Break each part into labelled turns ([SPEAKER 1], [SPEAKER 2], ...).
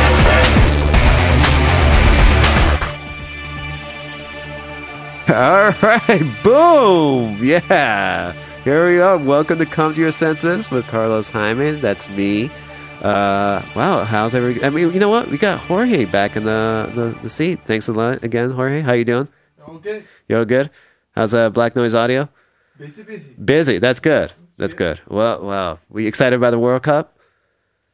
[SPEAKER 1] All right, boom! Yeah, here we are. Welcome to Come to Your Senses with Carlos Hyman. That's me. Uh, wow, how's every? I mean, you know what? We got Jorge back in the, the, the seat. Thanks a lot again, Jorge. How you doing?
[SPEAKER 2] Okay,
[SPEAKER 1] You all good? How's uh, Black Noise Audio?
[SPEAKER 2] busy, busy.
[SPEAKER 1] Busy. That's good. That's good. Well, wow. We excited about the World Cup?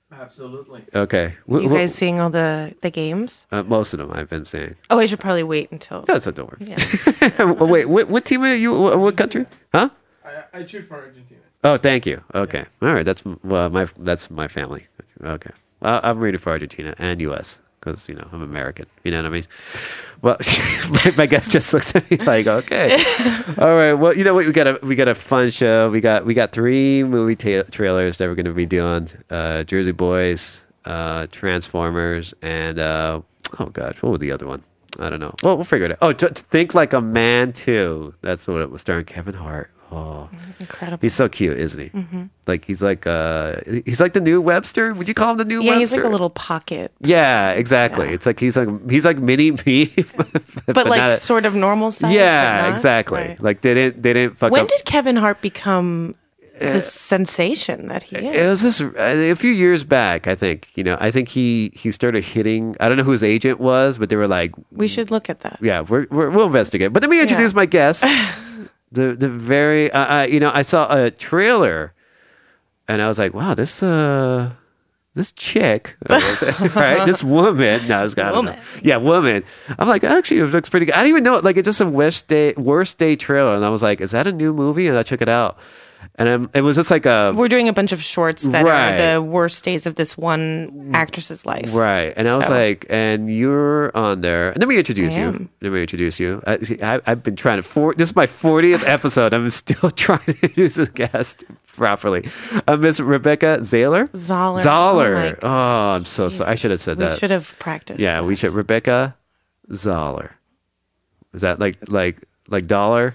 [SPEAKER 2] Absolutely.
[SPEAKER 1] Okay.
[SPEAKER 3] You guys seeing all the the games?
[SPEAKER 1] uh, most of them I've been seeing.
[SPEAKER 3] Oh, I should probably wait until.
[SPEAKER 1] That's a door. Wait, what, what team are you? What, what country? Huh?
[SPEAKER 2] I, I cheer for Argentina.
[SPEAKER 1] Oh, thank you. Okay, all right. That's well, my that's my family. Okay, I, I'm rooting for Argentina and U.S. because you know I'm American. You know what I mean? Well, my, my guest just looked at me like, okay, all right. Well, you know what? We got a we got a fun show. We got we got three movie ta- trailers that we're going to be doing: uh, Jersey Boys, uh, Transformers, and uh, oh gosh, what was the other one? I don't know. Well, we'll figure it out. Oh, t- think like a man too. That's what it was starring Kevin Hart. Oh.
[SPEAKER 3] Incredible.
[SPEAKER 1] He's so cute, isn't he?
[SPEAKER 3] Mm-hmm.
[SPEAKER 1] Like he's like uh he's like the new Webster. Would you call him the new
[SPEAKER 3] yeah,
[SPEAKER 1] Webster?
[SPEAKER 3] he's like a little pocket,
[SPEAKER 1] Yeah, exactly. It's like he's like he's like mini me.
[SPEAKER 3] but, like sort of normal size. but
[SPEAKER 1] Yeah,
[SPEAKER 3] not.
[SPEAKER 1] exactly.
[SPEAKER 3] Right.
[SPEAKER 1] Like they didn't they didn't fuck
[SPEAKER 3] When
[SPEAKER 1] up.
[SPEAKER 3] did Kevin Hart become the sensation that he
[SPEAKER 1] Eh. it
[SPEAKER 3] is?
[SPEAKER 1] was this uh, a few years back, I think. You know, I think he he started hitting. I don't know who his agent was, but they were like,
[SPEAKER 3] We should look at that.
[SPEAKER 1] yeah, we're, we're, we'll investigate. But let me introduce my guest. the the very uh, uh, you know I saw a trailer, and I was like, wow, this uh this chick, right? This woman. No, it's got
[SPEAKER 3] Woman.
[SPEAKER 1] Yeah, woman. I'm like, actually, it looks pretty good. I didn't even know it. Like, it's just a worst day worst day trailer, and I was like, is that a new movie? And I check it out, and I'm, it was just like a
[SPEAKER 3] We're doing a bunch of shorts that
[SPEAKER 1] Right. Mm.
[SPEAKER 3] are the worst days of this one actress's life.
[SPEAKER 1] Right. And I was
[SPEAKER 3] So-
[SPEAKER 1] like, and you're on there. And let me introduce you. Let me introduce you. I, see, I, I've been trying to, for, this is my 40th episode. I'm still trying to introduce the guest properly. Uh, Miss Rebecca Zahler.
[SPEAKER 3] Zoller.
[SPEAKER 1] Zahler. Oh,
[SPEAKER 3] Oh my
[SPEAKER 1] I'm so sorry. I should have said
[SPEAKER 3] we
[SPEAKER 1] that.
[SPEAKER 3] should have practiced.
[SPEAKER 1] yeah, we should. Rebecca Zahler. Is that like, like, like dollar?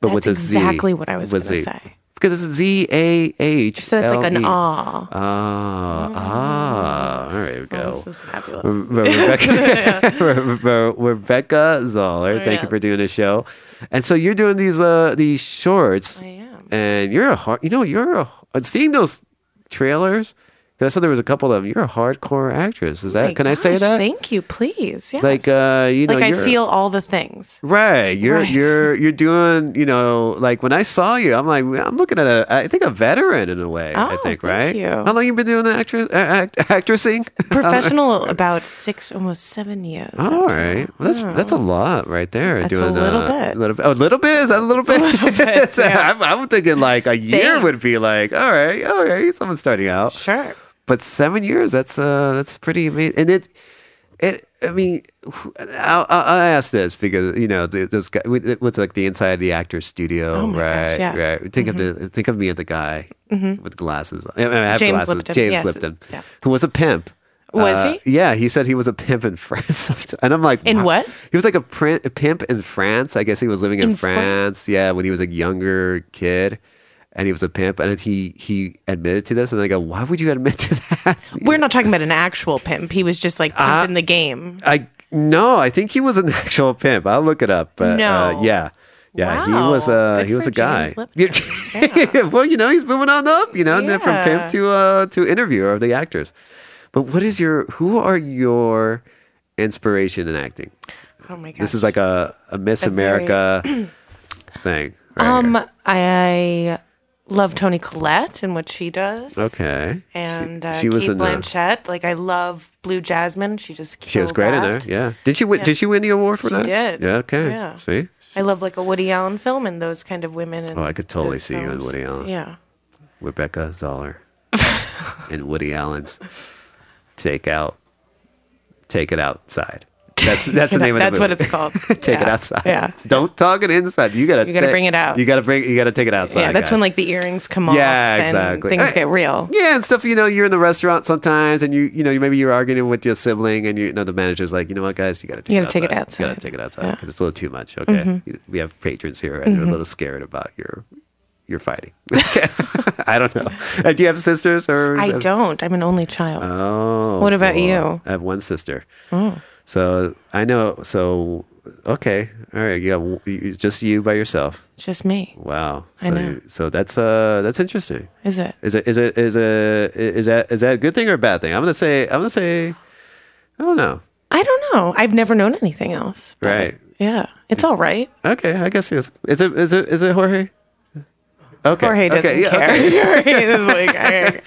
[SPEAKER 1] But
[SPEAKER 3] That's
[SPEAKER 1] with a Z.
[SPEAKER 3] exactly what I was
[SPEAKER 1] With
[SPEAKER 3] gonna
[SPEAKER 1] Z.
[SPEAKER 3] say.
[SPEAKER 1] Because it's Z A H. E.
[SPEAKER 3] So it's like an aw.
[SPEAKER 1] Ah, ah. All right, we go.
[SPEAKER 3] Oh,
[SPEAKER 1] Mm.
[SPEAKER 3] This is fabulous.
[SPEAKER 1] Re- Rebecca, Re- Re- Rebecca Zoller, thank you
[SPEAKER 3] yes.
[SPEAKER 1] for doing the show. And so you're doing these uh these shorts,
[SPEAKER 3] I am.
[SPEAKER 1] and you're a hard, you know, you're a, and seeing those trailers. 'cause I saw there was a couple of them. You're a hardcore actress. Is that?
[SPEAKER 3] Oh My
[SPEAKER 1] can I say
[SPEAKER 3] gosh,
[SPEAKER 1] that?
[SPEAKER 3] Thank you, please. Yes.
[SPEAKER 1] Like, uh, you know,
[SPEAKER 3] like I
[SPEAKER 1] you're-
[SPEAKER 3] feel all the things.
[SPEAKER 1] Right, you're
[SPEAKER 3] Right.
[SPEAKER 1] you're you're doing. You know, like when I saw you, I'm like, I'm looking at a, I think a veteran in a way. I
[SPEAKER 3] Oh,
[SPEAKER 1] think
[SPEAKER 3] thank
[SPEAKER 1] right.
[SPEAKER 3] you.
[SPEAKER 1] How long you been doing the actress uh, act, actressing?
[SPEAKER 3] Professional about six, almost seven years. Hmm.
[SPEAKER 1] All right, well, that's that's a lot right there.
[SPEAKER 3] That's a
[SPEAKER 1] doing
[SPEAKER 3] little
[SPEAKER 1] uh,
[SPEAKER 3] bit.
[SPEAKER 1] A little bit. Oh, a little bit. Is that a little bit?
[SPEAKER 3] little bit,
[SPEAKER 1] So
[SPEAKER 3] yeah.
[SPEAKER 1] I'm, I'm thinking like a year
[SPEAKER 3] Thanks.
[SPEAKER 1] would be like, all right, all right, someone's starting out.
[SPEAKER 3] Sure.
[SPEAKER 1] But seven years. That's uh, that's pretty amazing. And it, it. I mean, who- I'll, I'll I'll ask this because you know th- those guys with with, like the inside of the actor's studio,
[SPEAKER 3] Oh my
[SPEAKER 1] right?
[SPEAKER 3] gosh, yes. Mm-hmm.
[SPEAKER 1] Right. Think of the think of me as the guy with glasses. on. I mean, I have
[SPEAKER 3] James
[SPEAKER 1] glasses.
[SPEAKER 3] Lipton,
[SPEAKER 1] James
[SPEAKER 3] yes.
[SPEAKER 1] Lipton,
[SPEAKER 3] Yeah.
[SPEAKER 1] who was a pimp.
[SPEAKER 3] Was
[SPEAKER 1] Uh,
[SPEAKER 3] he?
[SPEAKER 1] yeah, he said he was a pimp in France. sometime. And I'm like,
[SPEAKER 3] In
[SPEAKER 1] "Wow."
[SPEAKER 3] what?
[SPEAKER 1] He was like a, prin- a pimp in France. I guess he was living in,
[SPEAKER 3] In Fran-
[SPEAKER 1] France. Yeah, when he was a younger kid, and he was a pimp. And then he he admitted to this, and I go, why would you admit to that?
[SPEAKER 3] We're not talking about an actual pimp. He was just like
[SPEAKER 1] Uh,
[SPEAKER 3] pimping the game.
[SPEAKER 1] I no, I think he was an actual pimp. I'll look it up. But,
[SPEAKER 3] No.
[SPEAKER 1] uh, yeah. Yeah, he
[SPEAKER 3] Wow.
[SPEAKER 1] was uh,
[SPEAKER 3] Good
[SPEAKER 1] he was
[SPEAKER 3] for
[SPEAKER 1] a guy.
[SPEAKER 3] James Lipton. Yeah.
[SPEAKER 1] well, you know, he's moving on up. You know, and then from pimp
[SPEAKER 3] Yeah.
[SPEAKER 1] to uh, to interviewer of the actors. But what is your? Who are your inspiration in acting?
[SPEAKER 3] Oh my god.
[SPEAKER 1] This is like a, a Miss
[SPEAKER 3] very-
[SPEAKER 1] America thing. Right
[SPEAKER 3] um.
[SPEAKER 1] here.
[SPEAKER 3] I, I love Toni Collette and what she does.
[SPEAKER 1] Okay.
[SPEAKER 3] And uh,
[SPEAKER 1] she was
[SPEAKER 3] Kate
[SPEAKER 1] in the-
[SPEAKER 3] Blanchett. Like I love Blue Jasmine. She just
[SPEAKER 1] She was
[SPEAKER 3] killed
[SPEAKER 1] great in there.
[SPEAKER 3] that.
[SPEAKER 1] Yeah. Did she win? Did she win the award for that?
[SPEAKER 3] did.
[SPEAKER 1] Yeah. Okay.
[SPEAKER 3] Yeah.
[SPEAKER 1] See.
[SPEAKER 3] I love like a Woody Allen film and those kind of women. And
[SPEAKER 1] Oh, I could totally
[SPEAKER 3] those
[SPEAKER 1] see you in
[SPEAKER 3] films.
[SPEAKER 1] Woody Allen.
[SPEAKER 3] Yeah.
[SPEAKER 1] Rebecca Zoller and Woody Allen's take out, take it outside. That's that's the name of the
[SPEAKER 3] That's what
[SPEAKER 1] movie.
[SPEAKER 3] it's called.
[SPEAKER 1] take it
[SPEAKER 3] Yeah.
[SPEAKER 1] outside.
[SPEAKER 3] Yeah.
[SPEAKER 1] Don't talk it inside. You gotta.
[SPEAKER 3] You gotta
[SPEAKER 1] ta-
[SPEAKER 3] bring it out.
[SPEAKER 1] You gotta bring. You gotta take it outside.
[SPEAKER 3] yeah, that's
[SPEAKER 1] guys.
[SPEAKER 3] when like the earrings come off.
[SPEAKER 1] Yeah, exactly.
[SPEAKER 3] And things
[SPEAKER 1] Uh,
[SPEAKER 3] get real.
[SPEAKER 1] Yeah, and stuff. You know, you're in the restaurant sometimes, and you, you know, you maybe you're arguing with your sibling, and you, you know, the manager's like, you know what, guys, you got to take
[SPEAKER 3] You
[SPEAKER 1] it
[SPEAKER 3] gotta take it
[SPEAKER 1] You got to
[SPEAKER 3] outside. Mm-hmm.
[SPEAKER 1] take it outside 'cause it's a little too much. Okay, You- we have patrons here, and they're a little scared about your, your fighting. I don't know. Uh, Do you have sisters or? is
[SPEAKER 3] I
[SPEAKER 1] that-
[SPEAKER 3] don't. I'm an only child.
[SPEAKER 1] Oh.
[SPEAKER 3] What about
[SPEAKER 1] cool.
[SPEAKER 3] you? Oh.
[SPEAKER 1] I have one sister. So I know. So okay, all right. You got w- you- just you by yourself.
[SPEAKER 3] Just me.
[SPEAKER 1] Wow. So,
[SPEAKER 3] I know.
[SPEAKER 1] you- so that's uh that's interesting.
[SPEAKER 3] Is it?
[SPEAKER 1] Is it is it is a is that is that a good thing or a bad thing? I'm gonna say I'm gonna say I don't know.
[SPEAKER 3] I don't know. I've never known anything else. but-
[SPEAKER 1] Right.
[SPEAKER 3] Yeah. It's all right.
[SPEAKER 1] Okay, I guess it is. Is it is it is it Jorge? Okay.
[SPEAKER 3] Jorge doesn't
[SPEAKER 1] okay, yeah,
[SPEAKER 3] care.
[SPEAKER 1] okay.
[SPEAKER 3] He's like, I-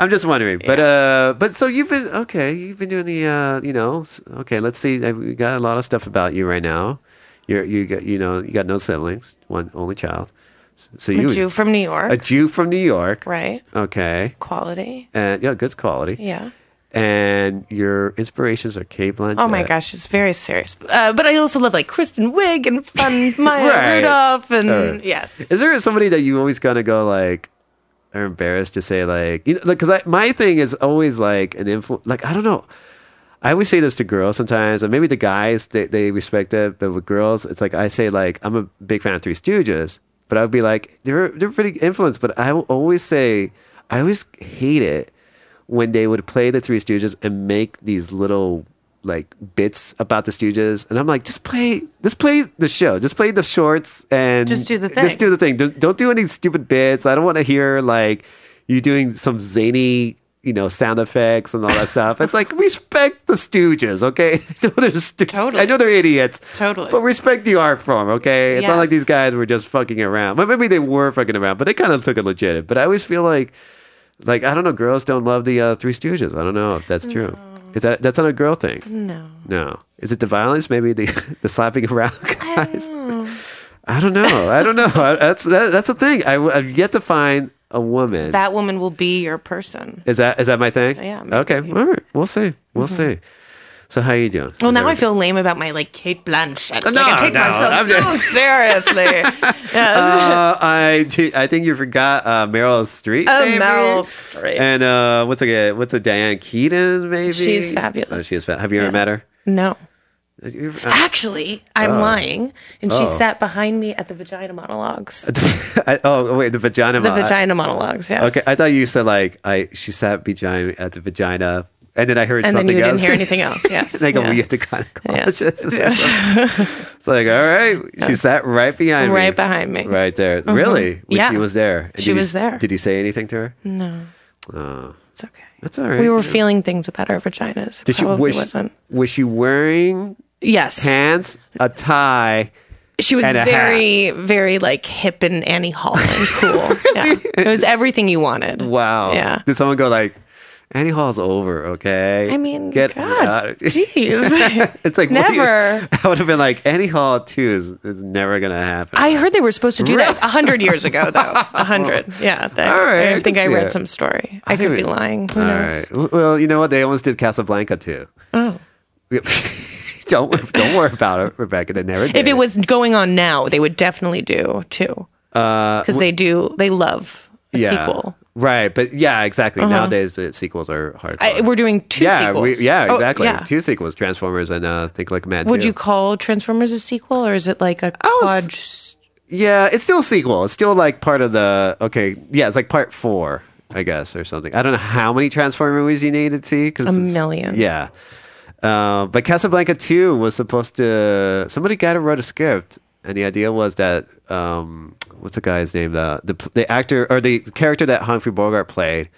[SPEAKER 1] I'm just wondering, but uh, but so you've been okay. You've been doing the uh, you know, s- okay. Let's see. I- We got a lot of stuff about you right now. You're you got you know you got no siblings, one only child. S- So
[SPEAKER 3] a
[SPEAKER 1] you
[SPEAKER 3] Jew from New York,
[SPEAKER 1] a Jew from New York,
[SPEAKER 3] right?
[SPEAKER 1] okay,
[SPEAKER 3] Quality.
[SPEAKER 1] and yeah, good quality.
[SPEAKER 3] Yeah.
[SPEAKER 1] And your inspirations are Kate Blanchett.
[SPEAKER 3] Oh my gosh, it's very serious. Uh, but I also love like Kristen Wiig and fun Maya
[SPEAKER 1] Right.
[SPEAKER 3] Rudolph and
[SPEAKER 1] Alright.
[SPEAKER 3] yes.
[SPEAKER 1] Is there somebody that you always gonna go like are embarrassed to say like you know because I my thing is always like an influence like I don't know. I always say this to girls sometimes, and maybe the guys they, they respect it, but with girls, it's like I say like I'm a big fan of Three Stooges, but I would be like they're they're pretty influenced, but I will always say I always hate it when they would play the Three Stooges and make these little like bits about the Stooges, and I'm like just play just play the show, just play the shorts, and
[SPEAKER 3] Just do the
[SPEAKER 1] just
[SPEAKER 3] thing.
[SPEAKER 1] do the thing. Don't, don't do any stupid bits. I don't want to hear like you doing some zany, you know, sound effects and all that stuff. It's like respect the Stooges, okay? I know they're stu-
[SPEAKER 3] Totally.
[SPEAKER 1] I know they're idiots,
[SPEAKER 3] Totally.
[SPEAKER 1] but respect the art form, okay? It's not like
[SPEAKER 3] Yes.
[SPEAKER 1] these guys were just fucking around. But maybe they were fucking around, but they kind of took it legit. But I always feel like, like I don't know, girls don't love the uh, Three Stooges. I don't know if that's true.
[SPEAKER 3] Mm.
[SPEAKER 1] Is that that's not a girl thing?
[SPEAKER 3] no.
[SPEAKER 1] No. Is it the violence? Maybe the the slapping around
[SPEAKER 3] I
[SPEAKER 1] guys.
[SPEAKER 3] don't know.
[SPEAKER 1] I don't know. I don't know. I- That's that, that's the thing. I, have yet to find a woman.
[SPEAKER 3] That woman will be your person.
[SPEAKER 1] Is that is that my thing?
[SPEAKER 3] Yeah, maybe. Mm-hmm.
[SPEAKER 1] Okay. All right. We'll see. We'll see. So how you doing?
[SPEAKER 3] Well,
[SPEAKER 1] Is
[SPEAKER 3] now I
[SPEAKER 1] everything-
[SPEAKER 3] feel lame about my like Kate Blanchett.
[SPEAKER 1] No,
[SPEAKER 3] like, I take
[SPEAKER 1] no,
[SPEAKER 3] myself
[SPEAKER 1] I'm
[SPEAKER 3] so
[SPEAKER 1] just-
[SPEAKER 3] seriously. yes.
[SPEAKER 1] Uh, I do- I think you forgot uh, Meryl Streep.
[SPEAKER 3] Oh,
[SPEAKER 1] maybe?
[SPEAKER 3] Meryl Streep.
[SPEAKER 1] And uh, what's a what's a Diane Keaton? Maybe
[SPEAKER 3] She's fabulous.
[SPEAKER 1] Oh, she is fab- Have you ever
[SPEAKER 3] Yeah.
[SPEAKER 1] met her?
[SPEAKER 3] no.
[SPEAKER 1] Have you ever- uh,
[SPEAKER 3] Actually, I'm lying. And she
[SPEAKER 1] Oh. Uh,
[SPEAKER 3] sat behind me at the vagina monologues.
[SPEAKER 1] I- oh wait, the vagina.
[SPEAKER 3] The
[SPEAKER 1] mod.
[SPEAKER 3] vagina monologues, yes.
[SPEAKER 1] Okay, I thought you said like I she sat vagina at the vagina, and then I heard
[SPEAKER 3] and then
[SPEAKER 1] something
[SPEAKER 3] you didn't
[SPEAKER 1] else.
[SPEAKER 3] hear anything else. Yes.
[SPEAKER 1] like
[SPEAKER 3] Yeah.
[SPEAKER 1] a weird gynecologist.
[SPEAKER 3] Yes.
[SPEAKER 1] It's
[SPEAKER 3] Yes.
[SPEAKER 1] like, all right, she sat right behind me.
[SPEAKER 3] Right behind me. Mm-hmm.
[SPEAKER 1] Right there. Really? Well,
[SPEAKER 3] Yeah.
[SPEAKER 1] She was there. And
[SPEAKER 3] She
[SPEAKER 1] did you-
[SPEAKER 3] was there.
[SPEAKER 1] Did you say anything to her?
[SPEAKER 3] no,
[SPEAKER 1] Oh,
[SPEAKER 3] it's okay.
[SPEAKER 1] that's all right.
[SPEAKER 3] We were feeling things about our vaginas. It
[SPEAKER 1] Did she,
[SPEAKER 3] probably
[SPEAKER 1] was,
[SPEAKER 3] wasn't.
[SPEAKER 1] was she wearing
[SPEAKER 3] Yes.
[SPEAKER 1] pants, a tie?
[SPEAKER 3] She was
[SPEAKER 1] and a
[SPEAKER 3] very, very like hip and Annie Hall and cool. yeah. It was everything you wanted.
[SPEAKER 1] Wow.
[SPEAKER 3] Yeah.
[SPEAKER 1] Did someone go like, Annie Hall's over, okay?
[SPEAKER 3] I mean,
[SPEAKER 1] Get out
[SPEAKER 3] God,
[SPEAKER 1] of-
[SPEAKER 3] jeez.
[SPEAKER 1] It's like what do you-
[SPEAKER 3] Never.
[SPEAKER 1] I would have been like Annie Hall too is, is never gonna happen.
[SPEAKER 3] I heard they were supposed to do that a hundred years ago, though. A hundred, yeah. that-
[SPEAKER 1] All right, I
[SPEAKER 3] I think
[SPEAKER 1] can
[SPEAKER 3] I
[SPEAKER 1] see
[SPEAKER 3] read
[SPEAKER 1] it.
[SPEAKER 3] some story. I, could be
[SPEAKER 1] didn't-
[SPEAKER 3] lying. Who
[SPEAKER 1] All
[SPEAKER 3] knows?
[SPEAKER 1] right. W- Well, you know what? They almost did Casablanca too.
[SPEAKER 3] Oh.
[SPEAKER 1] don't wor- don't worry about it, Rebecca. They never did.
[SPEAKER 3] If it was going on now, they would definitely do too,
[SPEAKER 1] uh,
[SPEAKER 3] because they do. They love a sequel. Uh-huh.
[SPEAKER 1] right? But yeah, exactly. Nowadays, the sequels are hard.
[SPEAKER 3] I, we're doing two
[SPEAKER 1] yeah,
[SPEAKER 3] sequels.
[SPEAKER 1] we- yeah,
[SPEAKER 3] Oh,
[SPEAKER 1] exactly.
[SPEAKER 3] yeah.
[SPEAKER 1] Two sequels: Transformers and uh, Think Like a Man.
[SPEAKER 3] Would
[SPEAKER 1] too.
[SPEAKER 3] you call Transformers a sequel, or is it like a
[SPEAKER 1] was-
[SPEAKER 3] hodge?
[SPEAKER 1] Yeah, it's still a sequel. It's still like part of the okay. Yeah, it's like part four, I guess, or something. I don't know how many Transformer movies you need to see because
[SPEAKER 3] A million.
[SPEAKER 1] Yeah, uh, but Casablanca two was supposed to. Somebody got to wrote a script, and the idea was that um, what's the guy's name? uh, The, the the actor or the character that Humphrey Bogart played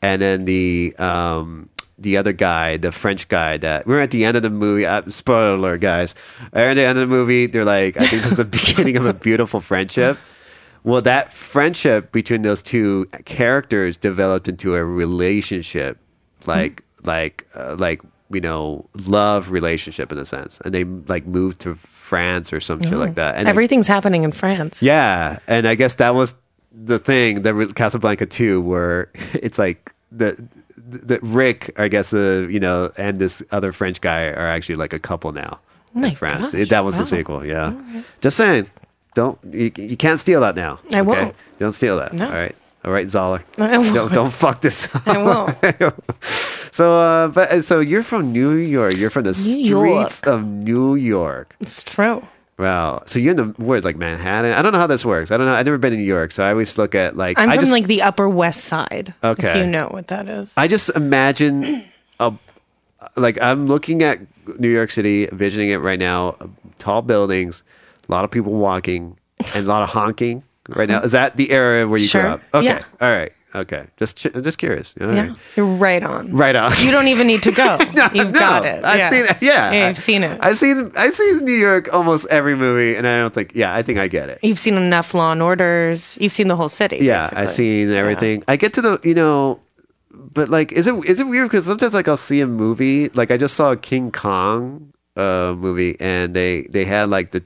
[SPEAKER 1] and then the um the other guy, the French guy that we're at the end of the movie. Uh, spoiler alert, guys! At the end of the movie, they're like, I think this is the beginning of a beautiful friendship. Well, that friendship between those two characters developed into a relationship, like like uh, like you know, love relationship in a sense. And they like moved to France or some shit like that. And they-
[SPEAKER 3] Everything's happening in France.
[SPEAKER 1] yeah, and I guess that was the thing that re- Casablanca two, where it's like the. the Rick, I guess, uh, you know, and this other French guy are actually like a couple now
[SPEAKER 3] Oh my
[SPEAKER 1] in France.
[SPEAKER 3] gosh,
[SPEAKER 1] that was
[SPEAKER 3] wow.
[SPEAKER 1] the sequel, yeah. Just saying, don't you, you can't steal that now.
[SPEAKER 3] I won't.
[SPEAKER 1] Don't steal that.
[SPEAKER 3] No.
[SPEAKER 1] All right, all right, Zoller.
[SPEAKER 3] I
[SPEAKER 1] Don't
[SPEAKER 3] won't.
[SPEAKER 1] don't fuck this. Up.
[SPEAKER 3] I won't.
[SPEAKER 1] so, uh, but so you're from New York. You're from the streets
[SPEAKER 3] York.
[SPEAKER 1] of New York.
[SPEAKER 3] It's true.
[SPEAKER 1] Wow. So you're in the word like Manhattan. I don't know how this works. I don't know. I've never been in New York, so I always look at like
[SPEAKER 3] I'm
[SPEAKER 1] I
[SPEAKER 3] from
[SPEAKER 1] just
[SPEAKER 3] like the Upper West Side.
[SPEAKER 1] Okay.
[SPEAKER 3] If you know what that is.
[SPEAKER 1] I just imagine a like I'm looking at New York City, visioning it right now. uh, Tall buildings, a lot of people walking, and a lot of honking right now. Is that the area where you
[SPEAKER 3] Sure.
[SPEAKER 1] grew up? Okay.
[SPEAKER 3] Yeah.
[SPEAKER 1] All right. Okay. Just ch- just curious. All right.
[SPEAKER 3] Yeah, you're right on.
[SPEAKER 1] Right on.
[SPEAKER 3] You don't even need to go. You've
[SPEAKER 1] No,
[SPEAKER 3] got it.
[SPEAKER 1] I've
[SPEAKER 3] yeah.
[SPEAKER 1] seen it. Yeah.
[SPEAKER 3] Yeah, you've seen it.
[SPEAKER 1] I've seen I've seen New York almost every movie, and I don't think. Yeah, I think I get it.
[SPEAKER 3] You've seen enough Law and Orders. You've seen the whole city.
[SPEAKER 1] Yeah,
[SPEAKER 3] basically.
[SPEAKER 1] I've seen everything. I get to the you know, but like, is it is it weird because sometimes like I'll see a movie like I just saw a King Kong uh movie and they they had like the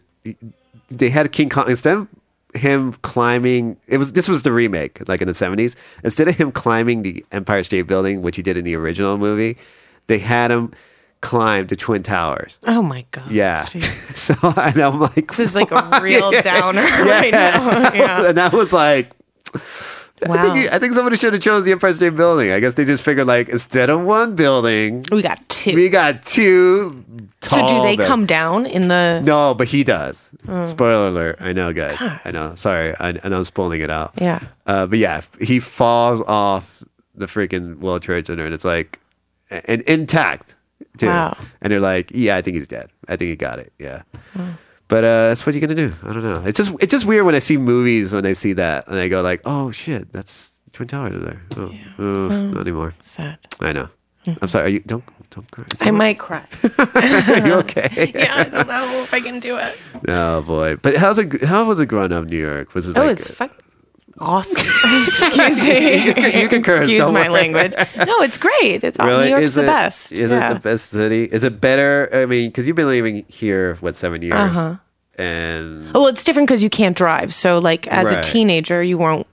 [SPEAKER 1] they had King Kong instead of him climbing it was this was the remake like in the 70s instead of him climbing the empire state building which he did in the original movie they had him climb the twin towers
[SPEAKER 3] Oh my god.
[SPEAKER 1] yeah
[SPEAKER 3] Jeez.
[SPEAKER 1] so and i'm like
[SPEAKER 3] This is like a real downer right now. Yeah.
[SPEAKER 1] and that was like I
[SPEAKER 3] Wow.
[SPEAKER 1] think, you- I think somebody should have chose the Empire State Building. I guess they just figured like instead of one building,
[SPEAKER 3] We got two.
[SPEAKER 1] we got two.
[SPEAKER 3] so
[SPEAKER 1] Tall
[SPEAKER 3] do they
[SPEAKER 1] buil-
[SPEAKER 3] come Oh. down in the?
[SPEAKER 1] No, but he does. Spoiler alert! I know, guys. I know. Sorry, I, I know I'm spoiling it out.
[SPEAKER 3] Yeah.
[SPEAKER 1] Uh, but yeah, he falls off the freaking World Trade Center, and it's like, and intact too.
[SPEAKER 3] Wow.
[SPEAKER 1] And they're like, yeah, I think he's dead. I think he got it. Yeah.
[SPEAKER 3] Hmm.
[SPEAKER 1] But uh, that's what you're gonna do. I don't know. It's just it's just weird when I see movies when I see that and I go like, oh shit, that's Twin Towers over there. Oh, oof,
[SPEAKER 3] Hmm.
[SPEAKER 1] not anymore.
[SPEAKER 3] Sad.
[SPEAKER 1] I know.
[SPEAKER 3] Hmm.
[SPEAKER 1] I'm sorry. Are you don't don't cry.
[SPEAKER 3] I might cry.
[SPEAKER 1] Are you okay?
[SPEAKER 3] yeah, I don't know if I can do it.
[SPEAKER 1] oh boy. But how's it? How was it growing up in New York? Was it?
[SPEAKER 3] Oh,
[SPEAKER 1] like,
[SPEAKER 3] it's fuck. Awesome. Excuse me.
[SPEAKER 1] You can- you can curse,
[SPEAKER 3] Excuse
[SPEAKER 1] don't
[SPEAKER 3] my
[SPEAKER 1] worry.
[SPEAKER 3] language. No, it's great. It's all
[SPEAKER 1] Really?
[SPEAKER 3] Uh, New York's
[SPEAKER 1] is
[SPEAKER 3] the
[SPEAKER 1] it,
[SPEAKER 3] best.
[SPEAKER 1] Is
[SPEAKER 3] Yeah.
[SPEAKER 1] it the best city? Is it better? I mean, because you've been living here what seven years,
[SPEAKER 3] Uh-huh.
[SPEAKER 1] and
[SPEAKER 3] Well, it's different because you can't drive. So, like as
[SPEAKER 1] Right.
[SPEAKER 3] a teenager, you won't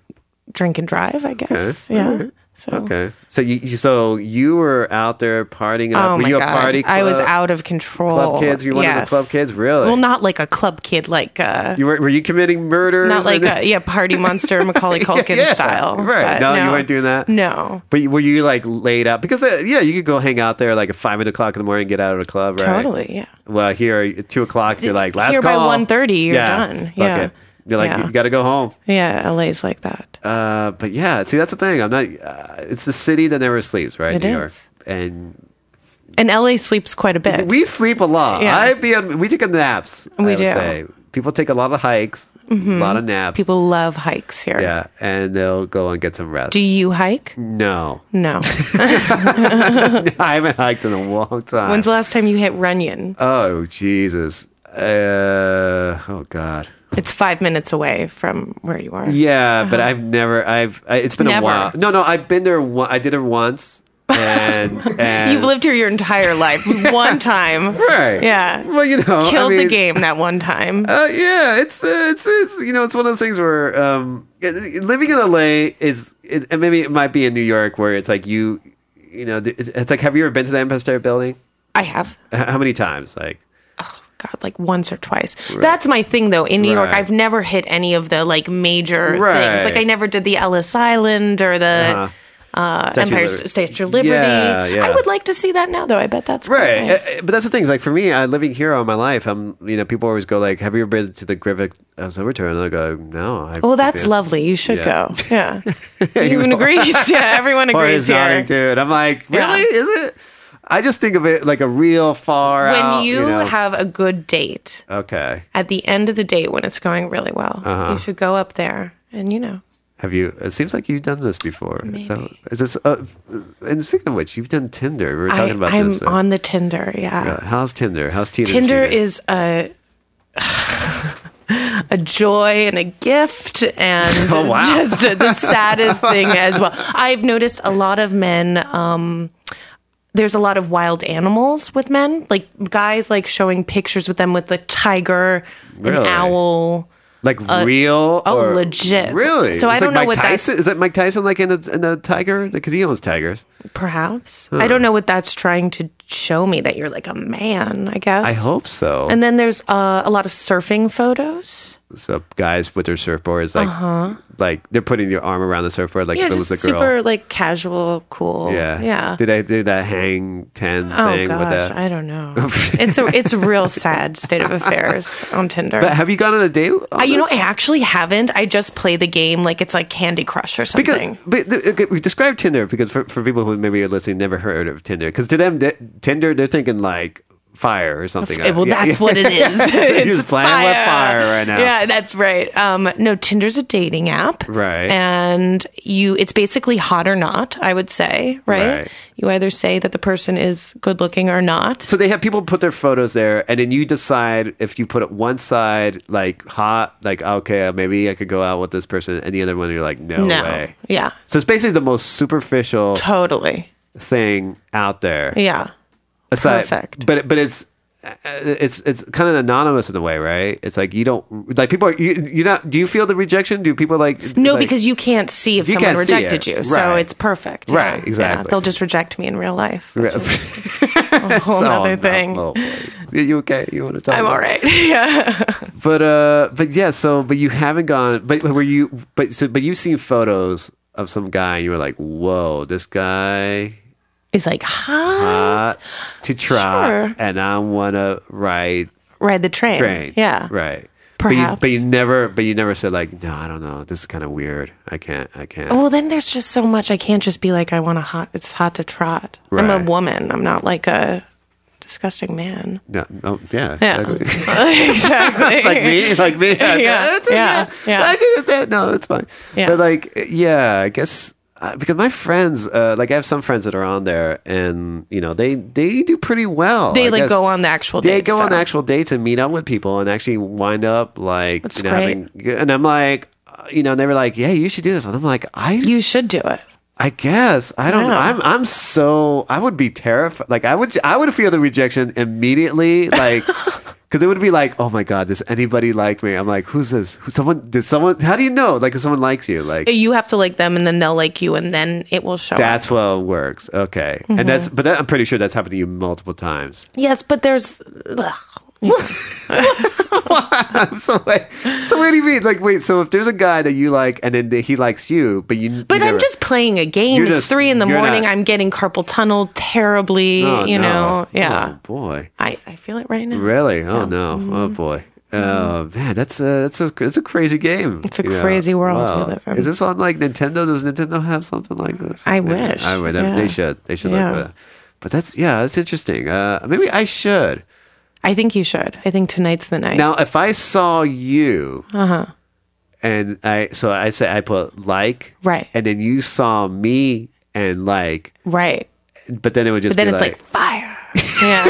[SPEAKER 3] drink and drive. I guess. Yeah. So.
[SPEAKER 1] okay, so you you- so you were out there partying. it up.
[SPEAKER 3] Oh
[SPEAKER 1] were
[SPEAKER 3] my
[SPEAKER 1] you a
[SPEAKER 3] god!
[SPEAKER 1] party? Club,
[SPEAKER 3] I was out of control.
[SPEAKER 1] Club kids. Were you one of the
[SPEAKER 3] Yes.
[SPEAKER 1] club kids? Really?
[SPEAKER 3] Well, not like a club kid, like uh,
[SPEAKER 1] you were. Were you committing murders?
[SPEAKER 3] not like
[SPEAKER 1] and-
[SPEAKER 3] a, yeah, party monster Macaulay Culkin
[SPEAKER 1] yeah,
[SPEAKER 3] style.
[SPEAKER 1] right.
[SPEAKER 3] but
[SPEAKER 1] No, you weren't doing that?
[SPEAKER 3] No,
[SPEAKER 1] But you- were you like laid out? Because uh, yeah, you could go hang out there like at five o'clock in the morning, get out of the club, right?
[SPEAKER 3] totally. Yeah.
[SPEAKER 1] Well, here at two o'clock, you're like last
[SPEAKER 3] Here by
[SPEAKER 1] call.
[SPEAKER 3] 1:30, you're
[SPEAKER 1] yeah,
[SPEAKER 3] done.
[SPEAKER 1] fuck
[SPEAKER 3] Yeah.
[SPEAKER 1] it. You're like
[SPEAKER 3] Yeah.
[SPEAKER 1] you got to go home.
[SPEAKER 3] Yeah, LA's like that.
[SPEAKER 1] Uh, but yeah, see, that's the thing. I'm not. Uh, it's the city that never sleeps, right?
[SPEAKER 3] It
[SPEAKER 1] New
[SPEAKER 3] is.
[SPEAKER 1] York, and
[SPEAKER 3] And LA sleeps quite a bit.
[SPEAKER 1] we sleep a lot.
[SPEAKER 3] Yeah.
[SPEAKER 1] I be on, we take a naps. I
[SPEAKER 3] We
[SPEAKER 1] would
[SPEAKER 3] do. Mm-hmm.
[SPEAKER 1] Say. People take a lot of hikes, a lot of naps.
[SPEAKER 3] People love hikes here.
[SPEAKER 1] yeah, Mm. and they'll go and get some rest.
[SPEAKER 3] Do you hike?
[SPEAKER 1] no,
[SPEAKER 3] No.
[SPEAKER 1] I haven't hiked in a long time.
[SPEAKER 3] When's the last time you hit Runyon?
[SPEAKER 1] oh Jesus! Uh, oh God!
[SPEAKER 3] It's five minutes away from where you are.
[SPEAKER 1] Yeah, but I've never. I've. I, it's been
[SPEAKER 3] Uh-huh. Never.
[SPEAKER 1] a while. No, no, I've been there. One, I did it once, and, and
[SPEAKER 3] You've lived here your entire life. One time.
[SPEAKER 1] right.
[SPEAKER 3] Yeah.
[SPEAKER 1] Well, you know,
[SPEAKER 3] Killed
[SPEAKER 1] I
[SPEAKER 3] the
[SPEAKER 1] mean,
[SPEAKER 3] game that one time.
[SPEAKER 1] Uh, yeah, it's, uh, it's it's you know it's one of those things where um, it- living in LA is it, and maybe it might be in New York where it's like you you know th- it's like have you ever been to the Empire State Building?
[SPEAKER 3] I have.
[SPEAKER 1] H- How many times? Like
[SPEAKER 3] God, like once or twice. That's my thing though. In New York,
[SPEAKER 1] Right.
[SPEAKER 3] I've never hit any of the like major
[SPEAKER 1] Right. Uh-huh.
[SPEAKER 3] things. Like I never did the Ellis Island or the uh
[SPEAKER 1] Statue of
[SPEAKER 3] Empire
[SPEAKER 1] Liberty.
[SPEAKER 3] Statue of Liberty.
[SPEAKER 1] Yeah, yeah.
[SPEAKER 3] I would like to see that now though. I bet that's quite
[SPEAKER 1] right,
[SPEAKER 3] nice.
[SPEAKER 1] Uh, uh, but that's the thing. Like for me, I living here all my life. I'm you know people always go like have you ever been to the Griffith Observatory? And I go no. I
[SPEAKER 3] Well, Oh, that's lovely. You should
[SPEAKER 1] Yeah.
[SPEAKER 3] go. Yeah. Everyone agrees. Yeah, everyone
[SPEAKER 1] Or
[SPEAKER 3] agrees
[SPEAKER 1] is nodding
[SPEAKER 3] here.
[SPEAKER 1] to it. I'm like
[SPEAKER 3] Yeah.
[SPEAKER 1] really is it? I just think of it like a real far out,
[SPEAKER 3] When you,
[SPEAKER 1] know-
[SPEAKER 3] have a good date,
[SPEAKER 1] okay.
[SPEAKER 3] at the end of the date when it's going really well,
[SPEAKER 1] Uh-huh.
[SPEAKER 3] you should go up there and you know.
[SPEAKER 1] Have you? It seems like you've done this before. Is that-
[SPEAKER 3] Maybe.
[SPEAKER 1] is this? Uh, and speaking of which, you've done Tinder. We were talking about
[SPEAKER 3] I, am
[SPEAKER 1] this. uh,
[SPEAKER 3] on the Tinder, yeah.
[SPEAKER 1] uh, how's Tinder? How's Tinder?
[SPEAKER 3] Tinder is a a joy and a gift and
[SPEAKER 1] Oh, wow.
[SPEAKER 3] just the saddest thing as well. I've noticed a lot of men um there's a lot of wild animals with men, like guys like showing pictures with them with the tiger, an
[SPEAKER 1] Really?
[SPEAKER 3] owl.
[SPEAKER 1] like real.
[SPEAKER 3] oh,
[SPEAKER 1] or-
[SPEAKER 3] legit.
[SPEAKER 1] Really?
[SPEAKER 3] So I
[SPEAKER 1] It's like
[SPEAKER 3] don't know
[SPEAKER 1] Mike
[SPEAKER 3] what that's-
[SPEAKER 1] Tyson. Is that Mike Tyson like in the in the tiger? Because he owns tigers.
[SPEAKER 3] Perhaps. I don't know what that's trying to show me that you're like a man, I guess.
[SPEAKER 1] I hope so.
[SPEAKER 3] And then there's uh, a lot of surfing photos.
[SPEAKER 1] so guys with their surfboards, like like they're putting your arm around the surfboard, like
[SPEAKER 3] Uh-huh. Yeah,
[SPEAKER 1] if it
[SPEAKER 3] just
[SPEAKER 1] was a girl.
[SPEAKER 3] super like casual, cool.
[SPEAKER 1] yeah.
[SPEAKER 3] Yeah.
[SPEAKER 1] Did I do that hang ten
[SPEAKER 3] oh
[SPEAKER 1] thing with
[SPEAKER 3] gosh,
[SPEAKER 1] that?
[SPEAKER 3] I don't know. it's a it's a real sad state of affairs on Tinder.
[SPEAKER 1] But have you gone on a date?
[SPEAKER 3] I, you know, I actually haven't. I just play the game like it's like Candy Crush or
[SPEAKER 1] Because,
[SPEAKER 3] something.
[SPEAKER 1] but the, okay, we describe Tinder because for, for people who maybe are listening never heard of Tinder because to them th- Tinder, they're thinking like fire or something.
[SPEAKER 3] Well,
[SPEAKER 1] Yeah,
[SPEAKER 3] that's
[SPEAKER 1] yeah.
[SPEAKER 3] what it is.
[SPEAKER 1] you're
[SPEAKER 3] it's
[SPEAKER 1] just playing with fire right now.
[SPEAKER 3] Yeah, that's right. Um, no, Tinder's a dating app,
[SPEAKER 1] Right.
[SPEAKER 3] And you, it's basically hot or not. I would say, right?
[SPEAKER 1] Right.
[SPEAKER 3] You either say that the person is good looking or not.
[SPEAKER 1] So they have people put their photos there, and then you decide if you put it one side like hot, like okay, uh, maybe I could go out with this person, and the other one you're like, no,
[SPEAKER 3] No,
[SPEAKER 1] way.
[SPEAKER 3] yeah,
[SPEAKER 1] So it's basically the most superficial
[SPEAKER 3] totally,
[SPEAKER 1] thing out there.
[SPEAKER 3] yeah.
[SPEAKER 1] Aside-
[SPEAKER 3] perfect.
[SPEAKER 1] But but it's uh, it's it's kind of anonymous in a way, right? It's like you don't like people. Are, you you not? Do you feel the rejection? Do people like
[SPEAKER 3] No,
[SPEAKER 1] like-
[SPEAKER 3] because you can't see if
[SPEAKER 1] You
[SPEAKER 3] someone
[SPEAKER 1] can't see it.
[SPEAKER 3] rejected you, so
[SPEAKER 1] Right.
[SPEAKER 3] it's perfect.
[SPEAKER 1] Right,
[SPEAKER 3] Yeah, yeah.
[SPEAKER 1] exactly.
[SPEAKER 3] They'll just reject me in real life.
[SPEAKER 1] Right.
[SPEAKER 3] Which is a whole
[SPEAKER 1] Oh,
[SPEAKER 3] other
[SPEAKER 1] no.
[SPEAKER 3] thing.
[SPEAKER 1] Oh, boy. You- you okay? You want to talk?
[SPEAKER 3] I'm
[SPEAKER 1] about
[SPEAKER 3] all
[SPEAKER 1] it?
[SPEAKER 3] right. yeah.
[SPEAKER 1] But uh, but yeah. So but you haven't gone. But were you? But so but you've seen photos of some guy, and you were like, whoa, this guy.
[SPEAKER 3] He's like, huh?
[SPEAKER 1] Hot to try,
[SPEAKER 3] Sure.
[SPEAKER 1] and I want to ride
[SPEAKER 3] Ride the train.
[SPEAKER 1] train.
[SPEAKER 3] Yeah.
[SPEAKER 1] right.
[SPEAKER 3] Perhaps.
[SPEAKER 1] But you, but you never, but you never said like, no, I don't know. This is kind of weird. I can't. I can't.
[SPEAKER 3] Well, then there's just so much. I can't just be like, I want a hot. It's hot to trot. I'm a
[SPEAKER 1] Right.
[SPEAKER 3] woman. I'm not like a disgusting man.
[SPEAKER 1] No, no, yeah,
[SPEAKER 3] Yeah.
[SPEAKER 1] exactly.
[SPEAKER 3] exactly.
[SPEAKER 1] like me, like me. Yeah, that's-
[SPEAKER 3] yeah, yeah.
[SPEAKER 1] I can get that. No, it's fine.
[SPEAKER 3] Yeah.
[SPEAKER 1] But like, yeah, I guess uh, because my friends, uh, like, I have some friends that are on there, and you know, they they do pretty well.
[SPEAKER 3] They
[SPEAKER 1] I
[SPEAKER 3] like
[SPEAKER 1] guess.
[SPEAKER 3] go on the actual
[SPEAKER 1] They
[SPEAKER 3] dates,
[SPEAKER 1] go on
[SPEAKER 3] though.
[SPEAKER 1] actual dates and meet up with people and actually wind up like
[SPEAKER 3] That's
[SPEAKER 1] you know,
[SPEAKER 3] great.
[SPEAKER 1] having. And I'm like, uh, you know, and they were like, yeah, you should do this, and I'm like, I
[SPEAKER 3] You should do it.
[SPEAKER 1] I guess I don't.
[SPEAKER 3] Yeah.
[SPEAKER 1] I'm I'm so I would be terrified. Like I would I would feel the rejection immediately. Like because it would be like, oh my god, does anybody like me? I'm like, who's this? Who, someone? Did someone? How do you know? Like if someone likes you, like
[SPEAKER 3] You have to like them, and then they'll like you, and then it will show. up.
[SPEAKER 1] that's what works. Okay, and
[SPEAKER 3] Mm-hmm.
[SPEAKER 1] that's but that, I'm pretty sure that's happened to you multiple times.
[SPEAKER 3] Yes, but there's. Ugh.
[SPEAKER 1] I'm so wait, so what do you mean? Like wait, so if there's a guy that you like and then he likes you, but you
[SPEAKER 3] But
[SPEAKER 1] you
[SPEAKER 3] I'm
[SPEAKER 1] never-
[SPEAKER 3] just playing a game.
[SPEAKER 1] You're
[SPEAKER 3] It's
[SPEAKER 1] just-
[SPEAKER 3] three in the
[SPEAKER 1] you're
[SPEAKER 3] morning.
[SPEAKER 1] not-
[SPEAKER 3] I'm getting carpal tunnel terribly.
[SPEAKER 1] Oh,
[SPEAKER 3] you
[SPEAKER 1] no.
[SPEAKER 3] know, yeah.
[SPEAKER 1] oh, boy.
[SPEAKER 3] I, I feel it right now.
[SPEAKER 1] Really? Oh no!
[SPEAKER 3] Mm-hmm.
[SPEAKER 1] Oh boy! Oh man, that's a that's a that's a crazy game.
[SPEAKER 3] It's a
[SPEAKER 1] you know?
[SPEAKER 3] crazy world we live in.
[SPEAKER 1] Is this on like Nintendo? Does Nintendo have something like this?
[SPEAKER 3] I
[SPEAKER 1] Maybe.
[SPEAKER 3] wish.
[SPEAKER 1] I would. I-
[SPEAKER 3] Yeah.
[SPEAKER 1] They should. They should.
[SPEAKER 3] Yeah.
[SPEAKER 1] Like that. But that's yeah, that's interesting. Uh, maybe I should.
[SPEAKER 3] I think you should. I think tonight's the night.
[SPEAKER 1] Now, if I saw you, uh-huh. and I so I say I put like
[SPEAKER 3] Right.
[SPEAKER 1] and then you saw me and like,
[SPEAKER 3] right.
[SPEAKER 1] but then it would just
[SPEAKER 3] Then
[SPEAKER 1] be
[SPEAKER 3] it's like fire. Yeah.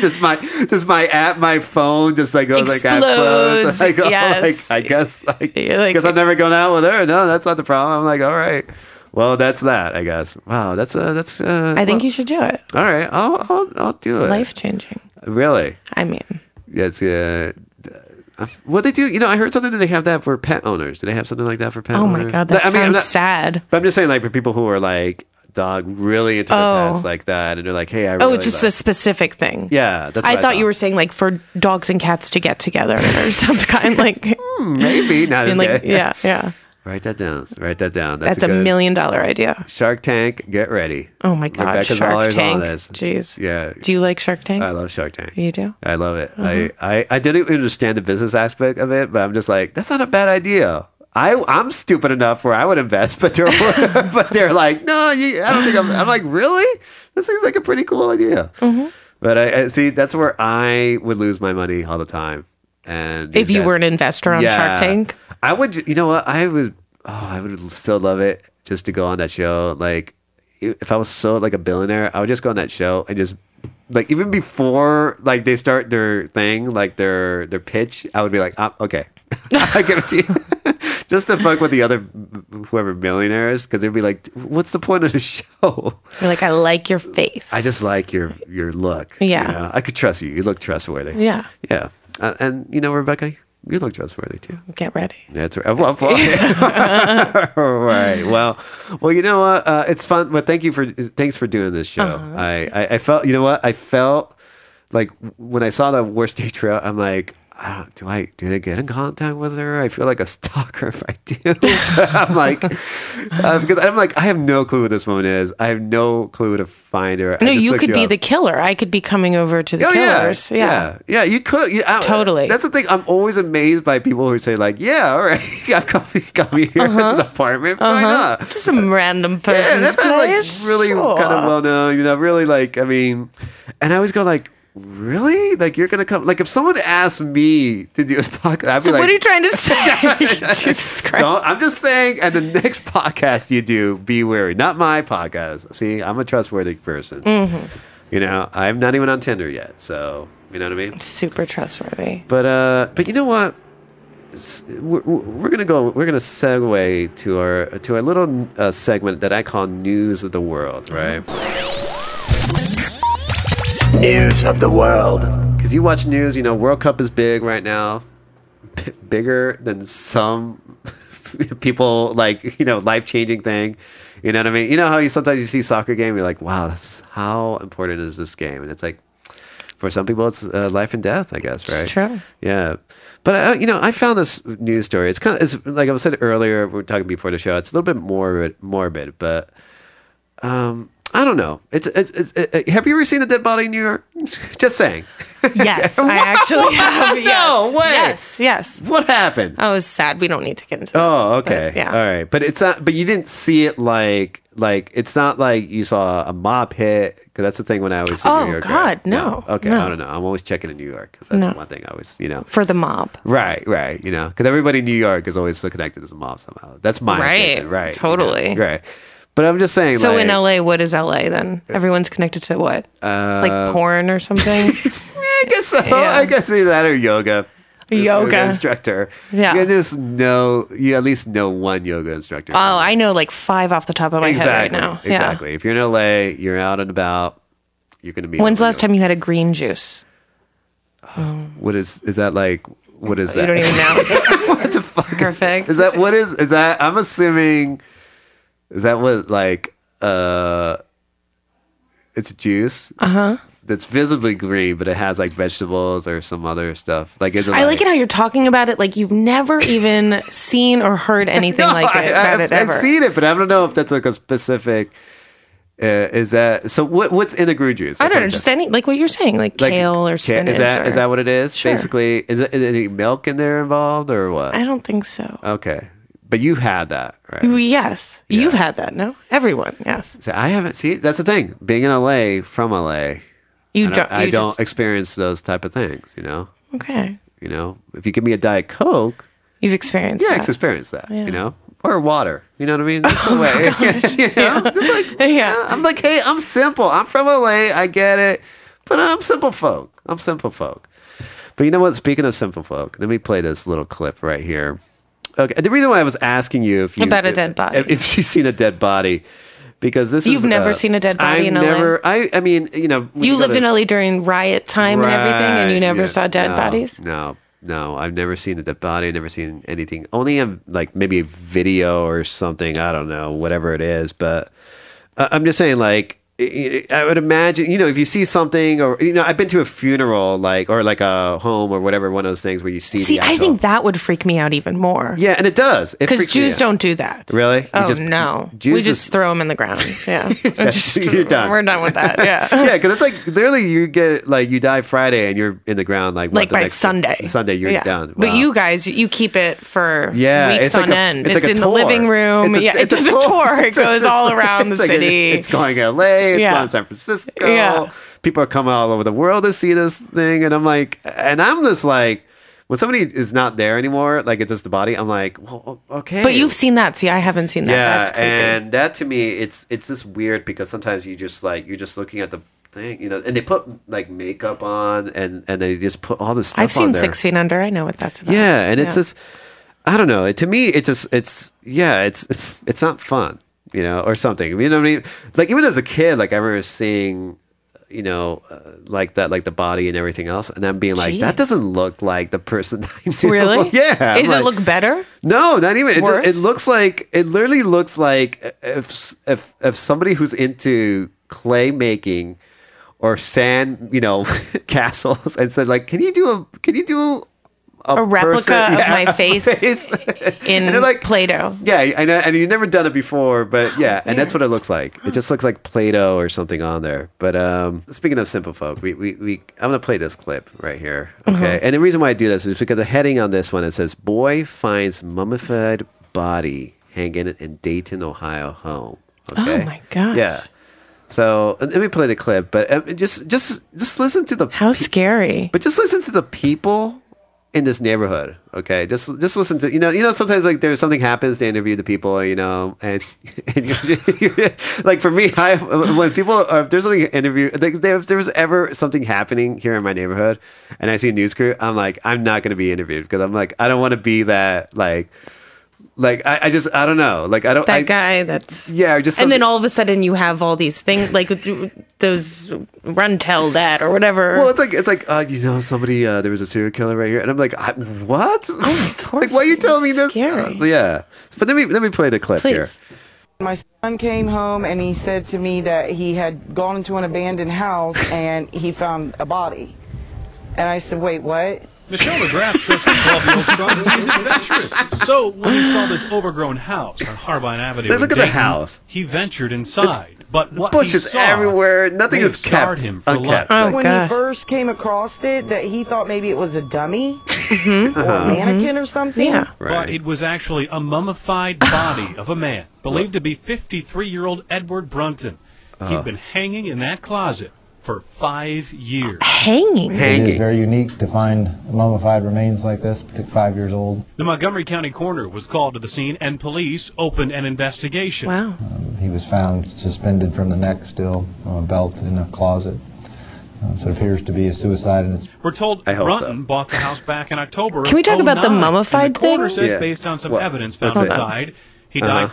[SPEAKER 1] does my does my app my phone just like goes like
[SPEAKER 3] Explodes.
[SPEAKER 1] explodes? I go,
[SPEAKER 3] Yes.
[SPEAKER 1] like, I guess like,
[SPEAKER 3] You're like-
[SPEAKER 1] guess I'm never going out with her. No, that's not the problem. I'm like, all right, well, that's that. I guess. Wow, that's uh, that's. Uh,
[SPEAKER 3] I think you should do it.
[SPEAKER 1] all right, I'll I'll I'll do it.
[SPEAKER 3] Life changing.
[SPEAKER 1] Really?
[SPEAKER 3] I mean,
[SPEAKER 1] Yeah, it's uh. uh, What they do, you know, I heard something that they have that for pet owners. Do they have something like that for pet
[SPEAKER 3] oh
[SPEAKER 1] owners?
[SPEAKER 3] my God, that
[SPEAKER 1] I mean, I'm
[SPEAKER 3] sounds
[SPEAKER 1] not-
[SPEAKER 3] sad.
[SPEAKER 1] But I'm just saying, like, for people who are like dog really into
[SPEAKER 3] Oh.
[SPEAKER 1] their pets like that, and they're like, hey, I really
[SPEAKER 3] oh, it's just a
[SPEAKER 1] like,
[SPEAKER 3] specific thing.
[SPEAKER 1] yeah. That's
[SPEAKER 3] I
[SPEAKER 1] what
[SPEAKER 3] thought you were saying like for dogs and cats to get together or some kind like,
[SPEAKER 1] maybe not as
[SPEAKER 3] and like
[SPEAKER 1] gay.
[SPEAKER 3] yeah, yeah.
[SPEAKER 1] Write that down. Write that down. That's,
[SPEAKER 3] That's a
[SPEAKER 1] good-
[SPEAKER 3] million dollar idea.
[SPEAKER 1] Shark Tank. Get ready.
[SPEAKER 3] Oh my god,
[SPEAKER 1] Rebecca
[SPEAKER 3] Shark
[SPEAKER 1] Zoller's
[SPEAKER 3] Tank.
[SPEAKER 1] on this.
[SPEAKER 3] Jeez.
[SPEAKER 1] Yeah,
[SPEAKER 3] Do you like Shark Tank?
[SPEAKER 1] I love Shark Tank.
[SPEAKER 3] you Uh-huh. do?
[SPEAKER 1] I love it. I, I I didn't understand the business aspect of it, but I'm just like, that's not a bad idea. I I'm stupid enough where I would invest, but they're but they're like, no, you, I don't think I'm. I'm like, really? This seems like a pretty cool idea.
[SPEAKER 3] Mm-hmm.
[SPEAKER 1] But I, I see that's where I would lose my money all the time. And
[SPEAKER 3] If
[SPEAKER 1] these
[SPEAKER 3] you
[SPEAKER 1] guys-
[SPEAKER 3] were an investor on Shark Tank,
[SPEAKER 1] I would, you know what? I would, oh, I would still love it just to go on that show. Like, if I was so like a billionaire, I would just go on that show and just like even before like they start their thing, like their their pitch, I would be like, ah, okay, I give it to you. Just to fuck with the other whoever millionaires, because they'd be like, "What's the point of the show?"
[SPEAKER 3] you're like, I like your face.
[SPEAKER 1] I just like your your look.
[SPEAKER 3] Yeah.
[SPEAKER 1] you know? I could trust you. You look trustworthy.
[SPEAKER 3] Yeah.
[SPEAKER 1] yeah. Uh, and you know, Rebecca, you look trustworthy too.
[SPEAKER 3] Get ready.
[SPEAKER 1] That's right. Well, well, right. Well, well, you know what? Uh, it's fun. Well, thank you for thanks for doing this show.
[SPEAKER 3] Uh-huh.
[SPEAKER 1] I, I I felt you know what I felt like when I saw the worst day trail. I'm like I don't, do I did I get in contact with her? I feel like a stalker if I do. I'm like, uh, because I'm like, I have no clue who this woman is. I have no clue to find her. I
[SPEAKER 3] No,
[SPEAKER 1] just
[SPEAKER 3] you
[SPEAKER 1] looked
[SPEAKER 3] could be
[SPEAKER 1] up.
[SPEAKER 3] the killer. I could be coming over to the
[SPEAKER 1] Oh
[SPEAKER 3] killers.
[SPEAKER 1] yeah, yeah, yeah. You could you, I-
[SPEAKER 3] Totally.
[SPEAKER 1] That's the thing. I'm always amazed by people who say like, "Yeah, all right, I've got me, got me here. It's
[SPEAKER 3] Uh-huh.
[SPEAKER 1] an apartment. Why not?"
[SPEAKER 3] Just some random
[SPEAKER 1] Yeah,
[SPEAKER 3] person's
[SPEAKER 1] that's been, like
[SPEAKER 3] place.
[SPEAKER 1] really
[SPEAKER 3] Sure.
[SPEAKER 1] kind of well known. You know, really like I mean, and I always go like, really? Like you're gonna come? Like if someone asked me to do this podcast, I'd be
[SPEAKER 3] So
[SPEAKER 1] like,
[SPEAKER 3] what are you trying to say? Jesus Christ.
[SPEAKER 1] don't, I'm just saying. And the next podcast you do, be wary. Not my podcast. See, I'm a trustworthy person.
[SPEAKER 3] Mm-hmm.
[SPEAKER 1] You know, I'm not even on Tinder yet, so you know what I mean.
[SPEAKER 3] Super trustworthy.
[SPEAKER 1] But uh, but you know what? S- We're, we're gonna go. We're gonna segue to our to our little uh, segment that I call "News of the World," right?
[SPEAKER 4] News of the world.
[SPEAKER 1] because you watch news, you know, World Cup is big right now, b- bigger than some people like you know life changing thing. You know what I mean? You know how you sometimes you see soccer game, you're like, wow, that's, how important is this game? And it's like, for some people, it's uh, life and death, I guess, right?
[SPEAKER 3] true.
[SPEAKER 1] Yeah, but uh, you know, I found this news story. It's kind of it's like I said earlier. We were talking before the show. It's a little bit morbid, morbid, but um, I don't know. It's, it's, it's it, have you ever seen a dead body in New York? Just saying.
[SPEAKER 3] Yes, I actually have.
[SPEAKER 1] No
[SPEAKER 3] yes.
[SPEAKER 1] way.
[SPEAKER 3] Yes, yes.
[SPEAKER 1] What happened?
[SPEAKER 3] Oh, it's sad. We don't need to get into that.
[SPEAKER 1] Oh, okay.
[SPEAKER 3] yeah.
[SPEAKER 1] All right. But it's not. But you didn't see it like like it's not like you saw a mob hit because that's the thing when I always see
[SPEAKER 3] Oh,
[SPEAKER 1] New York.
[SPEAKER 3] God, no,
[SPEAKER 1] Okay,
[SPEAKER 3] no.
[SPEAKER 1] I don't know. I'm always checking in New York because that's
[SPEAKER 3] No.
[SPEAKER 1] the one thing I always you know.
[SPEAKER 3] For the mob.
[SPEAKER 1] Right, right. You know, because everybody in New York is always so connected to the mob somehow. That's my
[SPEAKER 3] Right,
[SPEAKER 1] impression, right? you know,
[SPEAKER 3] totally.
[SPEAKER 1] right. But I'm just saying.
[SPEAKER 3] So
[SPEAKER 1] like, Uh,
[SPEAKER 3] in LA, what is LA then? Everyone's connected to what? like porn or
[SPEAKER 1] eh,
[SPEAKER 3] something?
[SPEAKER 1] I guess so.
[SPEAKER 3] Yeah.
[SPEAKER 1] I guess either that or yoga.
[SPEAKER 3] Yoga.
[SPEAKER 1] An instructor.
[SPEAKER 3] Yeah.
[SPEAKER 1] You just know. You at least know one yoga instructor.
[SPEAKER 3] Oh, I know like five off the top of my head
[SPEAKER 1] exactly.
[SPEAKER 3] right now.
[SPEAKER 1] Exactly. If you're in LA, you're out and about. You're gonna meet.
[SPEAKER 3] Yeah. When's the
[SPEAKER 1] other
[SPEAKER 3] last
[SPEAKER 1] people.
[SPEAKER 3] time you had a green juice?
[SPEAKER 1] What is is that like? What is that?
[SPEAKER 3] You don't even know.
[SPEAKER 1] what the fuck? is-
[SPEAKER 3] Perfect.
[SPEAKER 1] Is that what is is that? I'm assuming. Is that what like uh? It's juice. Uh huh.
[SPEAKER 3] Uh-huh.
[SPEAKER 1] That's visibly green, but it has like vegetables or some other stuff. Like is it?
[SPEAKER 3] I like it how you're talking about it like you've never even seen or heard anything like it
[SPEAKER 1] I,
[SPEAKER 3] about
[SPEAKER 1] have
[SPEAKER 3] it ever.
[SPEAKER 1] seen it, but I don't know if that's like a specific. Uh, is that so? What what's in the green juice?
[SPEAKER 3] I
[SPEAKER 1] That's
[SPEAKER 3] don't
[SPEAKER 1] what
[SPEAKER 3] know,
[SPEAKER 1] I'm
[SPEAKER 3] just any like what you're saying, like,
[SPEAKER 1] like,
[SPEAKER 3] kale
[SPEAKER 1] ca-
[SPEAKER 3] or spinach.
[SPEAKER 1] Is that
[SPEAKER 3] or-
[SPEAKER 1] is that what it is?
[SPEAKER 3] Sure.
[SPEAKER 1] Basically, is it is any milk in there involved or what?
[SPEAKER 3] I don't think so.
[SPEAKER 1] Okay, but you've had that, right?
[SPEAKER 3] Yes, you've had that. No, everyone. Yes,
[SPEAKER 1] So I haven't. See, that's the thing. Being in LA from LA,
[SPEAKER 3] you
[SPEAKER 1] I don't,
[SPEAKER 3] don't.
[SPEAKER 1] I
[SPEAKER 3] you
[SPEAKER 1] don't
[SPEAKER 3] just-
[SPEAKER 1] experience those type of things. You know,
[SPEAKER 3] okay,
[SPEAKER 1] you know, if you give me a diet coke,
[SPEAKER 3] you've experienced.
[SPEAKER 1] yeah, I
[SPEAKER 3] that.
[SPEAKER 1] experience that. You know, or water. You know what I mean? That's the way.
[SPEAKER 3] Oh
[SPEAKER 1] you know? Just like,
[SPEAKER 3] yeah.
[SPEAKER 1] I'm like, hey, I'm simple. I'm from LA. I get it. But I'm simple folk. I'm simple folk. But you know what? Speaking of simple folk, let me play this little clip right here. Okay. The reason why I was asking you if you
[SPEAKER 3] About a dead body.
[SPEAKER 1] if, if she's seen a dead body, because this is
[SPEAKER 3] You've never seen a dead body
[SPEAKER 1] I've
[SPEAKER 3] in LA?
[SPEAKER 1] never, I, I mean, you know, when
[SPEAKER 3] You
[SPEAKER 1] go
[SPEAKER 3] lived
[SPEAKER 1] to-
[SPEAKER 3] in LA during riot time and everything, and you
[SPEAKER 1] Right,
[SPEAKER 3] never
[SPEAKER 1] yeah.
[SPEAKER 3] saw dead
[SPEAKER 1] No,
[SPEAKER 3] bodies.
[SPEAKER 1] No, no, I've never seen a dead body. I've never seen anything. Only in like maybe a video or something. I don't know, whatever it is. But I- I'm just saying, like, I I would imagine, you know, if you see something, or you know, I've been to a funeral, like, or like a home or whatever, one of those things where you see.
[SPEAKER 3] See,
[SPEAKER 1] the
[SPEAKER 3] I
[SPEAKER 1] actual-
[SPEAKER 3] think that would freak me out even more.
[SPEAKER 1] Yeah, and it does. It
[SPEAKER 3] because
[SPEAKER 1] freaks me
[SPEAKER 3] Jews
[SPEAKER 1] out.
[SPEAKER 3] don't do that.
[SPEAKER 1] Really? You
[SPEAKER 3] oh
[SPEAKER 1] just-
[SPEAKER 3] no,
[SPEAKER 1] Jews
[SPEAKER 3] we just
[SPEAKER 1] is-
[SPEAKER 3] throw them in the ground. Yeah, We're just-
[SPEAKER 1] you're done.
[SPEAKER 3] We're done with that. Yeah.
[SPEAKER 1] yeah, because it's like literally you get like you die Friday and you're in the ground like what,
[SPEAKER 3] Like
[SPEAKER 1] the
[SPEAKER 3] by
[SPEAKER 1] next-
[SPEAKER 3] Sunday,
[SPEAKER 1] Sunday you're
[SPEAKER 3] Yeah.
[SPEAKER 1] done.
[SPEAKER 3] But
[SPEAKER 1] Wow.
[SPEAKER 3] you guys, you keep it for
[SPEAKER 1] Yeah,
[SPEAKER 3] weeks
[SPEAKER 1] it's like
[SPEAKER 3] on
[SPEAKER 1] a-
[SPEAKER 3] end. It's,
[SPEAKER 1] it's like a
[SPEAKER 3] in the
[SPEAKER 1] tour.
[SPEAKER 3] living room.
[SPEAKER 1] It's a-
[SPEAKER 3] yeah,
[SPEAKER 1] it's a
[SPEAKER 3] just a
[SPEAKER 1] tour.
[SPEAKER 3] tour. It goes all around the
[SPEAKER 1] It's like it-
[SPEAKER 3] city.
[SPEAKER 1] it's going LA. It's
[SPEAKER 3] Yeah.
[SPEAKER 1] going to San Francisco.
[SPEAKER 3] Yeah.
[SPEAKER 1] People are coming all over the world to see this thing, and I'm like, and I'm just like, when somebody is not there anymore, like it's just the body. I'm like, well, o- okay.
[SPEAKER 3] But you've seen that. See, I haven't seen that.
[SPEAKER 1] yeah,
[SPEAKER 3] That's creepy.
[SPEAKER 1] and that to me, it's it's just weird because sometimes you just like you're just looking at the thing, you know, and they put like makeup on and and they just put all this stuff.
[SPEAKER 3] I've seen
[SPEAKER 1] on there.
[SPEAKER 3] Six Feet Under. I know what that's about.
[SPEAKER 1] Yeah, and it's
[SPEAKER 3] Yeah.
[SPEAKER 1] just I don't know. It, to me, it's just it's yeah, it's it's not fun, you know, or something. You know what I mean? Like even as a kid, like I remember seeing, you know, uh, like that, like the body and everything else, and I'm being like, that
[SPEAKER 3] Jeez.
[SPEAKER 1] doesn't look like the person I knew.
[SPEAKER 3] Really?
[SPEAKER 1] yeah. I'm
[SPEAKER 3] Does it
[SPEAKER 1] like-
[SPEAKER 3] look better?
[SPEAKER 1] no, not even. It, just,
[SPEAKER 3] Worse?
[SPEAKER 1] it looks like it literally looks like if if if somebody who's into clay making or sand, you know, castles, and said like, "Can you do a? Can you do a,
[SPEAKER 3] a replica
[SPEAKER 1] person-
[SPEAKER 3] of
[SPEAKER 1] yeah,
[SPEAKER 3] my face
[SPEAKER 1] face.
[SPEAKER 3] in
[SPEAKER 1] they're like-
[SPEAKER 3] Play-Doh.
[SPEAKER 1] Yeah, and, and you've never done it before,
[SPEAKER 3] Oh,
[SPEAKER 1] but yeah, and that's what it looks like. It just looks like Play-Doh or something on there. But um, speaking of simple folk, we, we, we I'm gonna play this clip right here.
[SPEAKER 3] Mm-hmm.
[SPEAKER 1] Okay, and the reason why I do this is because the heading on this one it says "Boy finds mummified body hanging in Dayton, Ohio home." Okay?
[SPEAKER 3] Oh my gosh.
[SPEAKER 1] Yeah. So let me play the clip, but uh, just just just listen to the
[SPEAKER 3] How scary.
[SPEAKER 1] but just listen to the people in this neighborhood, okay? Just just listen to you know you know sometimes like there's something happens they interview the people you know and, and you- you- like for me I when people are, if there's something interview like there- if there was ever something happening here in my neighborhood and I see a news crew I'm like I'm not gonna be interviewed because I'm like I don't want to be that like like I, I just I don't know like I don't
[SPEAKER 3] That
[SPEAKER 1] I,
[SPEAKER 3] guy that's
[SPEAKER 1] yeah just
[SPEAKER 3] and then
[SPEAKER 1] something-
[SPEAKER 3] all of a sudden you have all these things like those run tell that or whatever.
[SPEAKER 1] Well, it's like it's like uh, you know somebody uh, there was a serial killer right here, and I'm like, I, what?
[SPEAKER 3] Oh, it's
[SPEAKER 1] like, why are you telling me this?
[SPEAKER 3] horrifying. It's
[SPEAKER 1] Uh,
[SPEAKER 3] scary.
[SPEAKER 1] yeah, but let me let me play the clip here.
[SPEAKER 3] Please.
[SPEAKER 5] My son came home and he said to me that he had gone into an abandoned house and he found a body. And I said, wait, what?
[SPEAKER 6] Michelle McGrath says her 12-year-old son is adventurous. So when he saw this overgrown house on Harbine Avenue,
[SPEAKER 1] Look
[SPEAKER 6] in
[SPEAKER 1] at the
[SPEAKER 6] Dayton,
[SPEAKER 1] house.
[SPEAKER 6] He ventured inside, but what
[SPEAKER 1] bushes
[SPEAKER 6] he saw
[SPEAKER 1] everywhere. Nothing
[SPEAKER 6] may have
[SPEAKER 1] is kept
[SPEAKER 6] scarred him for
[SPEAKER 1] unkept.
[SPEAKER 6] life.
[SPEAKER 3] Oh,
[SPEAKER 5] When
[SPEAKER 3] gosh.
[SPEAKER 5] he first came across it, that he thought maybe it was a dummy or a mannequin or something.
[SPEAKER 3] Mm-hmm. Yeah.
[SPEAKER 6] But it was actually a mummified body of a man believed to be 53-year-old Edward Brunton.
[SPEAKER 1] Uh-huh.
[SPEAKER 6] He'd been hanging in that closet for five years.
[SPEAKER 3] Hanging.
[SPEAKER 7] It is
[SPEAKER 1] Hanging.
[SPEAKER 7] very unique to find mummified remains like this, particularly five years old.
[SPEAKER 6] The Montgomery County coroner was called to the scene, and police opened an investigation.
[SPEAKER 3] Wow.
[SPEAKER 7] He was found suspended from the neck still on a belt in a closet. Um, so it appears to be a suicide and it's
[SPEAKER 6] We're told
[SPEAKER 1] I hope so.
[SPEAKER 6] Brunton bought the house back in October.
[SPEAKER 3] Can we talk
[SPEAKER 6] of
[SPEAKER 3] about the
[SPEAKER 6] 09,
[SPEAKER 3] mummified
[SPEAKER 6] and the coroner
[SPEAKER 3] thing?
[SPEAKER 6] Says
[SPEAKER 1] Yeah.
[SPEAKER 6] Based on some
[SPEAKER 1] Well,
[SPEAKER 6] evidence found
[SPEAKER 1] that's it. Uh-huh.
[SPEAKER 6] inside, he died.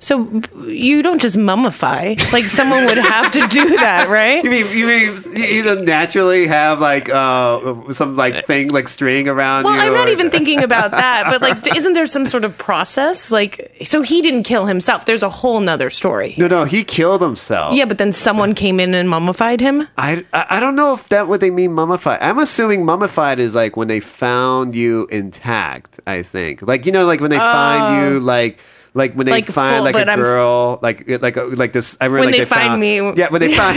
[SPEAKER 3] So b- you don't just mummify. Like someone would have to do that,
[SPEAKER 1] You
[SPEAKER 3] right?
[SPEAKER 1] mean you mean you either naturally have like uh, some like thing like string around
[SPEAKER 3] Well,
[SPEAKER 1] you?
[SPEAKER 3] I'm not
[SPEAKER 1] or-
[SPEAKER 3] even thinking about that, but like, isn't there some sort of process? Like, so he didn't kill himself. There's a whole nother story.
[SPEAKER 1] No, no, he killed himself.
[SPEAKER 3] Yeah, but then someone came in and mummified him.
[SPEAKER 1] I, I I don't know if that what they mean mummified. I'm assuming mummified is like when they found you intact. I think like you know like when they find you like like when they
[SPEAKER 3] Oh. Like
[SPEAKER 1] find
[SPEAKER 3] full-
[SPEAKER 1] like
[SPEAKER 3] but
[SPEAKER 1] a
[SPEAKER 3] I'm-
[SPEAKER 1] girl like like uh, like this. I remember
[SPEAKER 3] When
[SPEAKER 1] like
[SPEAKER 3] they find
[SPEAKER 1] found-
[SPEAKER 3] me-
[SPEAKER 1] Yeah, when they find,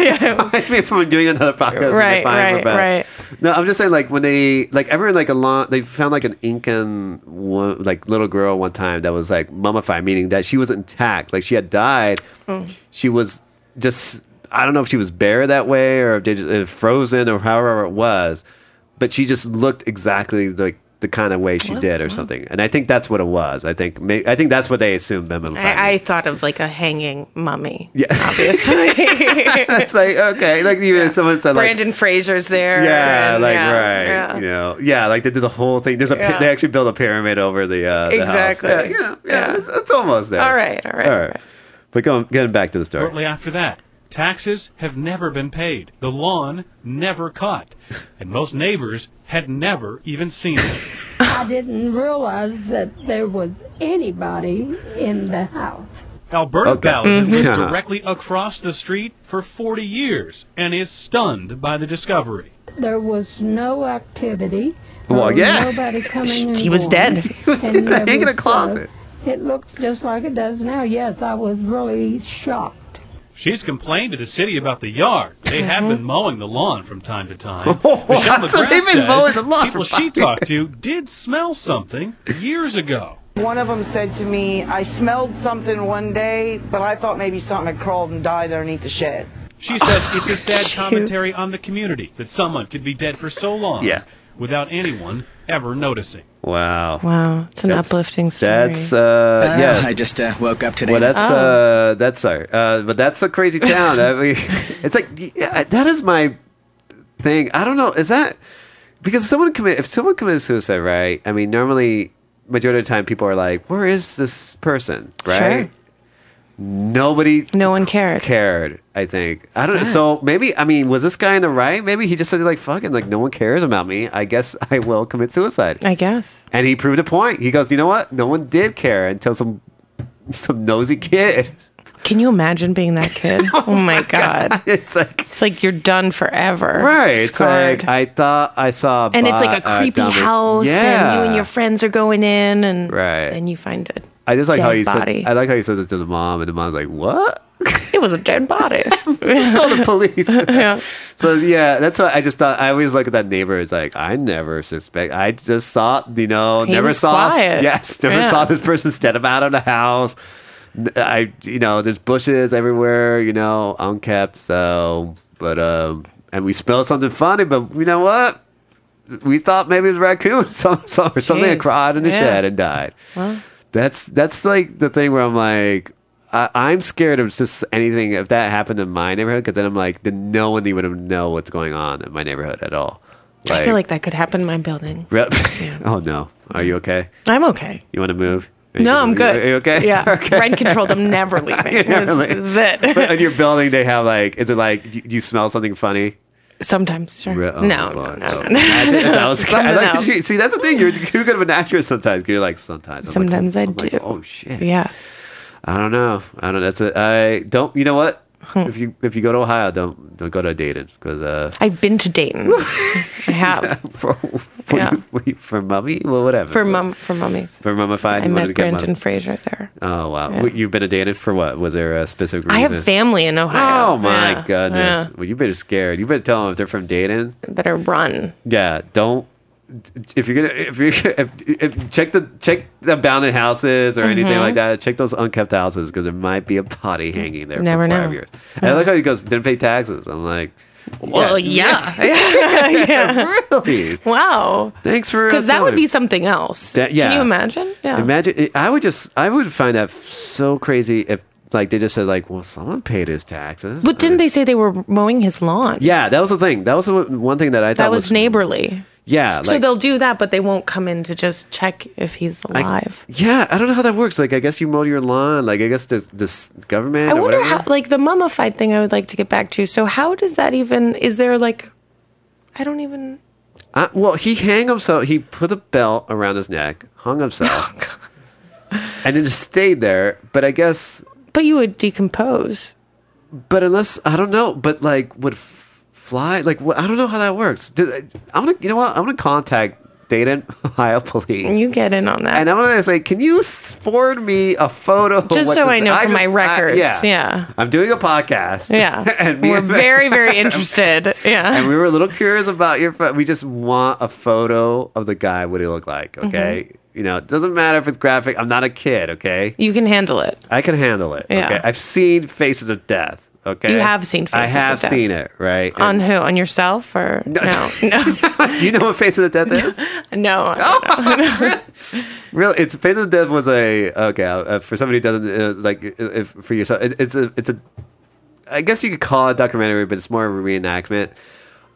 [SPEAKER 3] Yeah.
[SPEAKER 1] find me from doing another podcast.
[SPEAKER 3] Right,
[SPEAKER 1] and they find
[SPEAKER 3] right,
[SPEAKER 1] Rebecca.
[SPEAKER 3] right.
[SPEAKER 1] No, I'm just saying like when they like ever in like a long they found like an Incan one, like little girl one time that was like mummified, meaning that she was intact, like she had died.
[SPEAKER 3] Mm-hmm.
[SPEAKER 1] She was just I don't know if she was buried that way or if they just, uh, frozen or however it was, but she just looked exactly like the kind of way she did or something. And I think that's what it was. I think may, I think that's what they assumed mummified.
[SPEAKER 3] I, I
[SPEAKER 1] means.
[SPEAKER 3] thought of like a hanging mummy.
[SPEAKER 1] yeah,
[SPEAKER 3] Obviously.
[SPEAKER 1] it's like okay, like even if someone said like.
[SPEAKER 3] Brandon Fraser's there.
[SPEAKER 1] Yeah,
[SPEAKER 3] and-
[SPEAKER 1] like
[SPEAKER 3] yeah,
[SPEAKER 1] right.
[SPEAKER 3] yeah.
[SPEAKER 1] You know, yeah, like they did the whole thing. There's a pi-
[SPEAKER 3] Yeah.
[SPEAKER 1] they actually built a pyramid over the uh, the house.
[SPEAKER 3] Exactly.
[SPEAKER 1] Yeah, you know, yeah,
[SPEAKER 3] Yeah.
[SPEAKER 1] It's, it's almost there.
[SPEAKER 3] All right, all right, all right.
[SPEAKER 1] But going getting back to the story.
[SPEAKER 6] Shortly after that, taxes have never been paid, the lawn never cut, and most neighbors had never even seen it.
[SPEAKER 8] I didn't realize that there was anybody in the house.
[SPEAKER 6] Alberta
[SPEAKER 1] Okay.
[SPEAKER 6] Ballard has lived
[SPEAKER 1] Yeah.
[SPEAKER 3] Mm-hmm.
[SPEAKER 6] directly across the street for 40 years and is stunned by the discovery.
[SPEAKER 8] There was no activity. There
[SPEAKER 1] Well,
[SPEAKER 8] was
[SPEAKER 1] yeah.
[SPEAKER 8] Nobody coming. and
[SPEAKER 3] He was
[SPEAKER 8] going.
[SPEAKER 3] dead.
[SPEAKER 1] He was
[SPEAKER 8] And
[SPEAKER 1] still
[SPEAKER 8] there
[SPEAKER 1] hanging in a
[SPEAKER 8] was,
[SPEAKER 1] closet.
[SPEAKER 8] uh, it looked just like it does now. Yes, I was really shocked.
[SPEAKER 6] She's complained to the city about the yard. They
[SPEAKER 3] Mm-hmm.
[SPEAKER 6] have been mowing the lawn from time to time.
[SPEAKER 1] Oh,
[SPEAKER 6] Michelle
[SPEAKER 1] that's what
[SPEAKER 6] McGrath
[SPEAKER 1] they've been
[SPEAKER 6] says
[SPEAKER 1] mowing the lawn
[SPEAKER 6] People
[SPEAKER 1] for
[SPEAKER 6] she
[SPEAKER 1] five years.
[SPEAKER 6] talked to did smell something years ago.
[SPEAKER 5] One of them said to me, I smelled something one day, but I thought maybe something had crawled and died underneath the shed.
[SPEAKER 6] She says it's
[SPEAKER 1] Oh,
[SPEAKER 6] a sad
[SPEAKER 3] Jeez.
[SPEAKER 6] commentary on the community that someone could be dead for so long
[SPEAKER 1] Yeah.
[SPEAKER 6] without anyone ever noticing.
[SPEAKER 1] Wow.
[SPEAKER 3] Wow, it's an
[SPEAKER 1] That's-
[SPEAKER 3] uplifting story.
[SPEAKER 1] That's uh, yeah.
[SPEAKER 9] I just uh, woke up today.
[SPEAKER 1] Well, that's
[SPEAKER 3] Oh.
[SPEAKER 1] uh, that's sorry, uh, but that's a crazy town. I mean, it's like yeah, that is my thing. I don't know. Is that because someone commit if someone commits suicide, right? I mean, normally majority of the time people are like, "Where is this person?" Right?
[SPEAKER 3] Sure.
[SPEAKER 1] Nobody
[SPEAKER 3] no one cared.
[SPEAKER 1] cared. I think I don't. know. So maybe I mean, was this guy in the right? Maybe he just said like, "Fucking like no one cares about me. I guess I will commit suicide."
[SPEAKER 3] I guess.
[SPEAKER 1] And he proved a point. He goes, you know what? No one did care until some some nosy kid
[SPEAKER 3] Can you imagine being that kid? oh my god.
[SPEAKER 1] It's like
[SPEAKER 3] It's like you're done forever.
[SPEAKER 1] right. It's
[SPEAKER 3] Scarred.
[SPEAKER 1] like I thought I saw, a
[SPEAKER 3] and it's
[SPEAKER 1] bo-
[SPEAKER 3] like a creepy
[SPEAKER 1] dummy.
[SPEAKER 3] house
[SPEAKER 1] Yeah,
[SPEAKER 3] and you and your friends are going in and
[SPEAKER 1] Right.
[SPEAKER 3] and you find it.
[SPEAKER 1] I just like how
[SPEAKER 3] dead
[SPEAKER 1] you
[SPEAKER 3] body.
[SPEAKER 1] said. I like how you said this to the mom, and the mom's like, "What?
[SPEAKER 3] It was a dead body.
[SPEAKER 1] Call the police."
[SPEAKER 3] yeah.
[SPEAKER 1] So yeah, that's what I just thought. I always look at that neighbor as like I never suspect. I just saw, you know,
[SPEAKER 3] He
[SPEAKER 1] never
[SPEAKER 3] was
[SPEAKER 1] saw.
[SPEAKER 3] quiet.
[SPEAKER 1] Yes, never
[SPEAKER 3] Yeah.
[SPEAKER 1] saw this person step out of the house. N- I, you know, there's bushes everywhere. You know, unkept. So, but um, and we smelled something funny. But you know what? We thought maybe it was a raccoon, some, some, or something that
[SPEAKER 3] Jeez.
[SPEAKER 1] cried in the
[SPEAKER 3] Yeah.
[SPEAKER 1] shed and died. That's that's like the thing where I'm like, I, I'm scared of just anything if that happened in my neighborhood because then I'm like, then no one even know what's going on in my neighborhood at all.
[SPEAKER 3] I feel like that could happen in my building.
[SPEAKER 1] Rep- oh no, are you okay?
[SPEAKER 3] I'm okay.
[SPEAKER 1] You want to move? Are you
[SPEAKER 3] no,
[SPEAKER 1] gonna
[SPEAKER 3] I'm
[SPEAKER 1] move?
[SPEAKER 3] good.
[SPEAKER 1] Are you okay?
[SPEAKER 3] Yeah.
[SPEAKER 1] okay.
[SPEAKER 3] Rent controlled. I'm never leaving.
[SPEAKER 1] You're never
[SPEAKER 3] This
[SPEAKER 1] leaving.
[SPEAKER 3] is it.
[SPEAKER 1] But uh, in your building, they have like, is it like you, you smell something funny?
[SPEAKER 3] Sometimes. Sure.
[SPEAKER 1] Re- oh,
[SPEAKER 3] Uh, no, no,
[SPEAKER 1] Lord.
[SPEAKER 3] no,
[SPEAKER 1] Oh,
[SPEAKER 3] no,
[SPEAKER 1] imagine if that was-
[SPEAKER 3] Something
[SPEAKER 1] I like-
[SPEAKER 3] else.
[SPEAKER 1] see, that's the thing. You're too good of an actress sometimes. 'cause You're like sometimes. I'm like,
[SPEAKER 3] Sometimes I
[SPEAKER 1] I'm like,
[SPEAKER 3] do.
[SPEAKER 1] oh shit.
[SPEAKER 3] Yeah.
[SPEAKER 1] I don't know. I don't. That's it. I don't. You know what?
[SPEAKER 3] Hmm.
[SPEAKER 1] If you if you go to Ohio, don't don't go to Dayton because uh
[SPEAKER 3] I've been to Dayton. I have.
[SPEAKER 1] for for,
[SPEAKER 3] Yeah.
[SPEAKER 1] wait, for mummy well whatever
[SPEAKER 3] For mum for mummies.
[SPEAKER 1] for mummified
[SPEAKER 3] I
[SPEAKER 1] you wanted to
[SPEAKER 3] met
[SPEAKER 1] get mum-
[SPEAKER 3] Brandon Fraser there.
[SPEAKER 1] oh wow Wait, you've been to Dayton for what was there a specific reason
[SPEAKER 3] I have family in Ohio.
[SPEAKER 1] oh my
[SPEAKER 3] Yeah,
[SPEAKER 1] goodness
[SPEAKER 3] yeah.
[SPEAKER 1] well you better scared you better tell them if they're from Dayton
[SPEAKER 3] Better run.
[SPEAKER 1] yeah don't if you're gonna if you if, if check the check the abandoned houses or anything
[SPEAKER 3] Mm-hmm.
[SPEAKER 1] like that check those unkept houses because there might be a body hanging there
[SPEAKER 3] Mm. Never
[SPEAKER 1] for five
[SPEAKER 3] know.
[SPEAKER 1] years and I like how he goes didn't pay taxes I'm like
[SPEAKER 3] Well, yeah. Yeah.
[SPEAKER 1] really
[SPEAKER 3] Wow.
[SPEAKER 1] thanks for
[SPEAKER 3] Because
[SPEAKER 1] uh,
[SPEAKER 3] that
[SPEAKER 1] telling
[SPEAKER 3] would
[SPEAKER 1] me.
[SPEAKER 3] be something else.
[SPEAKER 1] That- yeah.
[SPEAKER 3] Can you imagine? Yeah.
[SPEAKER 1] Imagine eh, I would just I would find that so crazy if like they just said like well someone paid his taxes.
[SPEAKER 3] But didn't they say they were mowing his lawn?
[SPEAKER 1] Yeah, that was the thing. That was the one thing that I thought
[SPEAKER 3] That was neighborly.
[SPEAKER 1] Yeah,
[SPEAKER 3] so
[SPEAKER 1] like-
[SPEAKER 3] they'll do that, but they won't come in to just check if he's alive.
[SPEAKER 1] Yeah, I don't know how that works. Like I guess you mow your lawn. Like I guess this this government.
[SPEAKER 3] I
[SPEAKER 1] or
[SPEAKER 3] wonder
[SPEAKER 1] whatever.
[SPEAKER 3] how, like the mummified thing. I would like to get back to. So how does that even? Is there like? I don't even.
[SPEAKER 1] I, Uh, well, he hang himself. He put a belt around his neck, hung himself,
[SPEAKER 3] Oh,
[SPEAKER 1] and it just stayed there. But I guess,
[SPEAKER 3] But you would decompose.
[SPEAKER 1] but unless I don't know. But like, would f- fly? Like what, I don't know how that works. Did, I'm gonna. You know what? I'm gonna contact Dayton Ohio police.
[SPEAKER 3] You get in on that.
[SPEAKER 1] And I'm gonna say, can you forward me a photo? of
[SPEAKER 3] Just
[SPEAKER 1] what
[SPEAKER 3] so
[SPEAKER 1] this-
[SPEAKER 3] I know for my records,
[SPEAKER 1] yeah.
[SPEAKER 3] yeah.
[SPEAKER 1] I'm doing a podcast.
[SPEAKER 3] Yeah.
[SPEAKER 1] and me
[SPEAKER 3] We're
[SPEAKER 1] and-
[SPEAKER 3] very, very interested. Yeah.
[SPEAKER 1] And we were a little curious about your. pho- We just want a photo of the guy. What he looked like?
[SPEAKER 3] Mm-hmm.
[SPEAKER 1] Okay. You know, it doesn't matter if it's graphic. I'm not a kid. Okay.
[SPEAKER 3] you can handle it.
[SPEAKER 1] I can handle it.
[SPEAKER 3] Yeah.
[SPEAKER 1] Okay. I've seen Faces of Death. Okay.
[SPEAKER 3] You have seen Faces
[SPEAKER 1] I
[SPEAKER 3] of
[SPEAKER 1] have
[SPEAKER 3] Death.
[SPEAKER 1] seen it. Right.
[SPEAKER 3] On who? On yourself or no? No.
[SPEAKER 1] And- do you know what Faces of Death is?
[SPEAKER 3] no.
[SPEAKER 1] Really, it's Faith of the Dead was a okay uh, for somebody who doesn't uh, like if, for yourself. It, it's a it's a I guess you could call it a documentary, but it's more of a reenactment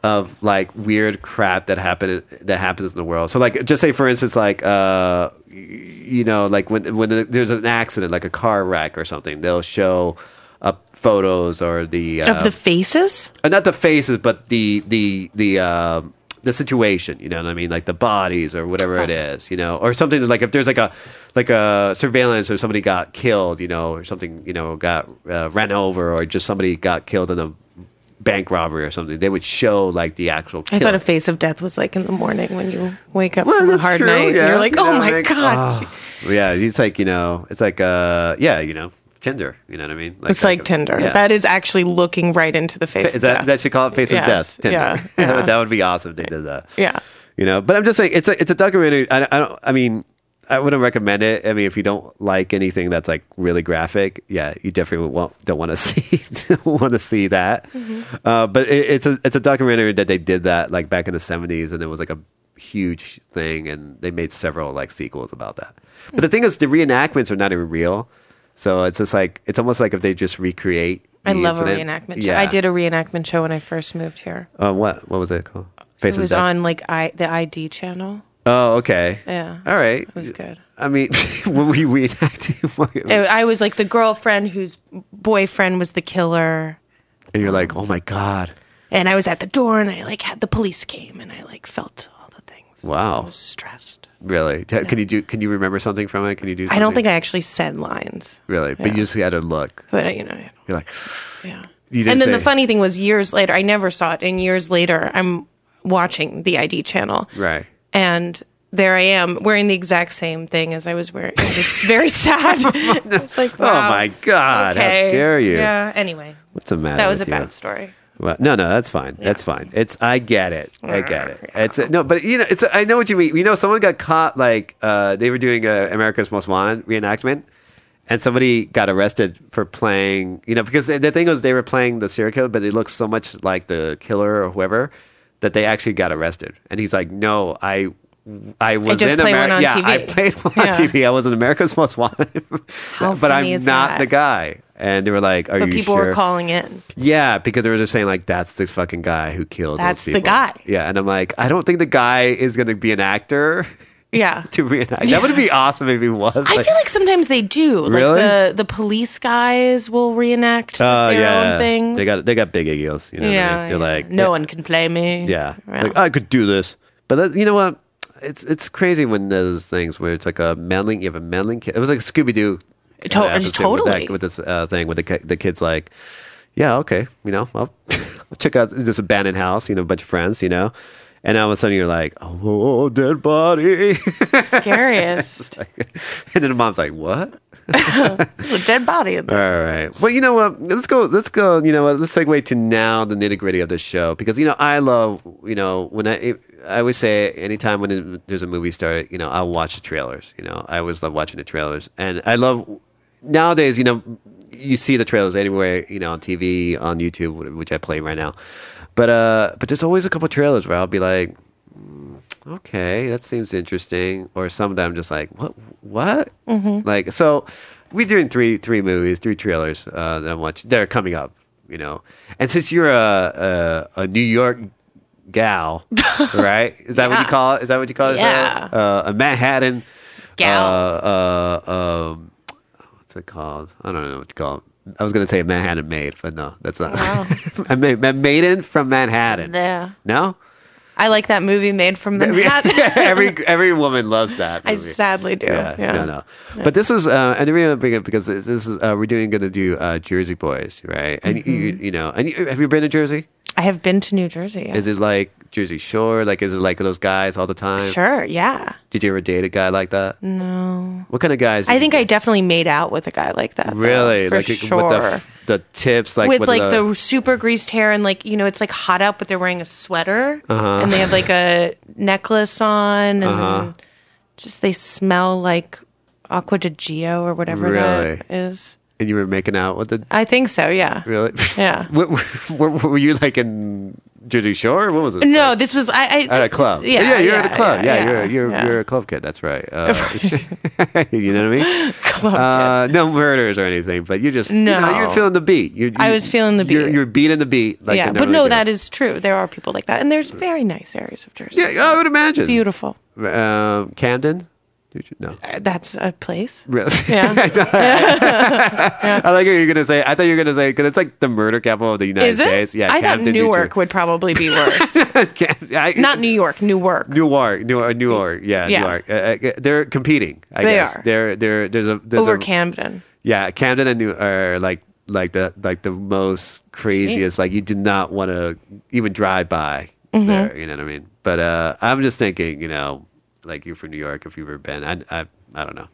[SPEAKER 1] of like weird crap that happened that happens in the world. So like just say for instance like uh y- you know like when when there's an accident like a car wreck or something, they'll show up photos or the uh,
[SPEAKER 3] Of the faces?
[SPEAKER 1] uh, not the faces, but the the the um the situation. You know what I mean? Like the bodies or whatever it is. You know, or something that, like if there's like a like a surveillance or somebody got killed. You know, or something. You know, got uh, ran over or just somebody got killed in a bank robbery or something. They would show like the actual. Killer.
[SPEAKER 3] I thought a face of death was like in the morning when you wake up from a
[SPEAKER 1] that's
[SPEAKER 3] hard night. and you're like,
[SPEAKER 1] You
[SPEAKER 3] oh
[SPEAKER 1] know,
[SPEAKER 3] my
[SPEAKER 1] like,
[SPEAKER 3] God.
[SPEAKER 1] oh. Yeah, it's like you know, it's like uh, yeah, you know, Tinder. You know what I mean?
[SPEAKER 3] it's like Tinder.
[SPEAKER 1] yeah.
[SPEAKER 3] That is actually looking right into the face
[SPEAKER 1] Is
[SPEAKER 3] of
[SPEAKER 1] that
[SPEAKER 3] death.
[SPEAKER 1] that should call it face
[SPEAKER 3] Yes,
[SPEAKER 1] of death? Tinder.
[SPEAKER 3] yeah, yeah.
[SPEAKER 1] that would be awesome if they did that.
[SPEAKER 3] yeah.
[SPEAKER 1] you know. But I'm just saying, it's a it's a documentary. I, I don't. I mean, I wouldn't recommend it. I mean, if you don't like anything that's like really graphic, yeah, you definitely won't, don't want to see want to see that.
[SPEAKER 3] Mm-hmm.
[SPEAKER 1] Uh, but it, it's a it's a documentary that they did that like back in the '70s, and it was like a huge thing, and they made several like sequels about that. But
[SPEAKER 3] Mm-hmm.
[SPEAKER 1] the thing is, the reenactments are not even real. So it's just like it's almost like if they just recreate.
[SPEAKER 3] I
[SPEAKER 1] the
[SPEAKER 3] love
[SPEAKER 1] incident.
[SPEAKER 3] a reenactment show.
[SPEAKER 1] Yeah.
[SPEAKER 3] I did a reenactment show when I first moved here.
[SPEAKER 1] Uh, what what was it called? Face
[SPEAKER 3] It
[SPEAKER 1] of
[SPEAKER 3] was
[SPEAKER 1] Death.
[SPEAKER 3] on like I the ID channel.
[SPEAKER 1] Oh, okay.
[SPEAKER 3] Yeah.
[SPEAKER 1] All right.
[SPEAKER 3] It was good.
[SPEAKER 1] I mean, when we reenacted,
[SPEAKER 3] I I was like the girlfriend whose boyfriend was the killer.
[SPEAKER 1] and you're like, oh my god,
[SPEAKER 3] And I was at the door and I like had the police came and I like felt all the things. I
[SPEAKER 1] wow,
[SPEAKER 3] was stressed.
[SPEAKER 1] Really? Ta- Can you do? Can you remember something from it? Can you do?
[SPEAKER 3] I
[SPEAKER 1] Something?
[SPEAKER 3] don't think I actually said lines,
[SPEAKER 1] really, but you just had to look.
[SPEAKER 3] but you know,
[SPEAKER 1] You're like,
[SPEAKER 3] yeah.
[SPEAKER 1] you didn't
[SPEAKER 3] And then the
[SPEAKER 1] say-
[SPEAKER 3] funny thing was, years later, I never saw it, and years later, I'm watching the ID channel,
[SPEAKER 1] right?
[SPEAKER 3] and there I am wearing the exact same thing as I was wearing. It was very sad. it's like, wow,
[SPEAKER 1] oh my god!
[SPEAKER 3] okay.
[SPEAKER 1] How dare you?
[SPEAKER 3] Yeah. Anyway,
[SPEAKER 1] What's the matter?
[SPEAKER 3] that was a
[SPEAKER 1] with
[SPEAKER 3] bad
[SPEAKER 1] you?
[SPEAKER 3] story.
[SPEAKER 1] Well, no, no, that's fine. That's fine. It's I get it. I get it. It's no, but you know, it's I know what you mean. You know, someone got caught like uh, they were doing a America's Most Wanted reenactment, and somebody got arrested for playing. You know, because the, the thing was they were playing the serial killer, but they looked so much like the killer or whoever that they actually got arrested. And he's like, "No, I." I was
[SPEAKER 3] just
[SPEAKER 1] in
[SPEAKER 3] play one
[SPEAKER 1] America.
[SPEAKER 3] on
[SPEAKER 1] Yeah,
[SPEAKER 3] TV.
[SPEAKER 1] I played one on
[SPEAKER 3] Yeah.
[SPEAKER 1] TV. I was in America's Most Wanted, but
[SPEAKER 3] funny
[SPEAKER 1] I'm
[SPEAKER 3] is
[SPEAKER 1] not
[SPEAKER 3] that?
[SPEAKER 1] the guy. And they were like, "Are
[SPEAKER 3] But
[SPEAKER 1] you
[SPEAKER 3] people
[SPEAKER 1] sure?"
[SPEAKER 3] were calling in.
[SPEAKER 1] Yeah, because they were just saying like that's the fucking guy who killed. those
[SPEAKER 3] That's the
[SPEAKER 1] people."
[SPEAKER 3] guy.
[SPEAKER 1] Yeah, and I'm like, I don't think the guy is going to be an actor
[SPEAKER 3] Yeah.
[SPEAKER 1] to reenact. That would be awesome if he was.
[SPEAKER 3] I feel like sometimes they do.
[SPEAKER 1] Really?
[SPEAKER 3] Like the, the police guys will reenact
[SPEAKER 1] Oh,
[SPEAKER 3] their
[SPEAKER 1] yeah,
[SPEAKER 3] own things.
[SPEAKER 1] They got they got big egos. You know, what I
[SPEAKER 3] yeah,
[SPEAKER 1] mean? they're
[SPEAKER 3] yeah.
[SPEAKER 1] like
[SPEAKER 3] no one can play me.
[SPEAKER 1] Yeah,
[SPEAKER 3] Yeah.
[SPEAKER 1] like I could do this, but that, you know what? It's it's crazy when those things where it's like a meddling. You have a meddling kid. It was like Scooby Doo.
[SPEAKER 3] To-
[SPEAKER 1] with,
[SPEAKER 3] totally.
[SPEAKER 1] that, with this uh, thing with the ki- the kids like, yeah, okay, you know, I'll, I'll check out this abandoned house. You know, a bunch of friends. You know, and all of a sudden you're like, oh, oh, dead body,
[SPEAKER 3] Scariest.
[SPEAKER 1] and then the mom's like, what?
[SPEAKER 3] There's a dead body in there.
[SPEAKER 1] All right. Well, you know what? Let's go. Let's go. You know what? Let's segue to now the nitty gritty of the show because you know I love you know when I I always say anytime when there's a movie started you know I'll watch the trailers. You know I always love watching the trailers and I love nowadays you know you see the trailers anywhere you know on TV on YouTube which I play right now, but uh but there's always a couple trailers where I'll be like okay, that seems interesting. Or some that I'm just like, what? What?
[SPEAKER 3] Mm-hmm.
[SPEAKER 1] Like, so we're doing three three movies, three trailers uh, that I'm watching that are coming up. You know, and since you're a a, a New York gal, right? Is that what you
[SPEAKER 3] Yeah.
[SPEAKER 1] call it? Is that what you call it? Sarah?
[SPEAKER 3] Yeah.
[SPEAKER 1] Uh, a Manhattan
[SPEAKER 3] Gal.
[SPEAKER 1] Uh, uh, um, what's it called? I don't know what you call it. I was gonna say Manhattan maid, but no, that's not. a ma- a maiden from Manhattan.
[SPEAKER 3] Yeah.
[SPEAKER 1] No,
[SPEAKER 3] I like that movie made from
[SPEAKER 1] I mean,
[SPEAKER 3] Manhattan.
[SPEAKER 1] every every woman loves that.
[SPEAKER 3] I
[SPEAKER 1] movie.
[SPEAKER 3] sadly do.
[SPEAKER 1] yeah,
[SPEAKER 3] Yeah.
[SPEAKER 1] no, no. But this is, uh, and the reason I bring it because this this is uh, we're doing going to do uh, Jersey Boys, right? And
[SPEAKER 3] Mm-hmm.
[SPEAKER 1] you, you know, and you, have you been to Jersey?
[SPEAKER 3] I have been to New Jersey. Yeah.
[SPEAKER 1] Is it like Jersey Shore? Like, is it like those guys all the time?
[SPEAKER 3] Sure. Yeah.
[SPEAKER 1] Did you ever date a guy like that? No. What kind of guys?
[SPEAKER 3] I think I definitely made out with a guy like that. though,
[SPEAKER 1] really
[SPEAKER 3] for
[SPEAKER 1] like
[SPEAKER 3] sure.
[SPEAKER 1] with the the tips, like
[SPEAKER 3] with, like the, super greased hair and like you know it's like hot out but they're wearing a sweater
[SPEAKER 1] Uh-huh.
[SPEAKER 3] and they have like a necklace on and then just they smell like aqua di gio or whatever
[SPEAKER 1] Really?
[SPEAKER 3] that is
[SPEAKER 1] and you were making out with the
[SPEAKER 3] i think so yeah
[SPEAKER 1] really.
[SPEAKER 3] Yeah.
[SPEAKER 1] what, what, what were you like in Jersey Shore? What was it?
[SPEAKER 3] no this was i, I
[SPEAKER 1] at a club.
[SPEAKER 3] yeah
[SPEAKER 1] you're at a club. Yeah, you're you're
[SPEAKER 3] yeah.
[SPEAKER 1] you're a club kid. That's right. Uh, you know what I mean? uh, no murders or anything, but you just you know,
[SPEAKER 3] No.
[SPEAKER 1] you're feeling the beat. You're,
[SPEAKER 3] I
[SPEAKER 1] you-
[SPEAKER 3] was feeling the
[SPEAKER 1] You're,
[SPEAKER 3] beat.
[SPEAKER 1] you're beating the beat. Like
[SPEAKER 3] yeah but no that is true there are people like that and there's very nice areas of jersey
[SPEAKER 1] yeah. I would imagine
[SPEAKER 3] beautiful
[SPEAKER 1] Um, Camden. Did you- No,
[SPEAKER 3] Uh, that's a place
[SPEAKER 1] really.
[SPEAKER 3] yeah
[SPEAKER 1] I like how you're gonna say. I thought you were gonna say because it's like the murder capital of the United
[SPEAKER 3] is it
[SPEAKER 1] States. Yeah,
[SPEAKER 3] i
[SPEAKER 1] Camden,
[SPEAKER 3] thought
[SPEAKER 1] New
[SPEAKER 3] newark
[SPEAKER 1] Jer-
[SPEAKER 3] would probably be worse
[SPEAKER 1] Camden- I-
[SPEAKER 3] not new york newark
[SPEAKER 1] Newark, Newark, Newark, yeah,
[SPEAKER 3] Yeah.
[SPEAKER 1] Newark. Uh, Uh, they're competing. I
[SPEAKER 3] They
[SPEAKER 1] guess
[SPEAKER 3] are.
[SPEAKER 1] they're they're there's a there's
[SPEAKER 3] over
[SPEAKER 1] a,
[SPEAKER 3] camden
[SPEAKER 1] Yeah, Camden and New are like like the like the most craziest. Like you do not want to even drive by
[SPEAKER 3] Mm-hmm.
[SPEAKER 1] there. You know what I mean? But uh, I'm just thinking, you know, like you from New York, if you've ever been, I I, I don't know.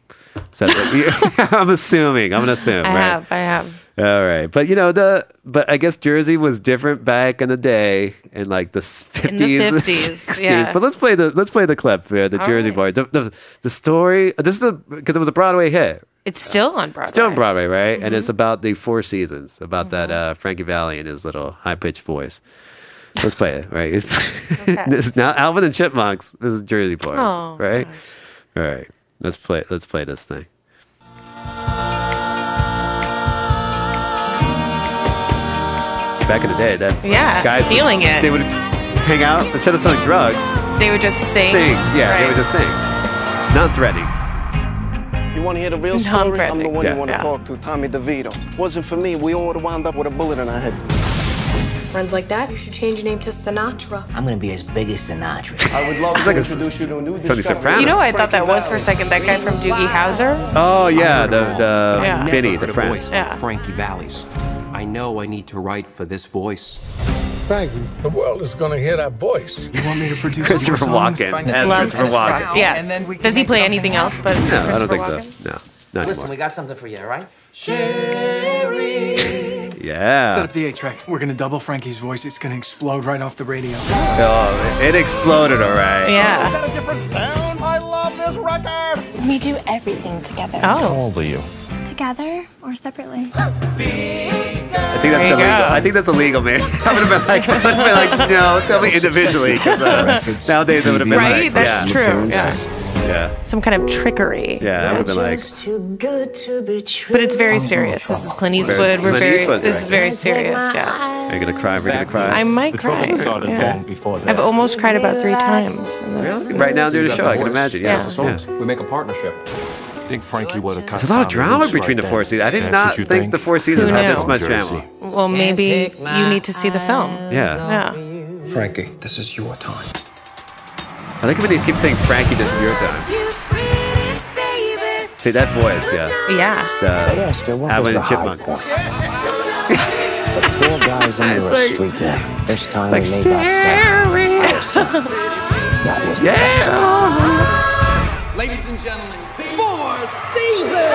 [SPEAKER 1] So, I'm assuming. I'm gonna assume.
[SPEAKER 3] I
[SPEAKER 1] right?
[SPEAKER 3] have, I have.
[SPEAKER 1] All right, but you know the but I guess Jersey was different back in the day in like the fifties,
[SPEAKER 3] 50s,
[SPEAKER 1] sixties.
[SPEAKER 3] yeah.
[SPEAKER 1] But let's play the let's play the clip here, the Jersey
[SPEAKER 3] right.
[SPEAKER 1] Boy. The, the, the story. This is the because it was a Broadway hit,
[SPEAKER 3] It's still on Broadway.
[SPEAKER 1] still on Broadway, right? And
[SPEAKER 3] Mm-hmm.
[SPEAKER 1] it's about the Four Seasons, about that uh, Frankie Valley and his little high pitched voice. Let's play it, right? this is now Alvin and Chipmunks. This is Jersey Boys,
[SPEAKER 3] Oh,
[SPEAKER 1] right? All right, let's play let's play this thing. So back in the day, that's
[SPEAKER 3] Yeah,
[SPEAKER 1] guys would-
[SPEAKER 3] feeling it.
[SPEAKER 1] They would hang out instead of selling drugs,
[SPEAKER 3] They would just sing.
[SPEAKER 1] sing. Yeah, they
[SPEAKER 3] Right.
[SPEAKER 1] would just sing, non-threatening.
[SPEAKER 9] You want to hear the real story? I'm the
[SPEAKER 3] Non-threatening.
[SPEAKER 9] one
[SPEAKER 1] Yeah.
[SPEAKER 9] you want to
[SPEAKER 3] Yeah.
[SPEAKER 9] talk to, Tommy DeVito. Wasn't for me, we all would have wound up with a bullet in our head.
[SPEAKER 10] friends like that. You should change your name to Sinatra.
[SPEAKER 11] I'm gonna be as big as Sinatra.
[SPEAKER 9] I would love
[SPEAKER 1] It's
[SPEAKER 9] to
[SPEAKER 1] like a
[SPEAKER 9] introduce you to a new
[SPEAKER 1] Tony
[SPEAKER 9] discovery.
[SPEAKER 1] Soprano.
[SPEAKER 3] You know, I thought that was for a second that guy from Doogie Howser.
[SPEAKER 1] Oh yeah, the the
[SPEAKER 3] Yeah. Never
[SPEAKER 1] Benny,
[SPEAKER 12] heard
[SPEAKER 1] the
[SPEAKER 12] a
[SPEAKER 1] friend.
[SPEAKER 12] voice
[SPEAKER 3] Yeah.
[SPEAKER 12] like Frankie Valli's. I know I need to write for this voice.
[SPEAKER 13] Thank you. The world is going to hear that voice. You want me to produce
[SPEAKER 1] Christopher Walken as Christopher Walken.
[SPEAKER 3] Yes. Does he play anything else? But
[SPEAKER 1] No, I don't think
[SPEAKER 3] Christopher
[SPEAKER 1] so. No, not
[SPEAKER 11] Listen,
[SPEAKER 1] anymore.
[SPEAKER 11] we got something for you, all right?
[SPEAKER 1] Yeah.
[SPEAKER 14] the A track. We're gonna double Frankie's voice. It's gonna explode right off the radio.
[SPEAKER 1] Oh, it exploded, all right.
[SPEAKER 14] Yeah.
[SPEAKER 15] got a different sound. I love this record. We do everything together.
[SPEAKER 3] Oh,
[SPEAKER 1] old are you?
[SPEAKER 15] Together or separately?
[SPEAKER 1] I think that's
[SPEAKER 15] There you
[SPEAKER 1] illegal.
[SPEAKER 15] go.
[SPEAKER 1] I think that's illegal, man. I would have been like, I would have been like, no, tell me individually. 'cause, uh, nowadays, I would have been
[SPEAKER 3] Right?
[SPEAKER 1] like,
[SPEAKER 3] That's
[SPEAKER 1] yeah.
[SPEAKER 3] true, yeah.
[SPEAKER 1] Yeah.
[SPEAKER 3] Some kind of trickery.
[SPEAKER 1] Yeah, I would have been like,
[SPEAKER 3] But it's very serious. This is Clint
[SPEAKER 1] Very-
[SPEAKER 3] Eastwood. We're
[SPEAKER 1] Clint
[SPEAKER 3] very.
[SPEAKER 1] Eastwood
[SPEAKER 3] This is
[SPEAKER 1] directed.
[SPEAKER 3] very serious. Yes.
[SPEAKER 1] are you gonna cry? We're gonna cry.
[SPEAKER 3] I might cry. yeah. I've almost cried about three times. in this.
[SPEAKER 1] Right now, during the show, I can imagine. Yeah.
[SPEAKER 3] Yeah.
[SPEAKER 1] yeah.
[SPEAKER 12] We make a partnership. I think Frankie would have cut
[SPEAKER 1] There's a lot of
[SPEAKER 12] down
[SPEAKER 1] drama
[SPEAKER 12] roots
[SPEAKER 1] between
[SPEAKER 12] right
[SPEAKER 1] the four
[SPEAKER 12] then.
[SPEAKER 1] seasons. I did
[SPEAKER 12] That's
[SPEAKER 1] not
[SPEAKER 12] what you
[SPEAKER 1] think, the four seasons
[SPEAKER 3] Who
[SPEAKER 1] had
[SPEAKER 3] knew?
[SPEAKER 1] this much
[SPEAKER 12] Jersey.
[SPEAKER 1] drama.
[SPEAKER 3] Well, maybe you need to see the film.
[SPEAKER 1] Yeah.
[SPEAKER 3] Yeah.
[SPEAKER 1] Frankie, this is your time. I like it when they keep saying Frankie, this is your time. See that voice, yeah.
[SPEAKER 3] Yeah.
[SPEAKER 1] The
[SPEAKER 11] Esther, what
[SPEAKER 1] Alvin
[SPEAKER 11] was
[SPEAKER 1] and
[SPEAKER 11] the high
[SPEAKER 1] Chipmunk.
[SPEAKER 11] The four guys under
[SPEAKER 1] It's
[SPEAKER 11] a
[SPEAKER 1] like-
[SPEAKER 11] street lamp. This time
[SPEAKER 1] like,
[SPEAKER 11] we made that sound. that was
[SPEAKER 1] Yeah.
[SPEAKER 16] Ladies and gentlemen, Four Seasons!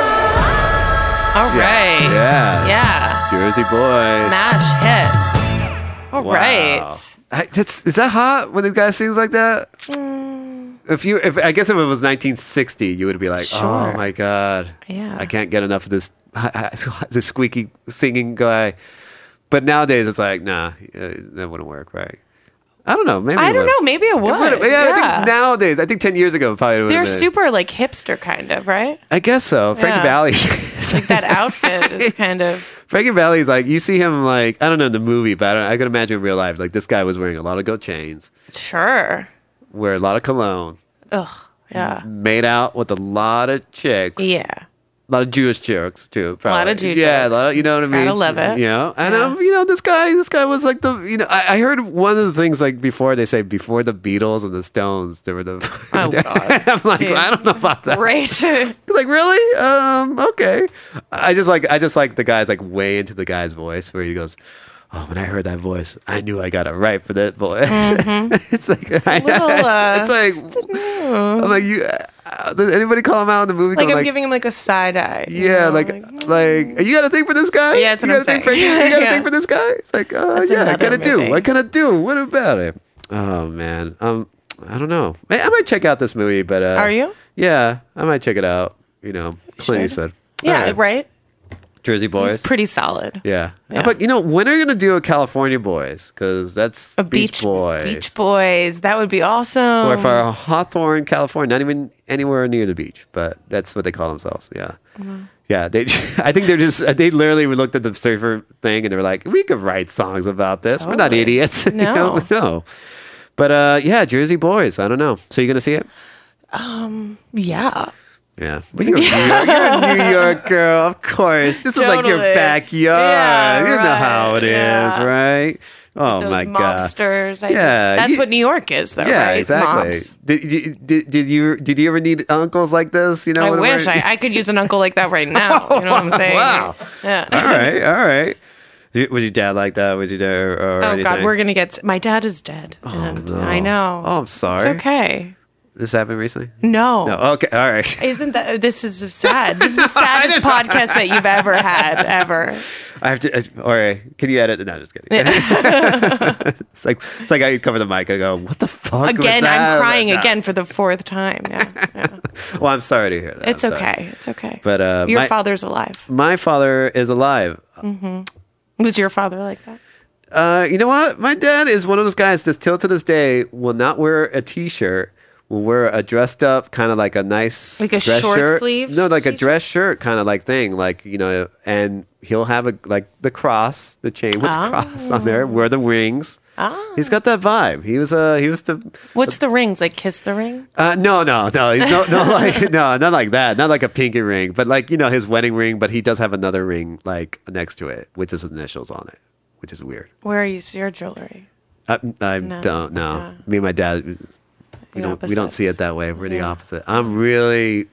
[SPEAKER 3] All right.
[SPEAKER 1] Yeah.
[SPEAKER 3] Yeah.
[SPEAKER 1] Jersey boys.
[SPEAKER 3] Smash hit. All
[SPEAKER 1] Wow.
[SPEAKER 3] right.
[SPEAKER 1] I, that's, is that hot when the guy sings like that?
[SPEAKER 3] Mm.
[SPEAKER 1] If you, if I guess if it was 1960, you would be like,
[SPEAKER 3] Sure.
[SPEAKER 1] oh my god,
[SPEAKER 3] Yeah.
[SPEAKER 1] I can't get enough of this this squeaky singing guy. But nowadays, it's like, nah, uh, that wouldn't work, right? I don't know. Maybe
[SPEAKER 3] I
[SPEAKER 1] it
[SPEAKER 3] don't
[SPEAKER 1] would.
[SPEAKER 3] know. Maybe it would.
[SPEAKER 1] It would've- yeah, I think nowadays, I think 10 years ago, it probably would
[SPEAKER 3] They're
[SPEAKER 1] have been.
[SPEAKER 3] super like hipster kind of, right?
[SPEAKER 1] I guess so. Frankie
[SPEAKER 3] Yeah.
[SPEAKER 1] Valley.
[SPEAKER 3] Like that outfit is kind of
[SPEAKER 1] Frankie Valley's like, you see him like, I don't know in the movie, but I, don't, I could imagine in real life, like this guy was wearing a lot of gold chains,
[SPEAKER 3] sure.
[SPEAKER 1] wear a lot of cologne,
[SPEAKER 3] Ugh. Yeah.
[SPEAKER 1] made out with a lot of chicks.
[SPEAKER 3] Yeah.
[SPEAKER 1] A lot of Jewish jokes too. Probably.
[SPEAKER 3] of Jew
[SPEAKER 1] Yeah, a
[SPEAKER 3] jokes.
[SPEAKER 1] lot of- you know what I mean.
[SPEAKER 3] Gotta love it.
[SPEAKER 1] You know, and
[SPEAKER 3] Yeah.
[SPEAKER 1] um, you know this guy. This guy was like the you know. I, I heard one of the things like before they say before the Beatles and the Stones there were the. Oh God! I'm like
[SPEAKER 3] Jeez.
[SPEAKER 1] I don't know about that.
[SPEAKER 3] Right.
[SPEAKER 1] like really? Um, okay. I just like I just like the guy's like way into the guy's voice where he goes, "Oh, when I heard that voice, I knew I got it right for that voice." it's like it's,
[SPEAKER 3] Mm-hmm. a little, uh,
[SPEAKER 1] like I'm like you. Uh, did anybody call him out in the movie?
[SPEAKER 3] Like
[SPEAKER 1] Going,
[SPEAKER 3] I'm giving him like a side eye.
[SPEAKER 1] Yeah, like like you got to think for this guy.
[SPEAKER 3] mm. Yeah, that's
[SPEAKER 1] you
[SPEAKER 3] what I'm
[SPEAKER 1] gotta think
[SPEAKER 3] saying.
[SPEAKER 1] for- you got to
[SPEAKER 3] Yeah.
[SPEAKER 1] think for this guy. It's like, uh,
[SPEAKER 3] That's
[SPEAKER 1] yeah, I
[SPEAKER 3] another
[SPEAKER 1] gotta do.
[SPEAKER 3] movie.
[SPEAKER 1] I gotta do. What about it? Oh man, um, I don't know. I, I might check out this movie, but uh,
[SPEAKER 3] Are you?
[SPEAKER 1] Yeah, I might check it out. You know, Clint Eastwood.
[SPEAKER 3] Yeah,
[SPEAKER 1] All right.
[SPEAKER 3] right?
[SPEAKER 1] Jersey
[SPEAKER 3] It's
[SPEAKER 1] Boys.
[SPEAKER 3] pretty solid.
[SPEAKER 1] yeah.
[SPEAKER 3] Yeah.
[SPEAKER 1] but you know, when are you gonna do a California Boys? Because that's
[SPEAKER 3] A
[SPEAKER 1] Beach,
[SPEAKER 3] beach
[SPEAKER 1] Boys.
[SPEAKER 3] Beach Boys. That would be awesome.
[SPEAKER 1] or for Hawthorne, California, not even anywhere near the beach, but that's what they call themselves. Yeah. Yeah, they. I think they're just. They literally looked at the surfer thing and they were like, "We could write songs about this. We're not idiots." you know?
[SPEAKER 3] No.
[SPEAKER 1] no. But uh, yeah, Jersey Boys. I don't know. So you gonna see it?
[SPEAKER 3] um yeah.
[SPEAKER 1] Oh Yeah. But you're, a New York, you're a New York girl, of course. This is like your
[SPEAKER 3] Totally.
[SPEAKER 1] backyard.
[SPEAKER 3] Yeah,
[SPEAKER 1] you know
[SPEAKER 3] right,
[SPEAKER 1] how it is,
[SPEAKER 3] yeah.
[SPEAKER 1] right? Oh
[SPEAKER 3] Those
[SPEAKER 1] my god.
[SPEAKER 3] mobsters. I
[SPEAKER 1] Yeah,
[SPEAKER 3] just, that's
[SPEAKER 1] you-
[SPEAKER 3] what New York is though,
[SPEAKER 1] yeah,
[SPEAKER 3] right?
[SPEAKER 1] exactly.
[SPEAKER 3] Mobs.
[SPEAKER 1] Did, you- did did you did you ever need uncles like this? You know,
[SPEAKER 3] I
[SPEAKER 1] whenever-
[SPEAKER 3] wish I, I could use an uncle like that right now. you know what I'm saying?
[SPEAKER 1] Wow.
[SPEAKER 3] Yeah.
[SPEAKER 1] all right, all right. You- Was your dad like that? Was your dad or, or
[SPEAKER 3] oh
[SPEAKER 1] anything?
[SPEAKER 3] God, we're gonna get. s- My dad is dead. and I know.
[SPEAKER 1] Oh, I'm sorry.
[SPEAKER 3] It's okay.
[SPEAKER 1] This happened recently.
[SPEAKER 3] No.
[SPEAKER 1] No. Okay. All right.
[SPEAKER 3] Isn't that this is sad? This is the saddest podcast that you've ever had ever.
[SPEAKER 1] I have to. Uh, all right. Can you edit? No, just kidding. it's like it's like I cover the mic. I go, what the fuck? was
[SPEAKER 3] again,
[SPEAKER 1] that?"
[SPEAKER 3] I'm crying
[SPEAKER 1] No.
[SPEAKER 3] again for the fourth time. Yeah, yeah.
[SPEAKER 1] Well, I'm sorry to hear that.
[SPEAKER 3] it's
[SPEAKER 1] I'm sorry.
[SPEAKER 3] okay. It's okay.
[SPEAKER 1] But uh,
[SPEAKER 3] your
[SPEAKER 1] my,
[SPEAKER 3] father's alive.
[SPEAKER 1] My father is alive.
[SPEAKER 3] hmm Was your father like that?
[SPEAKER 1] Uh, you know what? My dad is one of those guys that still to this day will not wear a t-shirt. Will wear a dressed up kind of like a nice
[SPEAKER 3] Like a
[SPEAKER 1] dress
[SPEAKER 3] short
[SPEAKER 1] shirt.
[SPEAKER 3] sleeve
[SPEAKER 1] No, like a dress shirt kind of like thing. Like you know, and he'll have a like the cross, the chain with the
[SPEAKER 3] Oh.
[SPEAKER 1] cross on there. Wear the rings.
[SPEAKER 3] Ah,
[SPEAKER 1] He's got that vibe. He was uh he was the
[SPEAKER 3] what's the rings like? Kiss the ring.
[SPEAKER 1] uh, no, no, no, He's no, no, like no, not like that, not like a pinky ring, but like you know his wedding ring. But he does have another ring like next to it, which is his initials on it. which is weird.
[SPEAKER 3] Where is your jewelry?
[SPEAKER 1] I, Uh, I don't know. Me and my dad, we don't we don't see it that way. We're the
[SPEAKER 3] Yeah.
[SPEAKER 1] opposite. I'm really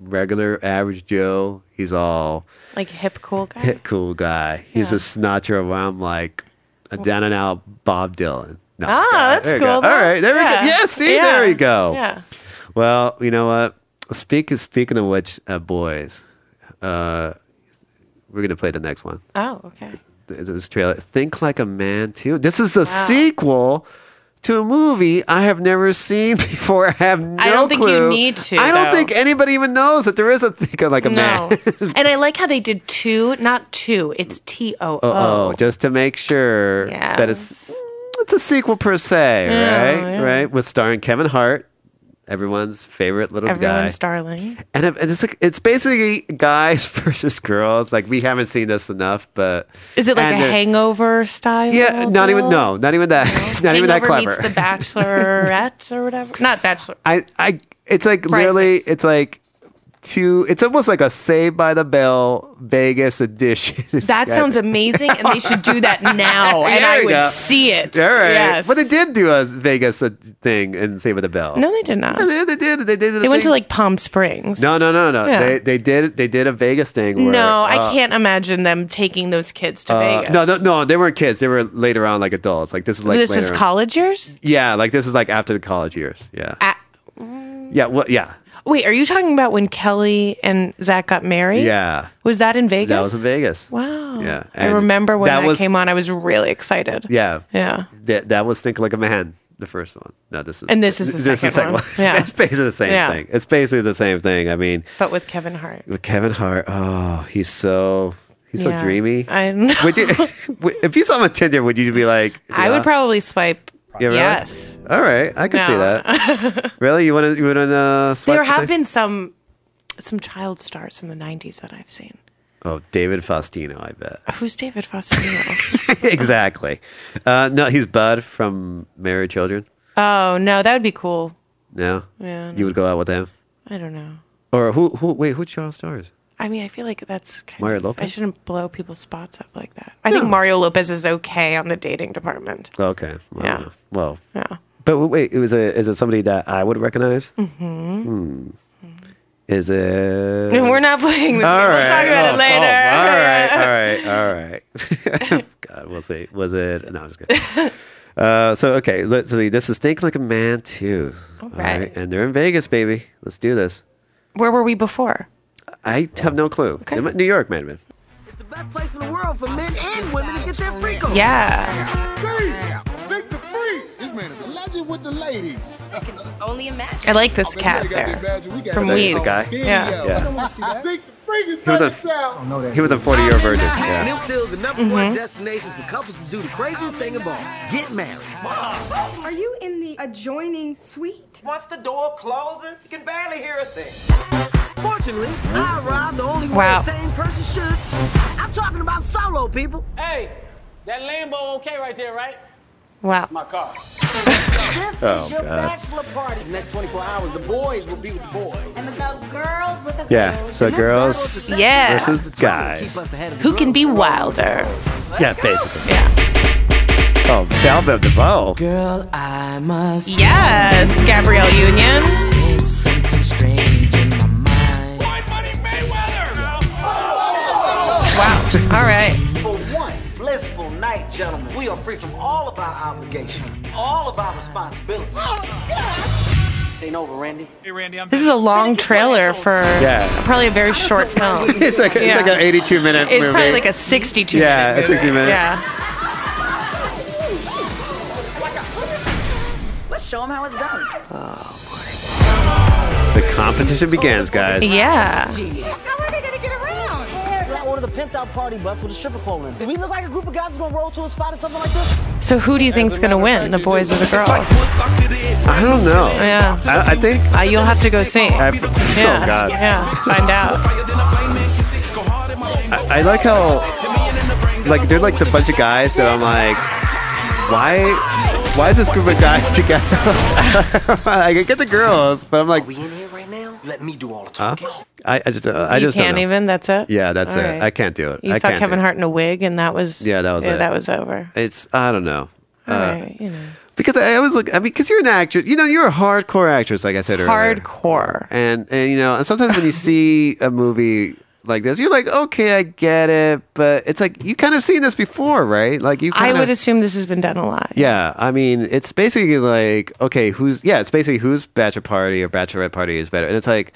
[SPEAKER 1] regular, average Joe. He's all
[SPEAKER 3] Like hip cool guy?
[SPEAKER 1] hit cool guy. He's a Sinatra where I'm like a down and out Bob Dylan. No,
[SPEAKER 3] ah,
[SPEAKER 1] yeah,
[SPEAKER 3] that's
[SPEAKER 1] there you
[SPEAKER 3] cool.
[SPEAKER 1] go. All right, there we go. Yeah, see, there we
[SPEAKER 3] we
[SPEAKER 1] go.
[SPEAKER 3] Yeah.
[SPEAKER 1] Well, you know what? Speak, speaking of which, uh, boys, uh, we're gonna play the next one.
[SPEAKER 3] Oh, okay.
[SPEAKER 1] Th- This trailer, "Think Like a Man" too. This is a sequel to a movie I have never seen before. I have no
[SPEAKER 3] I don't think you
[SPEAKER 1] clue.
[SPEAKER 3] need to,
[SPEAKER 1] I don't
[SPEAKER 3] though.
[SPEAKER 1] think anybody even knows that there is a "Think Like a Man."
[SPEAKER 3] No. and I like how they did two, not two. It's T O
[SPEAKER 1] Oh,
[SPEAKER 3] O.
[SPEAKER 1] oh, just to make sure that it's mm, it's a sequel per se,
[SPEAKER 3] Yeah,
[SPEAKER 1] right?
[SPEAKER 3] yeah.
[SPEAKER 1] Right, with starring Kevin Hart, everyone's favorite little guy.
[SPEAKER 3] Everyone's darling.
[SPEAKER 1] And it- and it's like, it's basically guys versus girls. Like we haven't seen this enough, but
[SPEAKER 3] Is it like
[SPEAKER 1] and
[SPEAKER 3] a
[SPEAKER 1] they're-
[SPEAKER 3] hangover style?
[SPEAKER 1] Yeah, not even no, not even that, not even that
[SPEAKER 3] Hangover meets
[SPEAKER 1] clever.
[SPEAKER 3] The Bachelorette or whatever. Not Bachelor.
[SPEAKER 1] I I it's like literally it's like two. It's almost like a Saved by the Bell Vegas edition.
[SPEAKER 3] That
[SPEAKER 1] Yeah.
[SPEAKER 3] sounds amazing, and they should do that now, and
[SPEAKER 1] There
[SPEAKER 3] I
[SPEAKER 1] you
[SPEAKER 3] would
[SPEAKER 1] go.
[SPEAKER 3] see it.
[SPEAKER 1] All right,
[SPEAKER 3] Yes.
[SPEAKER 1] but they did do a Vegas uh, thing in Saved by the Bell.
[SPEAKER 3] no, they did not.
[SPEAKER 1] they, did. They did.
[SPEAKER 3] They went to like Palm Springs.
[SPEAKER 1] No, no, no, no.
[SPEAKER 3] Yeah.
[SPEAKER 1] They they did they did a Vegas thing. Where, uh,
[SPEAKER 3] no, I can't imagine them taking those kids to
[SPEAKER 1] uh,
[SPEAKER 3] Vegas.
[SPEAKER 1] No, no, no. They weren't kids. They were later on, like adults. Like this is like
[SPEAKER 3] this
[SPEAKER 1] later
[SPEAKER 3] was
[SPEAKER 1] on.
[SPEAKER 3] college years.
[SPEAKER 1] Yeah, like this is like after the college years. Yeah. yeah. Well. Yeah.
[SPEAKER 3] Wait, are you talking about when Kelly and Zach got married?
[SPEAKER 1] Yeah.
[SPEAKER 3] Was that in Vegas?
[SPEAKER 1] That was in Vegas.
[SPEAKER 3] Wow.
[SPEAKER 1] Yeah.
[SPEAKER 3] I
[SPEAKER 1] and
[SPEAKER 3] remember when that,
[SPEAKER 1] was-
[SPEAKER 3] came on. I was really excited.
[SPEAKER 1] Yeah.
[SPEAKER 3] Yeah.
[SPEAKER 1] That that was think like a man. The first one. No, this is
[SPEAKER 3] And this is the second one. Yeah.
[SPEAKER 1] it's basically the same
[SPEAKER 3] Yeah.
[SPEAKER 1] thing. It's basically the same thing. I mean,
[SPEAKER 3] But with Kevin Hart.
[SPEAKER 1] with Kevin Hart. Oh, he's so he's
[SPEAKER 3] Yeah.
[SPEAKER 1] so dreamy.
[SPEAKER 3] I know.
[SPEAKER 1] Would you, if you saw him on Tinder, would you be like?
[SPEAKER 3] I would
[SPEAKER 1] "Yeah"?
[SPEAKER 3] probably swipe.
[SPEAKER 1] Yeah, really?
[SPEAKER 3] Yes.
[SPEAKER 1] All right, I can see that. really, you want to? You want to? Uh, swipe
[SPEAKER 3] There
[SPEAKER 1] the
[SPEAKER 3] have
[SPEAKER 1] thing?
[SPEAKER 3] been some some child stars from the 90s that I've seen.
[SPEAKER 1] Oh, David Faustino, I bet.
[SPEAKER 3] Who's David Faustino?
[SPEAKER 1] exactly. Uh, no, he's Bud from Married Children.
[SPEAKER 3] oh, no, that would be cool.
[SPEAKER 1] No.
[SPEAKER 3] Yeah, no.
[SPEAKER 1] You would go out with him,
[SPEAKER 3] I don't know.
[SPEAKER 1] or who? Who? Wait, who child stars?
[SPEAKER 3] I mean, I feel like that's kind
[SPEAKER 1] Mario
[SPEAKER 3] of I
[SPEAKER 1] Lopez?
[SPEAKER 3] shouldn't blow people's spots up like that. I think Mario Lopez is okay on the dating department.
[SPEAKER 1] Oh, Okay. Well,
[SPEAKER 3] Yeah.
[SPEAKER 1] no. Well.
[SPEAKER 3] Yeah.
[SPEAKER 1] But w- wait, it was a, is it somebody that I would recognize?
[SPEAKER 3] Mhm.
[SPEAKER 1] Hmm. Is it?
[SPEAKER 3] No, we're not playing this
[SPEAKER 1] All
[SPEAKER 3] game. We'll
[SPEAKER 1] right.
[SPEAKER 3] talk about it
[SPEAKER 1] Oh, oh, all right. All right. All right. God, we'll see. Was it? No, I'm just kidding. Uh, so okay, let's see. This is Think Like a Man too. All
[SPEAKER 3] right.
[SPEAKER 1] and they're in Vegas, baby. Let's do this.
[SPEAKER 3] Where were we before?
[SPEAKER 1] I have no clue. It might- New York, might have been.
[SPEAKER 16] Place in the world for men and women to get their freak on.
[SPEAKER 3] Yeah.
[SPEAKER 17] Seek the free. This man is a legend with the ladies. Oh, I can only imagine.
[SPEAKER 3] I like this cat there from
[SPEAKER 1] The- the
[SPEAKER 3] Weeds.
[SPEAKER 1] guy?
[SPEAKER 3] Yeah. Oh,
[SPEAKER 1] Yeah.
[SPEAKER 17] Seek the free. is
[SPEAKER 1] He was
[SPEAKER 17] by the
[SPEAKER 1] a-
[SPEAKER 17] sound.
[SPEAKER 1] He was a 40 year virgin.
[SPEAKER 16] And
[SPEAKER 1] Yeah.
[SPEAKER 16] it's still the number
[SPEAKER 11] Mm-hmm.
[SPEAKER 16] one destination for couples to do the craziest thing of all. Get married.
[SPEAKER 18] Are you in the adjoining suite?
[SPEAKER 16] Once the door closes, you can barely hear a thing. Fortunately, I arrived the only
[SPEAKER 18] Wow.
[SPEAKER 16] way a sane person should. I'm talking about solo people. Hey, that Lambo okay right there, right?
[SPEAKER 3] Wow.
[SPEAKER 16] It's my car. this
[SPEAKER 1] Oh,
[SPEAKER 16] is your
[SPEAKER 1] God.
[SPEAKER 16] bachelor party. The next 24 hours, the boys will be with the boys. And the girls with the
[SPEAKER 1] Yeah. So girls
[SPEAKER 3] Yeah.
[SPEAKER 1] versus guys.
[SPEAKER 3] Who can be wilder?
[SPEAKER 1] Yeah, basically. Yeah. Oh, Velvet DeVoe.
[SPEAKER 16] Girl, I must.
[SPEAKER 3] Yes, Gabrielle Union.
[SPEAKER 16] Something strange in my
[SPEAKER 3] Wow. All right.
[SPEAKER 16] For one blissful night, gentlemen, we are free from all of our obligations, all of our responsibilities. This ain't over, Randy. Hey, Randy, I'm
[SPEAKER 3] This is a long trailer for
[SPEAKER 1] Yeah.
[SPEAKER 3] probably a very short film.
[SPEAKER 1] It's like,
[SPEAKER 3] Yeah.
[SPEAKER 1] it's like an 82 minute
[SPEAKER 3] It's
[SPEAKER 1] movie.
[SPEAKER 3] probably like a 62
[SPEAKER 1] Yeah,
[SPEAKER 3] minute
[SPEAKER 1] a 60 minute.
[SPEAKER 3] Yeah.
[SPEAKER 11] Let's show him how it's done.
[SPEAKER 1] The competition begins, guys.
[SPEAKER 16] How are they gonna get around? I ordered a pent out party bus with a stripper pole in. it. Do we look like a group of guys who's gonna roll to a spot or something like this?
[SPEAKER 3] So who do you think's gonna win, the boys or the girls?
[SPEAKER 1] I don't know.
[SPEAKER 3] Yeah.
[SPEAKER 1] I, I think.
[SPEAKER 3] Uh, you'll have to go see. yeah.
[SPEAKER 1] Oh, God.
[SPEAKER 3] Yeah. Find out.
[SPEAKER 1] I, I like how, like, they're like the bunch of guys that I'm like, why, why is this group of guys together? I get the girls, but I'm like,
[SPEAKER 16] Right now? Let me do all the
[SPEAKER 1] Huh? I, I just, uh, I
[SPEAKER 3] You
[SPEAKER 1] just don't
[SPEAKER 3] can't
[SPEAKER 1] know.
[SPEAKER 3] even? That's it?
[SPEAKER 1] Yeah, that's
[SPEAKER 3] All
[SPEAKER 1] it.
[SPEAKER 3] right.
[SPEAKER 1] I can't do it.
[SPEAKER 3] You
[SPEAKER 1] I
[SPEAKER 3] saw
[SPEAKER 1] can't do
[SPEAKER 3] Kevin
[SPEAKER 1] it.
[SPEAKER 3] Hart in a wig, and that was
[SPEAKER 1] Yeah, that was it.
[SPEAKER 3] that was over.
[SPEAKER 1] It's I don't know.
[SPEAKER 3] All
[SPEAKER 1] Uh,
[SPEAKER 3] right, you know.
[SPEAKER 1] Because I I was like, I mean, because you're an actress, you know, you're a hardcore actress, like I said earlier.
[SPEAKER 3] Hardcore.
[SPEAKER 1] And, and you know, and sometimes when you see a movie like this, you're like, okay, I get it, but it's like you kind of seen this before, right? Like you,
[SPEAKER 3] I
[SPEAKER 1] kind
[SPEAKER 3] would
[SPEAKER 1] of,
[SPEAKER 3] assume this has been done a lot.
[SPEAKER 1] yeah. I mean, it's basically like, okay, who's yeah, it's basically whose bachelor party or bachelorette party is better, and it's like,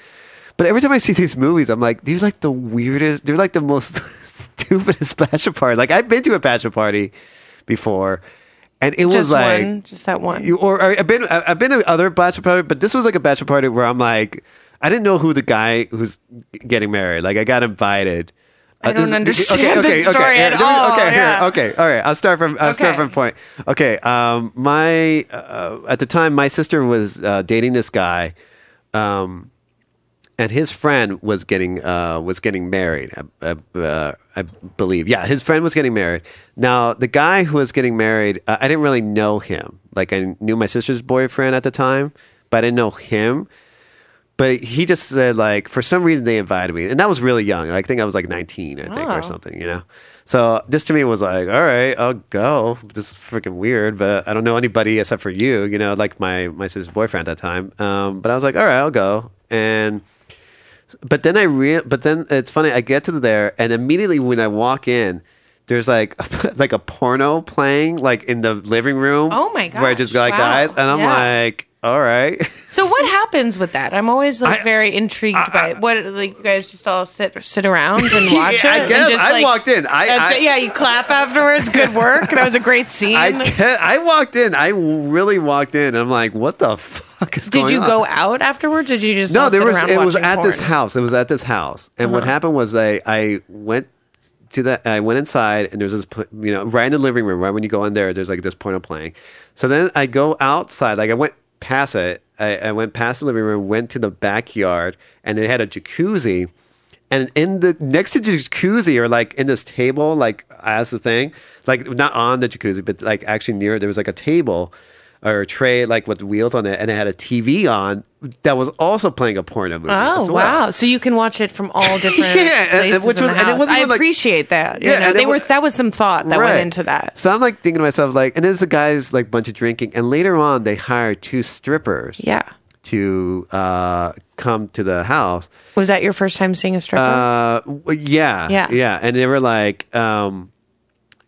[SPEAKER 1] but every time I see these movies, I'm like, these are like the weirdest, they're like the most stupidest bachelor party. Like I've been to a bachelor party before. And it was
[SPEAKER 3] just
[SPEAKER 1] like
[SPEAKER 3] one, just that one.
[SPEAKER 1] you, or I- I've been I- I've been to other bachelor party, but this was like a bachelor party where I'm like, I didn't know who the guy who's getting married. Like I got invited. Uh,
[SPEAKER 3] I don't
[SPEAKER 1] this-
[SPEAKER 3] understand this story
[SPEAKER 1] here,
[SPEAKER 3] at
[SPEAKER 1] let me-
[SPEAKER 3] all,
[SPEAKER 1] Okay, here,
[SPEAKER 3] yeah.
[SPEAKER 1] okay, all right. I'll start from I'll start
[SPEAKER 3] Okay.
[SPEAKER 1] from point. Okay, um, my uh, at the time my sister was uh, dating this guy, um, and his friend was getting uh, was getting married. I, I, uh, I believe, yeah, his friend was getting married. Now, the guy who was getting married, uh, I didn't really know him. Like I knew my sister's boyfriend at the time, but I didn't know him. But he just said like for some reason they invited me, and I was really young. I think I was like nineteen, I think,
[SPEAKER 19] Oh.
[SPEAKER 1] or something. You know. So this to me was like, all right, I'll go. This is freaking weird, but I don't know anybody except for you. You know, like my my sister's boyfriend at the time. Um, but I was like, all right, I'll go. And but then I real, but then it's funny. I get to there, and immediately when I walk in, there's like like a porno playing like in the living room.
[SPEAKER 3] Oh my
[SPEAKER 1] Where I just got
[SPEAKER 3] gosh, wow.
[SPEAKER 1] guys, and I'm
[SPEAKER 3] Yeah.
[SPEAKER 1] like, all right.
[SPEAKER 3] So what happens with that? I'm always like very intrigued by it. What like you guys just all sit sit around and watch
[SPEAKER 1] Yeah, I
[SPEAKER 3] it? and
[SPEAKER 1] guess
[SPEAKER 3] just,
[SPEAKER 1] I
[SPEAKER 3] like-
[SPEAKER 1] walked in. I,
[SPEAKER 3] That's
[SPEAKER 1] I
[SPEAKER 3] it. yeah, you clap afterwards. Good work. That was a great scene.
[SPEAKER 1] I can't, I walked in. I really walked in. And I'm like, what the fuck is
[SPEAKER 3] Did
[SPEAKER 1] going
[SPEAKER 3] you
[SPEAKER 1] on?
[SPEAKER 3] go out afterwards? Or did you just
[SPEAKER 1] no,
[SPEAKER 3] all
[SPEAKER 1] there
[SPEAKER 3] sit
[SPEAKER 1] was
[SPEAKER 3] around
[SPEAKER 1] it was
[SPEAKER 3] watching
[SPEAKER 1] at this
[SPEAKER 3] porn?
[SPEAKER 1] house. It was at this house, and what
[SPEAKER 3] Uh-huh.
[SPEAKER 1] happened was I I went to the I went inside, and there's this pl- you know right in the living room. Right when you go in there, there's like this porno playing. So then I go outside, like I went past it. I, I went past the living room, went to the backyard, and it had a jacuzzi. And in the next to the jacuzzi, or like in this table, like as the thing, like not on the jacuzzi, but like actually near it, there was like a table or a tray, like with wheels on it, and it had a TV on that was also playing a porno movie.
[SPEAKER 3] Oh
[SPEAKER 1] as well.
[SPEAKER 3] wow! So you can watch it from all different
[SPEAKER 1] Yeah, and- and
[SPEAKER 3] places
[SPEAKER 1] which
[SPEAKER 3] in
[SPEAKER 1] was-
[SPEAKER 3] the
[SPEAKER 1] and it
[SPEAKER 3] house.
[SPEAKER 1] wasn't
[SPEAKER 3] I
[SPEAKER 1] even, like-
[SPEAKER 3] appreciate that. You
[SPEAKER 1] Yeah,
[SPEAKER 3] know,
[SPEAKER 1] and
[SPEAKER 3] they
[SPEAKER 1] it
[SPEAKER 3] were
[SPEAKER 1] was-
[SPEAKER 3] that was some thought that
[SPEAKER 1] Right.
[SPEAKER 3] went into that.
[SPEAKER 1] So I'm like thinking to myself, like, and this is the guys like bunch of drinking, and later on they hired two strippers.
[SPEAKER 3] Yeah.
[SPEAKER 1] To uh, come to the house.
[SPEAKER 3] Was that your first time seeing a stripper?
[SPEAKER 1] Uh, w- yeah,
[SPEAKER 3] Yeah.
[SPEAKER 1] yeah, and they were like, um,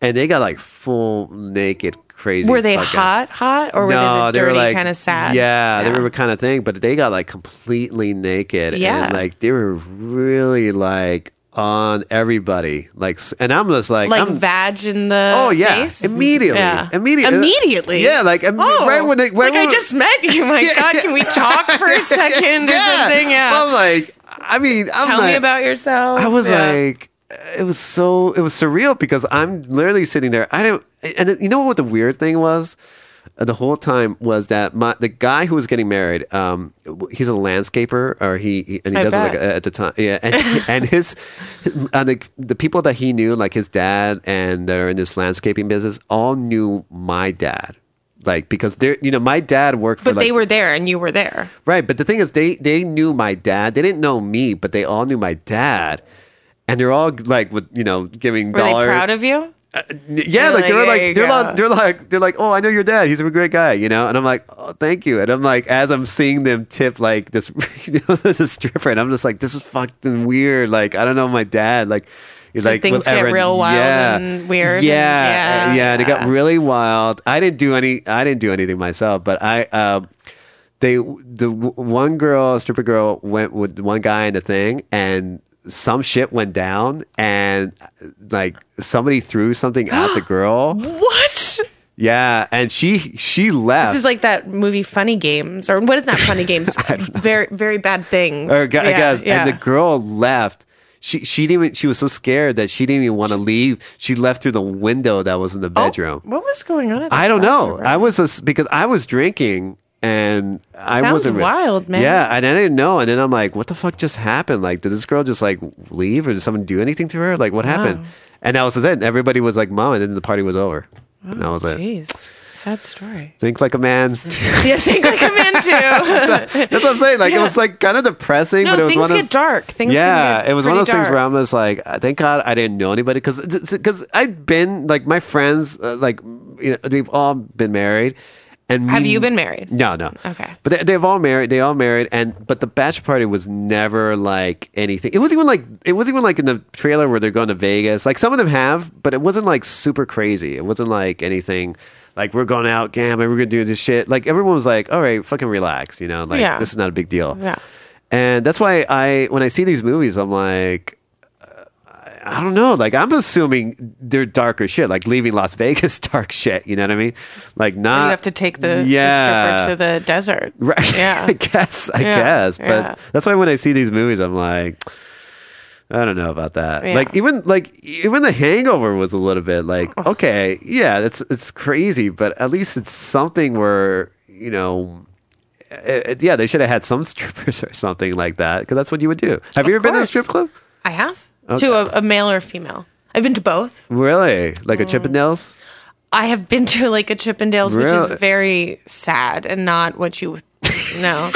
[SPEAKER 1] and they got like full naked crazy.
[SPEAKER 3] were they
[SPEAKER 1] fucking-
[SPEAKER 3] hot, hot,
[SPEAKER 1] no,
[SPEAKER 3] or were they
[SPEAKER 1] they
[SPEAKER 3] dirty,
[SPEAKER 1] were like
[SPEAKER 3] kind of sad?
[SPEAKER 1] Yeah, they were kind of thing, but they got like completely naked
[SPEAKER 3] Yeah.
[SPEAKER 1] and like they were really like on everybody. Like, s- and I'm just like,
[SPEAKER 3] like
[SPEAKER 1] I'm,
[SPEAKER 3] vag in the
[SPEAKER 1] Oh yeah!
[SPEAKER 3] face?
[SPEAKER 1] Immediately,
[SPEAKER 3] Yeah.
[SPEAKER 1] immediately,
[SPEAKER 3] immediately.
[SPEAKER 1] Yeah, like imme-
[SPEAKER 3] Oh,
[SPEAKER 1] right when they right
[SPEAKER 3] like I
[SPEAKER 1] when-
[SPEAKER 3] just met you. My
[SPEAKER 1] Yeah.
[SPEAKER 3] God, can we talk for a second or
[SPEAKER 1] Yeah.
[SPEAKER 3] something? Yeah,
[SPEAKER 1] I'm like, I mean, I'm
[SPEAKER 3] tell me
[SPEAKER 1] like-
[SPEAKER 3] about yourself.
[SPEAKER 1] I was
[SPEAKER 3] Oh, Yeah.
[SPEAKER 1] like, it was so it was surreal because I'm literally sitting there. I don't, and you know what the weird thing was. Uh, The whole time was that my the guy who was getting married, um, w- he's a landscaper, or he, he- and he
[SPEAKER 19] I
[SPEAKER 1] doesn't like
[SPEAKER 19] bet.
[SPEAKER 1] at the time, yeah, and and his, uh, the, the people that he knew, like his dad, and that are in this landscaping business, all knew my dad, like because they're you know my dad worked for
[SPEAKER 3] but
[SPEAKER 1] like
[SPEAKER 3] they were there and you were there.
[SPEAKER 1] Right, but the thing is, they they knew my dad. They didn't know me, but they all knew my dad, and they're all like, with you know, giving
[SPEAKER 3] Were
[SPEAKER 1] dollar.
[SPEAKER 3] they proud of you?
[SPEAKER 1] yeah, like, they were
[SPEAKER 3] Like,
[SPEAKER 1] like
[SPEAKER 3] there you
[SPEAKER 1] they're
[SPEAKER 3] go.
[SPEAKER 1] like they're like they're like, oh, I know your dad. He's a great guy, you know. And I'm like, oh, thank you. And I'm like, as I'm seeing them tip like this, you know, this stripper, and I'm just like, this is fucking weird. Like, I don't know my dad. Like. Like
[SPEAKER 3] things
[SPEAKER 1] was
[SPEAKER 3] get
[SPEAKER 1] ever-
[SPEAKER 3] real wild
[SPEAKER 1] yeah.
[SPEAKER 3] and weird and-
[SPEAKER 1] Yeah,
[SPEAKER 3] yeah.
[SPEAKER 1] yeah, and it got really wild. I didn't do any. I didn't do anything myself, but I. Uh, they the w- one girl stripper girl went with one guy in the thing and some shit went down and like somebody threw something at the girl
[SPEAKER 3] What?
[SPEAKER 1] yeah and she she left
[SPEAKER 3] This is like that movie Funny Games, or what is not Funny Games? very, very bad things.
[SPEAKER 1] or gu- I
[SPEAKER 3] Yeah,
[SPEAKER 1] guess
[SPEAKER 3] yeah.
[SPEAKER 1] and the girl left she she didn't even, she was so scared that she didn't even want to leave she left through the window that was in
[SPEAKER 3] Oh,
[SPEAKER 1] the bedroom
[SPEAKER 3] what was going on? At
[SPEAKER 1] I don't
[SPEAKER 3] that
[SPEAKER 1] know.
[SPEAKER 3] bathroom?
[SPEAKER 1] I was just, because I was drinking and I
[SPEAKER 3] Sounds
[SPEAKER 1] wasn't re-
[SPEAKER 3] wild, man.
[SPEAKER 1] Yeah, and I didn't know. And then I'm like, what the fuck just happened? Like, did this girl just like leave or did someone do anything to
[SPEAKER 3] Oh,
[SPEAKER 1] her? Like, what happened? And that was it. Everybody was like, mom, and then the party was over. and that was it.
[SPEAKER 3] Jeez. Sad story.
[SPEAKER 1] Think like a man.
[SPEAKER 3] yeah, think like a man too.
[SPEAKER 1] that's what I'm saying. Like it was like kind of depressing,
[SPEAKER 3] no,
[SPEAKER 1] but it was
[SPEAKER 3] things
[SPEAKER 1] one
[SPEAKER 3] get
[SPEAKER 1] of
[SPEAKER 3] dark. Things
[SPEAKER 1] yeah,
[SPEAKER 3] can get
[SPEAKER 1] it was one
[SPEAKER 3] pretty
[SPEAKER 1] of those things
[SPEAKER 3] dark.
[SPEAKER 1] where I'm just like, uh, thank God I didn't know anybody because because I've been like my friends, uh, like you know, we've all been married. And
[SPEAKER 3] Have
[SPEAKER 1] me-
[SPEAKER 3] you been married?
[SPEAKER 1] No, no.
[SPEAKER 3] Okay.
[SPEAKER 1] But they, they've all married. They all married, and but the bachelor party was never like anything. It wasn't even like it wasn't even like in the trailer where they're going to Vegas. Like some of them have, but it wasn't like super crazy. It wasn't like anything like we're going out gambling, we're gonna do this shit. Like everyone was like, all right, fucking relax, you know. Like
[SPEAKER 3] Yeah.
[SPEAKER 1] this is not a big deal.
[SPEAKER 3] Yeah.
[SPEAKER 1] And that's why I when I see these movies, I'm like. uh, I I don't know. Like I'm assuming they're darker shit, like leaving Las Vegas dark shit. You know what I mean? Like not.
[SPEAKER 3] you have to take the,
[SPEAKER 1] yeah.
[SPEAKER 3] the stripper to the desert.
[SPEAKER 1] Right.
[SPEAKER 3] Yeah.
[SPEAKER 1] I guess. I
[SPEAKER 3] Yeah,
[SPEAKER 1] guess. But
[SPEAKER 3] yeah.
[SPEAKER 1] that's why when I see these movies, I'm like, I don't know about that.
[SPEAKER 3] Yeah.
[SPEAKER 1] Like even like even The Hangover was a little bit like
[SPEAKER 3] Oh.
[SPEAKER 1] okay, yeah, it's it's crazy, but at least it's something where you know. It, it- yeah, they should have had some strippers or something like that because that's what you would do. Have you ever been to a
[SPEAKER 3] course.
[SPEAKER 1] strip club?
[SPEAKER 3] I have
[SPEAKER 1] Okay.
[SPEAKER 3] to a, a male or a female. I've been to both.
[SPEAKER 1] Really? Like
[SPEAKER 3] Mm.
[SPEAKER 1] a Chippendales?
[SPEAKER 3] I have been to like a Chippendales, which
[SPEAKER 1] Really?
[SPEAKER 3] is very sad and not what you know.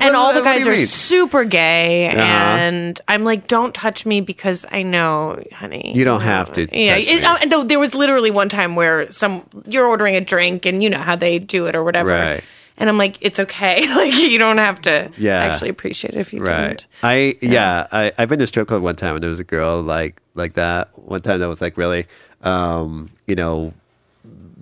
[SPEAKER 3] and all the
[SPEAKER 1] What do
[SPEAKER 3] guys
[SPEAKER 1] you
[SPEAKER 3] are
[SPEAKER 1] mean?
[SPEAKER 3] super gay,
[SPEAKER 1] Uh-huh.
[SPEAKER 3] and I'm like, don't touch me because I know, honey.
[SPEAKER 1] You don't have to.
[SPEAKER 3] Yeah,
[SPEAKER 1] touch
[SPEAKER 3] it,
[SPEAKER 1] me.
[SPEAKER 3] uh, no. There was literally one time where some you're ordering a drink, and you know how they do it or whatever.
[SPEAKER 1] Right.
[SPEAKER 3] And I'm like, it's okay. Like you don't have to
[SPEAKER 1] Yeah.
[SPEAKER 3] actually appreciate it if you didn't.
[SPEAKER 1] I yeah, I I've been to a strip club one time and there was a girl like like that one time that was like really um you know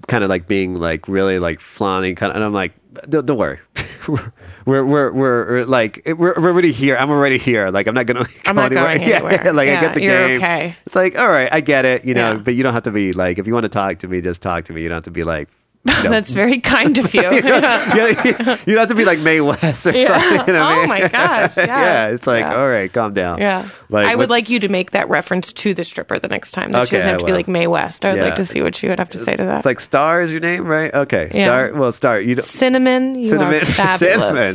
[SPEAKER 1] kind of like being like really like flaunting kind of and I'm like don't, don't worry. We're, we're we're we're like we're, we're already here. I'm already here. Like I'm not gonna.
[SPEAKER 3] I'm
[SPEAKER 1] go
[SPEAKER 3] not going
[SPEAKER 1] Yeah,
[SPEAKER 3] anywhere.
[SPEAKER 1] like I
[SPEAKER 3] Yeah,
[SPEAKER 1] get the
[SPEAKER 3] you're
[SPEAKER 1] game.
[SPEAKER 3] okay.
[SPEAKER 1] It's like all right, I get it. You know,
[SPEAKER 3] Yeah.
[SPEAKER 1] but you don't have to be like if you want to talk to me, just talk to me. You don't have to be like
[SPEAKER 3] That's very kind of you.
[SPEAKER 1] you, don't, you don't have to be like May West or
[SPEAKER 3] Yeah.
[SPEAKER 1] something. You know what I
[SPEAKER 3] Oh
[SPEAKER 1] mean?
[SPEAKER 3] my gosh, yeah.
[SPEAKER 1] It's like,
[SPEAKER 3] Yeah.
[SPEAKER 1] all right, calm down.
[SPEAKER 3] Yeah.
[SPEAKER 1] Like,
[SPEAKER 3] I
[SPEAKER 1] what-
[SPEAKER 3] would like you to make that reference to the stripper the next time. That she
[SPEAKER 1] Okay,
[SPEAKER 3] doesn't have to be
[SPEAKER 1] well.
[SPEAKER 3] like May West. I would
[SPEAKER 1] Yeah.
[SPEAKER 3] like to see what she would have to say to that.
[SPEAKER 1] It's like Star is your name, right? Okay.
[SPEAKER 3] Yeah.
[SPEAKER 1] Star. Well, Star. You don't.
[SPEAKER 3] cinnamon. You Are fabulous.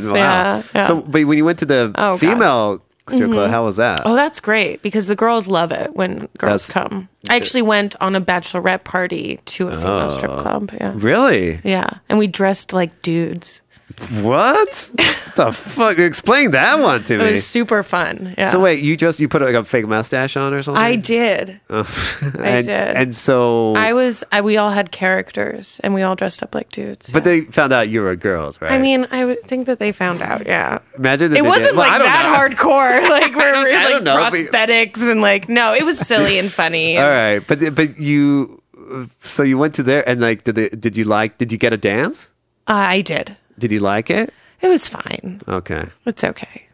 [SPEAKER 1] Cinnamon. Wow.
[SPEAKER 3] Yeah, yeah.
[SPEAKER 1] So, but when you went to the
[SPEAKER 3] Oh, God.
[SPEAKER 1] female strip club, how was that?
[SPEAKER 3] oh, that's great because the girls love it when girls
[SPEAKER 1] That's-
[SPEAKER 3] come. I actually went on a bachelorette party to a female strip
[SPEAKER 1] Oh.
[SPEAKER 3] club. Yeah.
[SPEAKER 1] Really?
[SPEAKER 3] Yeah. And we dressed like dudes.
[SPEAKER 1] What? the fuck? Explain that one to
[SPEAKER 3] It
[SPEAKER 1] me.
[SPEAKER 3] was super fun. Yeah.
[SPEAKER 1] So wait, you just you put like a fake mustache on or something?
[SPEAKER 3] I did.
[SPEAKER 1] and,
[SPEAKER 3] did.
[SPEAKER 1] And so
[SPEAKER 3] I was. I, we all had characters, and we all dressed up like dudes.
[SPEAKER 1] But they found out you were girls, right?
[SPEAKER 3] I mean, I would think that they found out. Yeah.
[SPEAKER 1] imagine if
[SPEAKER 3] it
[SPEAKER 1] they
[SPEAKER 3] wasn't
[SPEAKER 1] did. Well, I
[SPEAKER 3] like
[SPEAKER 1] don't
[SPEAKER 3] that
[SPEAKER 1] know.
[SPEAKER 3] hardcore. Like we're
[SPEAKER 1] I
[SPEAKER 3] like
[SPEAKER 1] don't know, but-
[SPEAKER 3] prosthetics and like no, it was silly and funny.
[SPEAKER 1] All right, but but you, so you went to there and like, did they, did you like? Did you get a dance?
[SPEAKER 3] Uh, I did.
[SPEAKER 1] Did you like it?
[SPEAKER 3] It was fine.
[SPEAKER 1] Okay.
[SPEAKER 3] It's okay.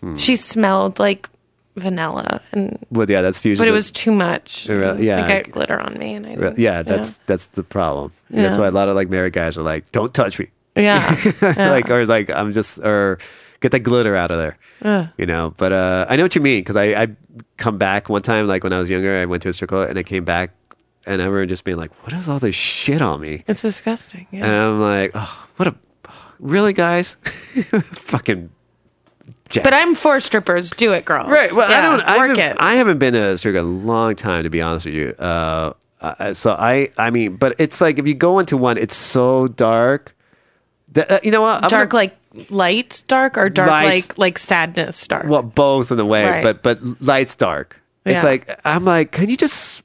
[SPEAKER 1] Hmm.
[SPEAKER 3] She smelled like vanilla, and
[SPEAKER 1] Well, yeah, that's usually.
[SPEAKER 3] but it was too much.
[SPEAKER 1] Re- yeah.
[SPEAKER 3] It got glitter on me, and I
[SPEAKER 1] re-
[SPEAKER 3] didn't,
[SPEAKER 1] yeah, that's that's the problem. And That's
[SPEAKER 3] Yeah.
[SPEAKER 1] why a lot of like married guys are like, "Don't touch me,"
[SPEAKER 3] yeah. Yeah.
[SPEAKER 1] like or like I'm just or get that glitter out of there.
[SPEAKER 3] Ugh.
[SPEAKER 1] you know but uh i know what you mean because i i come back one time like when i was younger i went to a strip club and i came back and i remember just being like what is all this shit on me
[SPEAKER 3] It's disgusting. Yeah.
[SPEAKER 1] and i'm like oh what a really guys fucking jack.
[SPEAKER 3] But I'm for strippers. Do it, girls.
[SPEAKER 1] right well i
[SPEAKER 3] Yeah,
[SPEAKER 1] don't I
[SPEAKER 3] work
[SPEAKER 1] haven't,
[SPEAKER 3] it.
[SPEAKER 1] I haven't been to a strip club in a long time to be honest with you uh I- so i i mean but it's like if you go into one it's so dark that, uh, you know what I'm gonna-
[SPEAKER 3] dark like light dark or dark
[SPEAKER 1] Lights.
[SPEAKER 3] like like sadness dark.
[SPEAKER 1] Well, both in a way,
[SPEAKER 3] Right.
[SPEAKER 1] but but lights dark. It's
[SPEAKER 3] Yeah.
[SPEAKER 1] like I'm like, can you just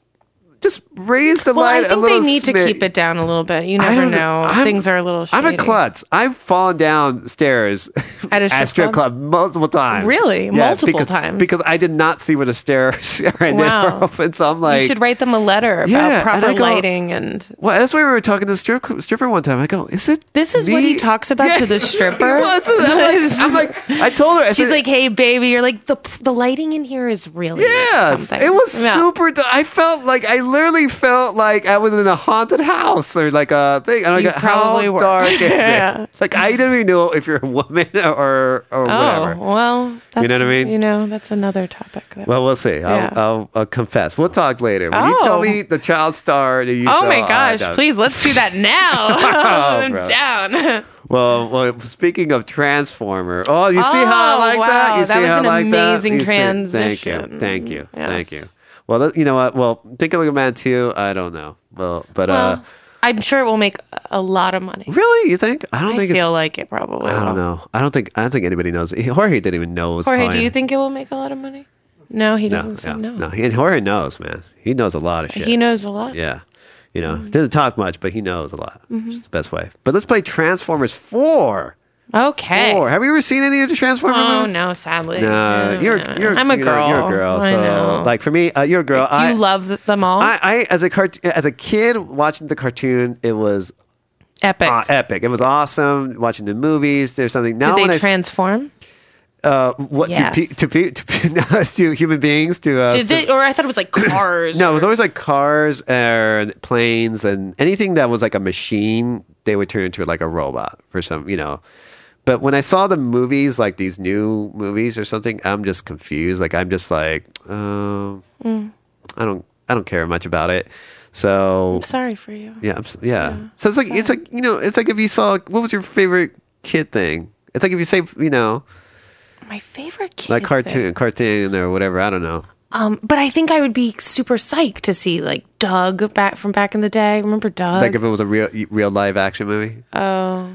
[SPEAKER 1] just raise the
[SPEAKER 3] Well,
[SPEAKER 1] light
[SPEAKER 3] I
[SPEAKER 1] a
[SPEAKER 3] think
[SPEAKER 1] little
[SPEAKER 3] they need
[SPEAKER 1] smidge?"
[SPEAKER 3] to keep it down a little bit. You
[SPEAKER 1] I
[SPEAKER 3] never
[SPEAKER 1] don't
[SPEAKER 3] know.
[SPEAKER 1] I'm-
[SPEAKER 3] Things are a little. Shady.
[SPEAKER 1] I'm a klutz. I've fallen down stairs
[SPEAKER 3] At a strip
[SPEAKER 1] club?
[SPEAKER 3] club?
[SPEAKER 1] multiple times.
[SPEAKER 3] Really? Multiple
[SPEAKER 1] because-
[SPEAKER 3] times?
[SPEAKER 1] Because I did not see where the stairs are and they
[SPEAKER 3] Wow.
[SPEAKER 1] were open. So I'm like,
[SPEAKER 3] you should write them a letter about
[SPEAKER 1] Yeah, and I
[SPEAKER 3] proper
[SPEAKER 1] go-
[SPEAKER 3] lighting and.
[SPEAKER 1] well, that's why we were talking to the strip, stripper one time. I go, is it?
[SPEAKER 3] This is what
[SPEAKER 1] me?"
[SPEAKER 3] he talks about
[SPEAKER 1] Yeah.
[SPEAKER 3] to the stripper.
[SPEAKER 1] Well, it's- I'm like-
[SPEAKER 3] This
[SPEAKER 1] I'm
[SPEAKER 3] is-
[SPEAKER 1] like, I told her. I
[SPEAKER 3] she's
[SPEAKER 1] said-
[SPEAKER 3] like, "Hey, baby," you're like, "the the lighting in here is really
[SPEAKER 1] Yes,
[SPEAKER 3] something."
[SPEAKER 1] it was
[SPEAKER 3] Yeah.
[SPEAKER 1] super. du- I felt like I literally felt like I was in a haunted house or like a thing. And I
[SPEAKER 3] You
[SPEAKER 1] go, how
[SPEAKER 3] probably were."
[SPEAKER 1] dark is
[SPEAKER 3] Yeah.
[SPEAKER 1] it? Like I didn't even know if you're a woman or or
[SPEAKER 3] Oh
[SPEAKER 1] whatever.
[SPEAKER 3] well, that's,
[SPEAKER 1] You know what I mean?
[SPEAKER 3] You know that's another topic. that-
[SPEAKER 1] Well, we'll see. I'll,
[SPEAKER 3] Yeah.
[SPEAKER 1] I'll, I'll confess. We'll talk later. When you tell
[SPEAKER 3] Oh.
[SPEAKER 1] me the child star that you
[SPEAKER 3] oh
[SPEAKER 1] saw,
[SPEAKER 3] my
[SPEAKER 1] I
[SPEAKER 3] gosh!
[SPEAKER 1] don't-
[SPEAKER 3] please, let's do that now.
[SPEAKER 1] Oh,
[SPEAKER 3] I'm
[SPEAKER 1] bro.
[SPEAKER 3] down.
[SPEAKER 1] Well, well, speaking of Transformer, oh, you see how I
[SPEAKER 3] Oh,
[SPEAKER 1] like that?
[SPEAKER 3] wow,
[SPEAKER 1] You
[SPEAKER 3] that
[SPEAKER 1] see
[SPEAKER 3] was
[SPEAKER 1] how
[SPEAKER 3] an
[SPEAKER 1] I like that?
[SPEAKER 3] amazing
[SPEAKER 1] You see- Thank you,
[SPEAKER 3] transition.
[SPEAKER 1] thank you, thank
[SPEAKER 3] Yes.
[SPEAKER 1] you. Well, that- you know what? Well, think of a man too. I don't know. Well, but uh,
[SPEAKER 3] Well, I'm sure it will make a lot of money.
[SPEAKER 1] Really? You think? I don't
[SPEAKER 3] I
[SPEAKER 1] think
[SPEAKER 3] feel
[SPEAKER 1] it's,
[SPEAKER 3] like it probably.
[SPEAKER 1] I don't
[SPEAKER 3] will.
[SPEAKER 1] know. I don't think I don't think anybody knows. Jorge didn't even know. It was
[SPEAKER 3] Jorge,
[SPEAKER 1] Lion.
[SPEAKER 3] do you think it will make a lot of money? No, he doesn't seem
[SPEAKER 1] yeah, No,
[SPEAKER 3] know.
[SPEAKER 1] and Jorge knows, man. He knows a lot of shit.
[SPEAKER 3] He knows Mm. a lot.
[SPEAKER 1] Yeah. You know, doesn't talk much, but he knows a lot.
[SPEAKER 3] Mhm.
[SPEAKER 1] Which is the best way. But let's play Transformers 4.
[SPEAKER 3] Okay.
[SPEAKER 1] Four. Have you ever seen any of the Transformers
[SPEAKER 3] Oh
[SPEAKER 1] movies?
[SPEAKER 3] no, sadly.
[SPEAKER 1] No, you're, you're,
[SPEAKER 3] I'm a
[SPEAKER 1] you know,
[SPEAKER 3] girl.
[SPEAKER 1] you're a girl.
[SPEAKER 3] I
[SPEAKER 1] So,
[SPEAKER 3] know.
[SPEAKER 1] like for me, uh, you're a girl.
[SPEAKER 3] Do
[SPEAKER 1] I,
[SPEAKER 3] you love th- them all?
[SPEAKER 1] I, I as a cart- as a kid watching the cartoon, it was
[SPEAKER 3] epic.
[SPEAKER 1] uh, epic. It was awesome watching the movies. There's something now
[SPEAKER 3] Did
[SPEAKER 1] when
[SPEAKER 3] they
[SPEAKER 1] I s-
[SPEAKER 3] transform?
[SPEAKER 1] uh, what
[SPEAKER 3] Yes.
[SPEAKER 1] to, pe- to, pe- to, pe- no, to human beings to uh,
[SPEAKER 3] Did they, or I thought it was like cars.
[SPEAKER 1] No, it was always like cars and planes and anything that was like a machine, they would turn into like a robot for some, you know. But when I saw the movies, like these new movies or something, I'm just confused. Like I'm just like, um,
[SPEAKER 3] Mm.
[SPEAKER 1] I don't, I don't care much about it. So
[SPEAKER 3] I'm sorry for you.
[SPEAKER 1] yeah, I'm, s- yeah, So it's like it's like you know, it's like if you saw what was your favorite kid thing. It's like if you say you know,
[SPEAKER 3] My favorite kid.
[SPEAKER 1] like
[SPEAKER 3] thing.
[SPEAKER 1] cartoon, cartoon or whatever. I don't know.
[SPEAKER 3] Um, but I think I would be super psyched to see like Doug back from back in the day. Remember Doug?
[SPEAKER 1] like if it was a real real live action movie.
[SPEAKER 3] oh,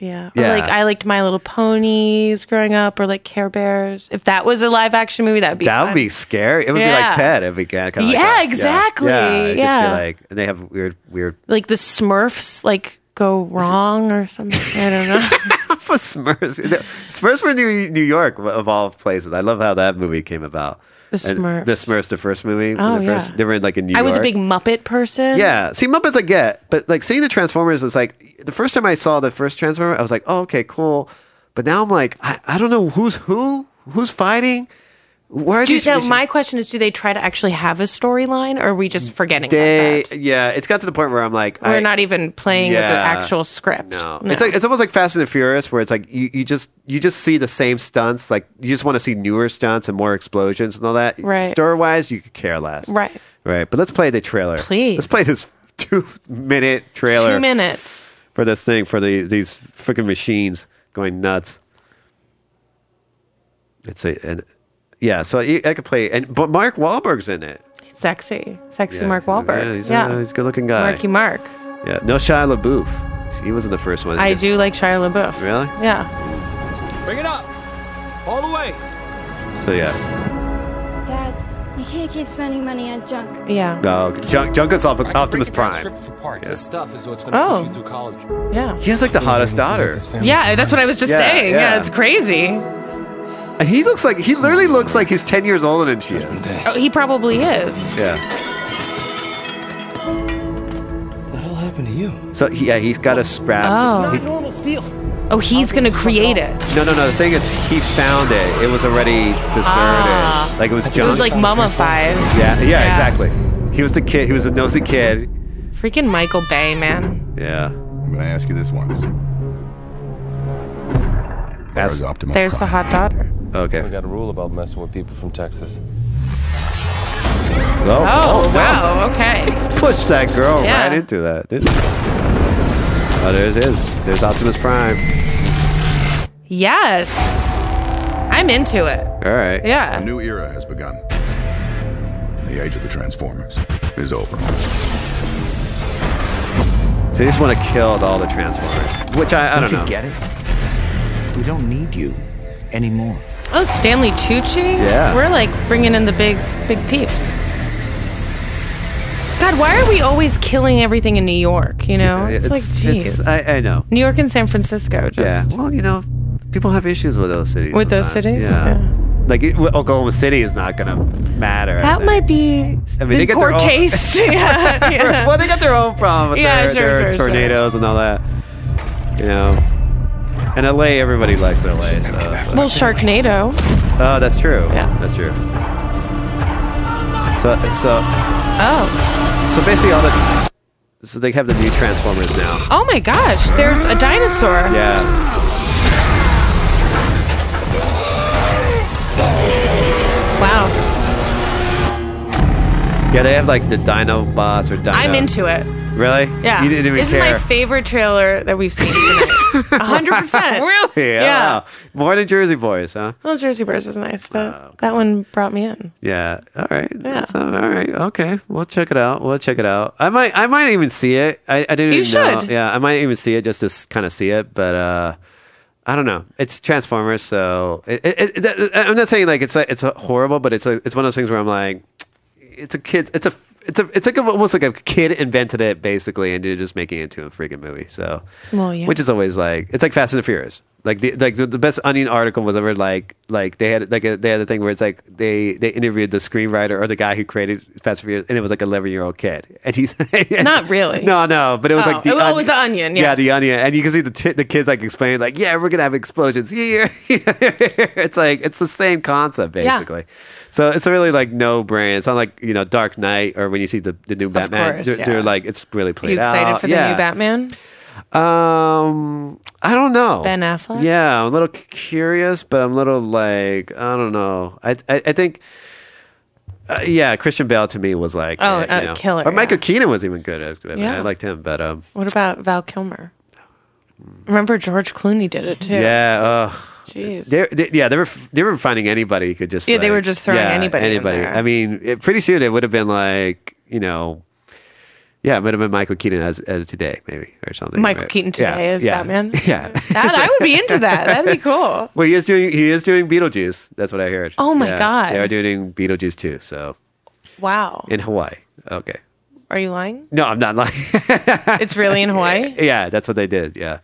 [SPEAKER 3] yeah. Or
[SPEAKER 1] Yeah.
[SPEAKER 3] like I liked My Little Ponies growing up, or like Care Bears. If that was a live action movie, that would be
[SPEAKER 1] that would
[SPEAKER 3] fun.
[SPEAKER 1] be scary. It would be
[SPEAKER 3] Yeah.
[SPEAKER 1] like Ted. It'd be kind of like
[SPEAKER 3] Yeah,
[SPEAKER 1] that.
[SPEAKER 3] exactly.
[SPEAKER 1] Yeah, it'd
[SPEAKER 3] Yeah.
[SPEAKER 1] Just be like and they have weird, weird.
[SPEAKER 3] like the Smurfs like go wrong or something. I don't know.
[SPEAKER 1] For Smurfs, The- Smurfs were New New York of all places. I love how that movie came about.
[SPEAKER 3] The
[SPEAKER 1] And
[SPEAKER 3] Smurfs.
[SPEAKER 1] the Smurfs, the first movie. when
[SPEAKER 3] Oh,
[SPEAKER 1] the first,
[SPEAKER 3] yeah.
[SPEAKER 1] They were in like in New
[SPEAKER 3] I
[SPEAKER 1] York.
[SPEAKER 3] was a big Muppet person.
[SPEAKER 1] Yeah. See, Muppets I get, but like seeing the Transformers was like the first time I saw the first Transformer, I was like, oh, okay, cool. But now I'm like, I, I don't know who's who, who's fighting. Where are
[SPEAKER 3] Do,
[SPEAKER 1] these?
[SPEAKER 3] now,
[SPEAKER 1] machines-
[SPEAKER 3] my question is, do they try to actually have a storyline, or are we just forgetting?
[SPEAKER 1] They, yeah, it's got to the point where I'm like,
[SPEAKER 3] We're
[SPEAKER 1] I,
[SPEAKER 3] not even playing with
[SPEAKER 1] Yeah.
[SPEAKER 3] an actual script.
[SPEAKER 1] No. It's like it's almost like Fast and the Furious where it's like you, you just you just see the same stunts, like you just want to see newer stunts and more explosions and all that.
[SPEAKER 3] Right.
[SPEAKER 1] Story wise, you could care less.
[SPEAKER 3] right.
[SPEAKER 1] Right. But let's play the trailer.
[SPEAKER 3] Please.
[SPEAKER 1] Let's play this two minute trailer
[SPEAKER 3] Two minutes.
[SPEAKER 1] for this thing for the these freaking machines going nuts. It's a and, yeah, so you, I could play and but Mark Wahlberg's in it.
[SPEAKER 3] Sexy, sexy
[SPEAKER 1] Yeah.
[SPEAKER 3] Mark Wahlberg.
[SPEAKER 1] Yeah, he's,
[SPEAKER 3] Yeah.
[SPEAKER 1] A, he's a good looking guy.
[SPEAKER 3] Marky Mark.
[SPEAKER 1] yeah, no Shia LaBeouf. He was in the first one.
[SPEAKER 3] I do like Shia LaBeouf.
[SPEAKER 1] Really?
[SPEAKER 3] Yeah.
[SPEAKER 19] Bring it up. All the way.
[SPEAKER 1] So yeah.
[SPEAKER 11] Dad, I can't keep spending money on junk.
[SPEAKER 3] Yeah.
[SPEAKER 1] No, Junk, Junk is Op- Optimus Prime.
[SPEAKER 20] For parts. This stuff is what's going to
[SPEAKER 3] Oh.
[SPEAKER 20] push you through college.
[SPEAKER 3] Yeah.
[SPEAKER 1] He has like the hottest daughter.
[SPEAKER 3] Yeah, that's what I was just
[SPEAKER 1] Yeah,
[SPEAKER 3] saying. Yeah.
[SPEAKER 1] yeah.
[SPEAKER 3] it's crazy.
[SPEAKER 1] And he looks like he literally looks like he's ten years older than she is.
[SPEAKER 3] Oh, he probably is.
[SPEAKER 1] Yeah.
[SPEAKER 19] What the hell happened to you?
[SPEAKER 1] So he- yeah, he's got a strap.
[SPEAKER 3] Oh.
[SPEAKER 1] He-
[SPEAKER 19] normal steel.
[SPEAKER 3] Oh, he's gonna create it.
[SPEAKER 1] no, no, no. The thing is, he found it. It was already deserted.
[SPEAKER 3] Ah.
[SPEAKER 1] Like it was
[SPEAKER 3] It
[SPEAKER 1] junk.
[SPEAKER 3] was like mummified.
[SPEAKER 1] yeah, yeah, exactly. He was the kid. He was a nosy kid.
[SPEAKER 3] Freaking Michael Bay, man.
[SPEAKER 1] Yeah.
[SPEAKER 17] I'm gonna ask you this once.
[SPEAKER 1] That's
[SPEAKER 17] Optimus.
[SPEAKER 3] There's the hot daughter.
[SPEAKER 1] Okay.
[SPEAKER 12] We got a rule about messing with people from Texas.
[SPEAKER 1] Oh,
[SPEAKER 3] Oh,
[SPEAKER 1] oh,
[SPEAKER 3] wow. Okay.
[SPEAKER 1] Pushed that girl
[SPEAKER 3] Yeah.
[SPEAKER 1] right into that, didn't he? Oh, there it is. There's Optimus Prime.
[SPEAKER 3] Yes. I'm into it.
[SPEAKER 1] All right.
[SPEAKER 3] Yeah.
[SPEAKER 17] A new era has begun. The age of the Transformers is over.
[SPEAKER 1] So they just want to kill all the Transformers, which I, I don't
[SPEAKER 21] you
[SPEAKER 1] know.
[SPEAKER 21] get it? We don't need you anymore.
[SPEAKER 3] Oh, Stanley Tucci?
[SPEAKER 21] Yeah.
[SPEAKER 3] We're like bringing in the big, big peeps. God, why are we always killing everything in New York? You know? It's, like,
[SPEAKER 1] it's-
[SPEAKER 3] jeez.
[SPEAKER 1] I, I know.
[SPEAKER 3] New York and San Francisco, just.
[SPEAKER 1] yeah. Well, you know, people have issues with those cities.
[SPEAKER 3] With those
[SPEAKER 1] sometimes.
[SPEAKER 3] cities?
[SPEAKER 1] Yeah. Like it- well, Oklahoma City is not gonna matter. I
[SPEAKER 3] That
[SPEAKER 1] think.
[SPEAKER 3] might be
[SPEAKER 1] I mean, they
[SPEAKER 3] in
[SPEAKER 1] get
[SPEAKER 3] poor
[SPEAKER 1] their own-
[SPEAKER 3] taste. yeah, yeah.
[SPEAKER 1] Well, they got their own problem with
[SPEAKER 3] Yeah,
[SPEAKER 1] their,
[SPEAKER 3] sure,
[SPEAKER 1] their
[SPEAKER 3] sure, sure.
[SPEAKER 1] tornadoes and all that. You know. And LA, everybody likes LA. So, it's
[SPEAKER 3] Well,
[SPEAKER 1] like-
[SPEAKER 3] Sharknado.
[SPEAKER 1] oh, that's true. Yeah, that's true. So, so,
[SPEAKER 3] Oh.
[SPEAKER 1] so basically, all the so they have the new Transformers now.
[SPEAKER 3] Oh my gosh, there's a dinosaur.
[SPEAKER 1] Yeah.
[SPEAKER 3] Wow.
[SPEAKER 1] Yeah, they have like the Dinobots or Dino.
[SPEAKER 3] I'm into it.
[SPEAKER 1] Really?
[SPEAKER 3] Yeah.
[SPEAKER 1] You didn't even
[SPEAKER 3] this
[SPEAKER 1] care.
[SPEAKER 3] is my favorite trailer that we've seen tonight. 100%.
[SPEAKER 1] really?
[SPEAKER 3] Yeah.
[SPEAKER 1] Oh, wow. More than Jersey Boys, huh?
[SPEAKER 3] Well, Jersey Boys was nice, but that one brought me in.
[SPEAKER 1] Yeah. All right. That's, uh, all right. Okay. We'll check it out. We'll check it out. I might. I might even see it. I, I didn't.
[SPEAKER 3] You
[SPEAKER 1] even know.
[SPEAKER 3] should.
[SPEAKER 1] Yeah. I might even see it just to kind of see it, but uh, I don't know. It's Transformers, so it, it, it, it- I'm not saying like it's like, it's uh, horrible, but it's like, it's one of those things where I'm like, it's a kid. It's a it's a it's like a, almost like a kid invented it basically, and they're just making it into a freaking movie. So
[SPEAKER 3] Well, yeah.
[SPEAKER 1] which is always like it's like Fast and the Furious. Like the like the, the best Onion article was ever like like they had like a, they had a thing where it's like they they interviewed the screenwriter or the guy who created Fast and Furious, and it was like an eleven year old kid, and he's
[SPEAKER 3] Not really.
[SPEAKER 1] no no, but it was
[SPEAKER 3] Oh,
[SPEAKER 1] like the
[SPEAKER 3] it was
[SPEAKER 1] Onion-
[SPEAKER 3] always The Onion,
[SPEAKER 1] yeah
[SPEAKER 3] yes.
[SPEAKER 1] the Onion, and you can see the t- the kids like explaining like yeah we're gonna have explosions yeah it's like it's the same concept
[SPEAKER 3] Yeah.
[SPEAKER 1] basically. So it's really like no brand. It's not like you know Dark Knight or when you see the, the new Batman,
[SPEAKER 3] course,
[SPEAKER 1] they're,
[SPEAKER 3] yeah.
[SPEAKER 1] they're like it's really
[SPEAKER 3] Are
[SPEAKER 1] played
[SPEAKER 3] you excited
[SPEAKER 1] out.
[SPEAKER 3] for the
[SPEAKER 1] yeah.
[SPEAKER 3] new Batman?
[SPEAKER 1] Um, I don't know.
[SPEAKER 3] Ben Affleck?
[SPEAKER 1] Yeah, I'm a little c- curious, but I'm a little like I don't know. I I, I think. Uh, yeah, Christian Bale to me was like
[SPEAKER 3] Oh,
[SPEAKER 1] eh, you
[SPEAKER 3] uh,
[SPEAKER 1] know.
[SPEAKER 3] killer,
[SPEAKER 1] Or Michael Keaton was even good. At, Batman.
[SPEAKER 3] Yeah.
[SPEAKER 1] I liked him, but um,
[SPEAKER 3] What about Val Kilmer? Remember George Clooney did it too.
[SPEAKER 1] yeah, uh,
[SPEAKER 3] Jeez.
[SPEAKER 1] They, they, yeah, they were they were finding anybody who could just
[SPEAKER 3] Yeah, they
[SPEAKER 1] like-
[SPEAKER 3] were just throwing anybody in
[SPEAKER 1] anybody.
[SPEAKER 3] there.
[SPEAKER 1] I mean, it, pretty soon it would have been like you know, yeah, it would have been Michael Keaton as as today maybe or something.
[SPEAKER 3] Michael
[SPEAKER 1] right?
[SPEAKER 3] Keaton today
[SPEAKER 1] Yeah,
[SPEAKER 3] is
[SPEAKER 1] yeah,
[SPEAKER 3] Batman.
[SPEAKER 1] Yeah,
[SPEAKER 3] That I would be into that. That'd be cool.
[SPEAKER 1] well, he is doing he is doing Beetlejuice. That's what I heard.
[SPEAKER 3] Oh my
[SPEAKER 1] Yeah,
[SPEAKER 3] God.
[SPEAKER 1] they are doing Beetlejuice too. So
[SPEAKER 3] Wow.
[SPEAKER 1] in Hawaii, okay.
[SPEAKER 3] Are you lying?
[SPEAKER 1] No, I'm not lying.
[SPEAKER 3] It's really in Hawaii?
[SPEAKER 1] yeah, that's what they did. Yeah,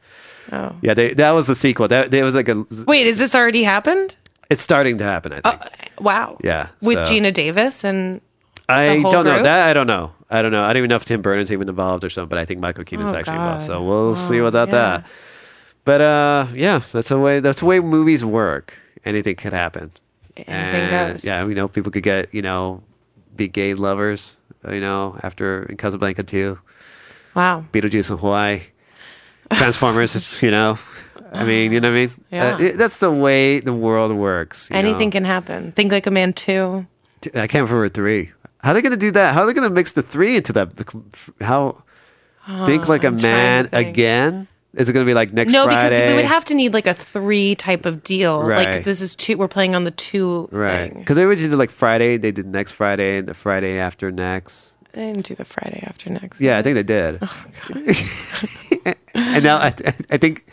[SPEAKER 3] Oh.
[SPEAKER 1] yeah. They, that was the sequel. That, that was like a.
[SPEAKER 3] Wait, is this already happened?
[SPEAKER 1] It's starting to happen. I think.
[SPEAKER 3] Wow.
[SPEAKER 1] yeah.
[SPEAKER 3] With
[SPEAKER 1] so-
[SPEAKER 3] Gina Davis and
[SPEAKER 1] I
[SPEAKER 3] the whole
[SPEAKER 1] don't know
[SPEAKER 3] group?
[SPEAKER 1] that. I don't know. I don't know. I don't even know if Tim Burton's even involved or something. But I think Michael Keaton's
[SPEAKER 3] Oh,
[SPEAKER 1] actually
[SPEAKER 3] God.
[SPEAKER 1] involved. So we'll see
[SPEAKER 3] Oh,
[SPEAKER 1] without
[SPEAKER 3] yeah.
[SPEAKER 1] that. But uh, yeah, that's the way. That's the way movies work. Anything could happen.
[SPEAKER 3] Anything
[SPEAKER 1] And,
[SPEAKER 3] goes.
[SPEAKER 1] Uh, Yeah, you know, people could get you know, be gay lovers. You know, after in Casablanca too,
[SPEAKER 3] Wow.
[SPEAKER 1] Beetlejuice in Hawaii, Transformers. you know, I mean, you know what I mean.
[SPEAKER 3] Yeah.
[SPEAKER 1] Uh, it- that's the way the world works. you know?
[SPEAKER 3] Anything can happen. Think like a man too.
[SPEAKER 1] Dude, I can't remember three. How are they going to do that? How are they going to mix the three into that? How think like a
[SPEAKER 3] Oh, I'm trying
[SPEAKER 1] man
[SPEAKER 3] to think.
[SPEAKER 1] again? Is it going to be like next
[SPEAKER 3] no,
[SPEAKER 1] Friday?
[SPEAKER 3] because we would have to need like a three type of deal. Like 'cause
[SPEAKER 1] Right.
[SPEAKER 3] this is two. We're playing on the two.
[SPEAKER 1] right because they originally did like Friday. They did next Friday and the Friday after next.
[SPEAKER 3] I didn't do the Friday after next.
[SPEAKER 1] Yeah, I think they did.
[SPEAKER 3] Oh,
[SPEAKER 1] and now I, I think,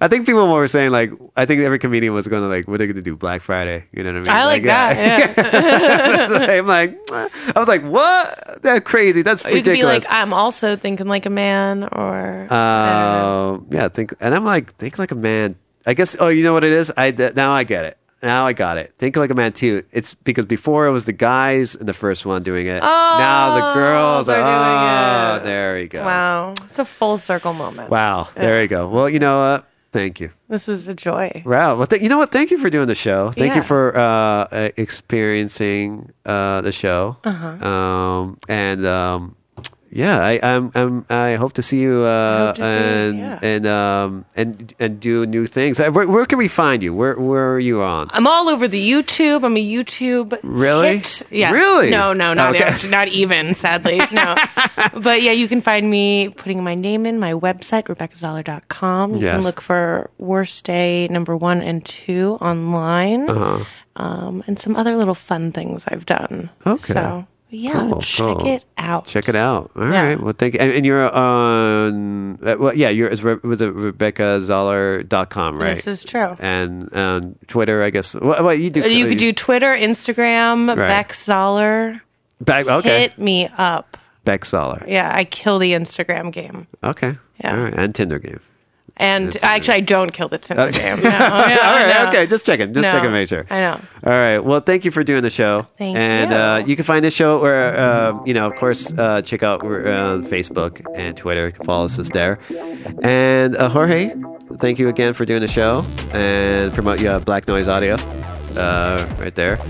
[SPEAKER 1] I think people were saying like I think every comedian was going to like what are they going to do Black Friday? You know what I mean?
[SPEAKER 3] I like that. Yeah.
[SPEAKER 1] That's what I'm like, I was like, what? That's crazy. That's
[SPEAKER 3] Or you could be
[SPEAKER 1] ridiculous.
[SPEAKER 3] like, I'm also thinking like a man, or
[SPEAKER 1] Um, yeah, think, and I'm like, think like a man. I guess. Oh, you know what it is? I th- now I get it. Now I got it. Think like a man too. It's because before it was the guys in the first one doing it. now the girls
[SPEAKER 3] Oh, they're
[SPEAKER 1] are.
[SPEAKER 3] doing
[SPEAKER 1] oh, there we go. Wow.
[SPEAKER 3] wow, it's a full circle moment.
[SPEAKER 1] There you go. Well, you know what? Thank you.
[SPEAKER 3] This was a joy.
[SPEAKER 1] Wow. Well, th- you know what? Thank you for doing the show. Thank
[SPEAKER 3] Yeah.
[SPEAKER 1] you for uh, uh, experiencing uh, the show.
[SPEAKER 3] Uh-huh.
[SPEAKER 1] Um, and um, yeah, I, I'm, I'm, I hope to see you uh,
[SPEAKER 3] hope to see you,
[SPEAKER 1] and
[SPEAKER 3] yeah.
[SPEAKER 1] and um, and and do new things. Uh, Where, where can we find you? Where Where are you on?
[SPEAKER 3] I'm all over the YouTube. I'm a YouTube.
[SPEAKER 1] Really?
[SPEAKER 3] hit. Yeah.
[SPEAKER 1] Really?
[SPEAKER 3] No, no, not
[SPEAKER 1] Okay.
[SPEAKER 3] actually, not even. Sadly, no. but yeah, you can find me putting my name in my website rebeccazoller.com. You can
[SPEAKER 1] Yes.
[SPEAKER 3] look for worst day number one and two online,
[SPEAKER 1] Uh-huh.
[SPEAKER 3] um, and some other little fun things I've done.
[SPEAKER 1] Okay.
[SPEAKER 3] So yeah,
[SPEAKER 1] Cool,
[SPEAKER 3] check
[SPEAKER 1] cool.
[SPEAKER 3] it out.
[SPEAKER 1] Check it out. All right.
[SPEAKER 3] Yeah.
[SPEAKER 1] Well, thank you. And, and you're on. Uh, well, yeah, you're. It's Re- was it RebeccaZoller.com, right?
[SPEAKER 3] This is true. Uh,
[SPEAKER 1] and um, Twitter, I guess. Well, well, you do.
[SPEAKER 3] you could do Twitter, Instagram,
[SPEAKER 1] Right.
[SPEAKER 3] Beck Zoller.
[SPEAKER 1] Back, okay.
[SPEAKER 3] Hit me up.
[SPEAKER 1] Beck Soller.
[SPEAKER 3] Yeah, I kill the Instagram game.
[SPEAKER 1] Okay.
[SPEAKER 3] Yeah.
[SPEAKER 1] All right. And Tinder game.
[SPEAKER 3] And actually, I don't kill the Tinder
[SPEAKER 1] Okay.
[SPEAKER 3] game. No, yeah,
[SPEAKER 1] All right.
[SPEAKER 3] no.
[SPEAKER 1] Okay. Just checking. Just
[SPEAKER 3] No.
[SPEAKER 1] checking. Make sure.
[SPEAKER 3] I know.
[SPEAKER 1] All right. Well, thank you for doing the show.
[SPEAKER 3] Thank
[SPEAKER 1] and,
[SPEAKER 3] you.
[SPEAKER 1] uh, you can find this show where, uh, you know, of course, uh, check out we're on Facebook and Twitter. You can follow us as there. And uh, Jorge, thank you again for doing the show and promote your Black Noise Audio uh, right there.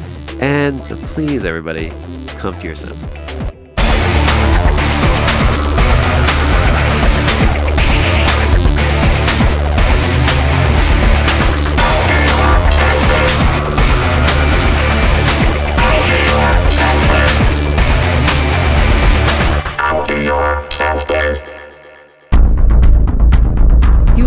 [SPEAKER 1] And please, everybody, come to your senses.
[SPEAKER 11] Out in your sentence.
[SPEAKER 5] You